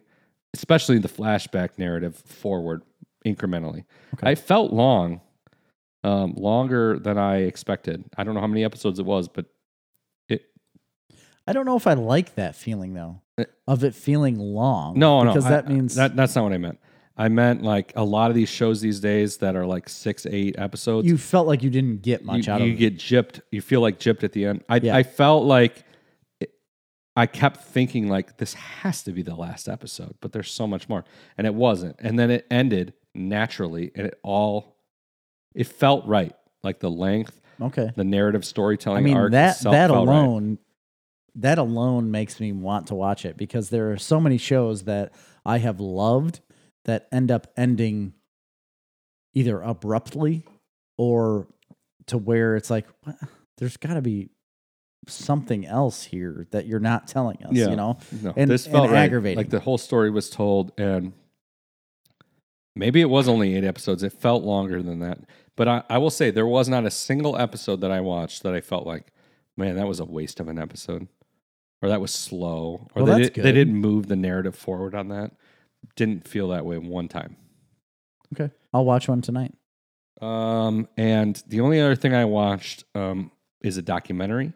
especially the flashback narrative forward incrementally. I felt long, um, longer than I expected. I don't know how many episodes it was, but it
I don't know if I like that feeling though, of it feeling long.
Eh. no, no,
because
I-
that means
that that's not what I meant. I meant like a lot of these shows these days that are like six, eight episodes.
you felt like you didn't get much
you,
out
you
of it.
get gypped. You feel like gypped at the end. I
Yeah.
I felt like it- I kept thinking like this has to be the last episode, but there's so much more, and it wasn't. And then it ended naturally, and it all it felt right, like the length,
Okay.
the narrative storytelling.
I mean
arc
that
itself
that
felt right.
alone that alone makes me want to watch it because there are so many shows that I have loved that end up ending either abruptly or to where it's like "What? there's got to be something else here that you're not telling us,
Yeah.
you know?
No,
and-
this felt
and
right.
aggravating.
Like the whole story was told, and maybe it was only eight episodes. It felt longer than that. But I, I will say there was not a single episode that I watched that I felt like, man, that was a waste of an episode, or that was slow, or
Well,
they,
that's
did, they
good.
didn't move the narrative forward on that. Didn't feel that way one time.
Okay. I'll watch one tonight.
Um, and the only other thing I watched um, is a documentary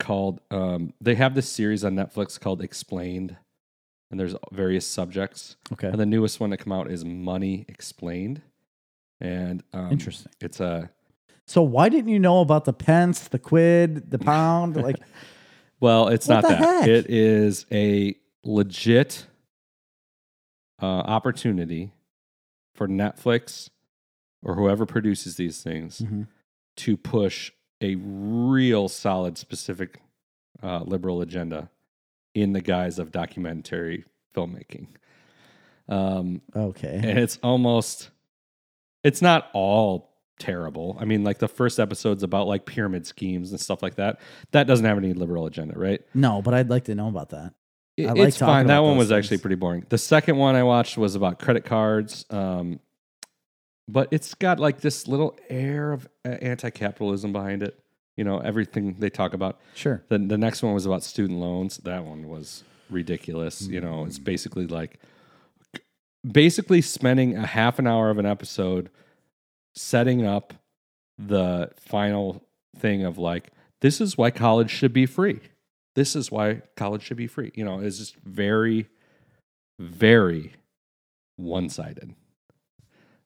called. Um, they have this series on Netflix called Explained, and there's various subjects.
Okay.
And the newest one to come out is Money Explained, and um,
Interesting.
It's a
So why didn't you know about the pence, the quid, the
<laughs>
pound? Like,
well, it's not
What the
that.
heck?
It is a legit uh, opportunity for Netflix or whoever produces these things to push a real solid specific uh, liberal agenda in the guise of documentary filmmaking um,
okay,
and it's almost it's not all terrible i mean like the first episode's about like pyramid schemes and stuff like that that doesn't have any liberal agenda right
no, but I'd like to know about that.
It-
I like
it's
talking
fine that
about
one
those
was
things.
actually pretty boring the second one i watched was about credit cards um, but it's got like this little air of uh, anti-capitalism behind it you know everything they talk about
Sure.
the, the next one was about student loans. That one was ridiculous. You know, it's basically like basically spending a half an hour of an episode setting up the final thing of like, this is why college should be free. This is why college should be free. You know, it's just very, very one sided.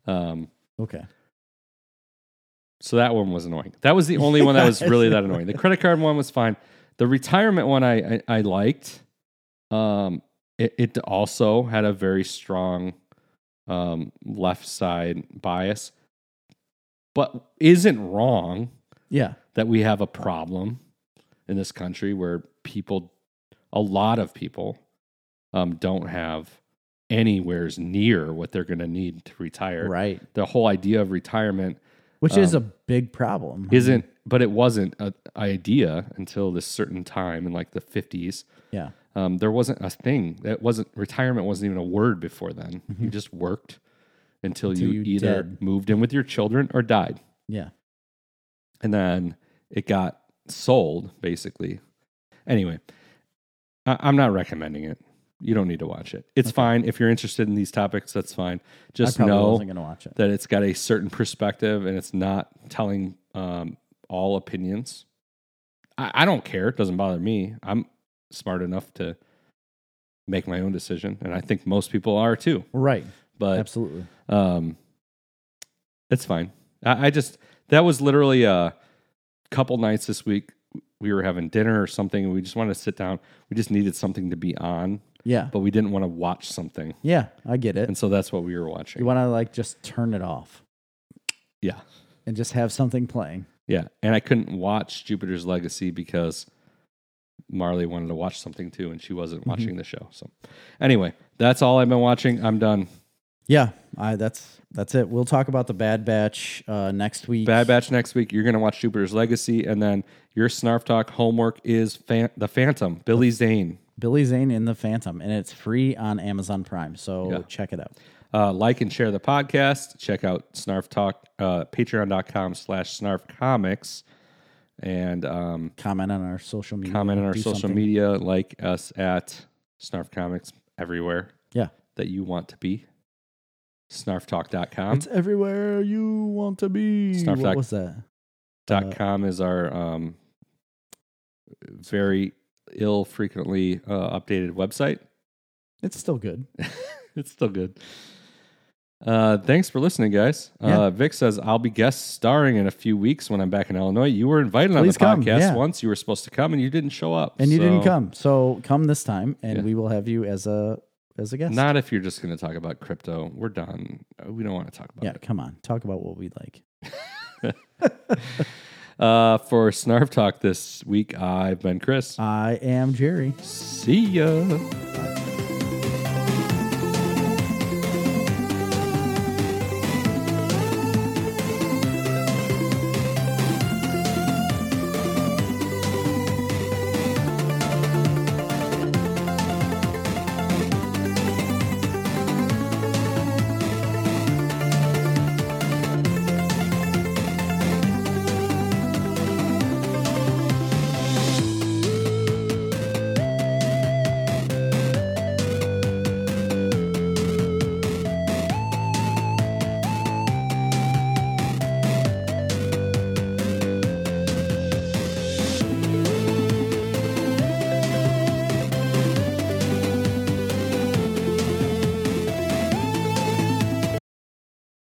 Um,
Okay.
so that one was annoying. That was the only one that was really that annoying. The credit card one was fine. The retirement one I I, I liked. Um, it, it also had a very strong um, left side bias, but isn't wrong
Yeah.
that we have a problem in this country where people, a lot of people, um, don't have anywhere's near what they're going to need to retire.
Right. Um,
The whole idea of retirement
Which is a big problem.
isn't but it wasn't an idea until this certain time in like the 50s
Yeah.
um, there wasn't a thing that wasn't retirement wasn't even a word before then you just worked until,
Mm-hmm. Until
you,
you
either
dead.
moved in with your children or died
Yeah.
and then it got sold basically anyway I, i'm not recommending it you don't need to watch it it's fine if you're interested in these topics that's fine just
I probably
know
wasn't gonna watch it.
that it's got a certain perspective and it's not telling um, all opinions. I, I don't care. It doesn't bother me. I'm smart enough to make my own decision. And I think most people are too.
Right.
But
Absolutely.
um, it's fine. I, I just, that was literally a couple nights this week. we were having dinner or something, and we just wanted to sit down. We just needed something to be on,
Yeah.
but we didn't want to watch something,
Yeah, I get it.
and so that's what we were
You
watching.
want to like just turn it off
Yeah,
and just have something playing.
yeah. And I couldn't watch Jupiter's Legacy because Marley wanted to watch something too, and she wasn't watching the show. So, anyway, that's all I've been watching. I'm done.
Yeah, I that's that's it. We'll talk about the Bad Batch uh, next week.
Bad Batch next week. You're going to watch Jupiter's Legacy, and then your Snarf Talk homework is fan- the Phantom, Billy Zane.
Billy Zane in the Phantom, and it's free on Amazon Prime. So check it out.
Uh, like and share the podcast. Check out Snarf Talk, uh, patreon.com slash snarf comics, and um,
Comment on our social media.
comment on our
Do
social
something.
media. Like us at Snarf Comics everywhere
Yeah,
that you want to be. Snarftalk.com.
it's uh, everywhere you want to be.
Snarf
what
Doc.
was that?
Dot com is our um, very ill frequently uh, updated website. <laughs>
It's still good.
it's still good. Uh, thanks for listening, guys.
Yeah.
Uh, Vic says I'll be guest starring in a few weeks when I'm back in Illinois. You were invited on
Please come,
the podcast
yeah.
once. You were supposed to come and you didn't show up,
And you didn't
so-
come, so come this time, and
Yeah.
we will have you as a as a guest.
Not if you're just going to talk about crypto. We're done. Uh, We don't want to talk about
yeah,
it.
come on, talk about what we like.
Uh, for Snarf Talk this week, I've been Chris.
I am Jerry.
See ya.
Bye.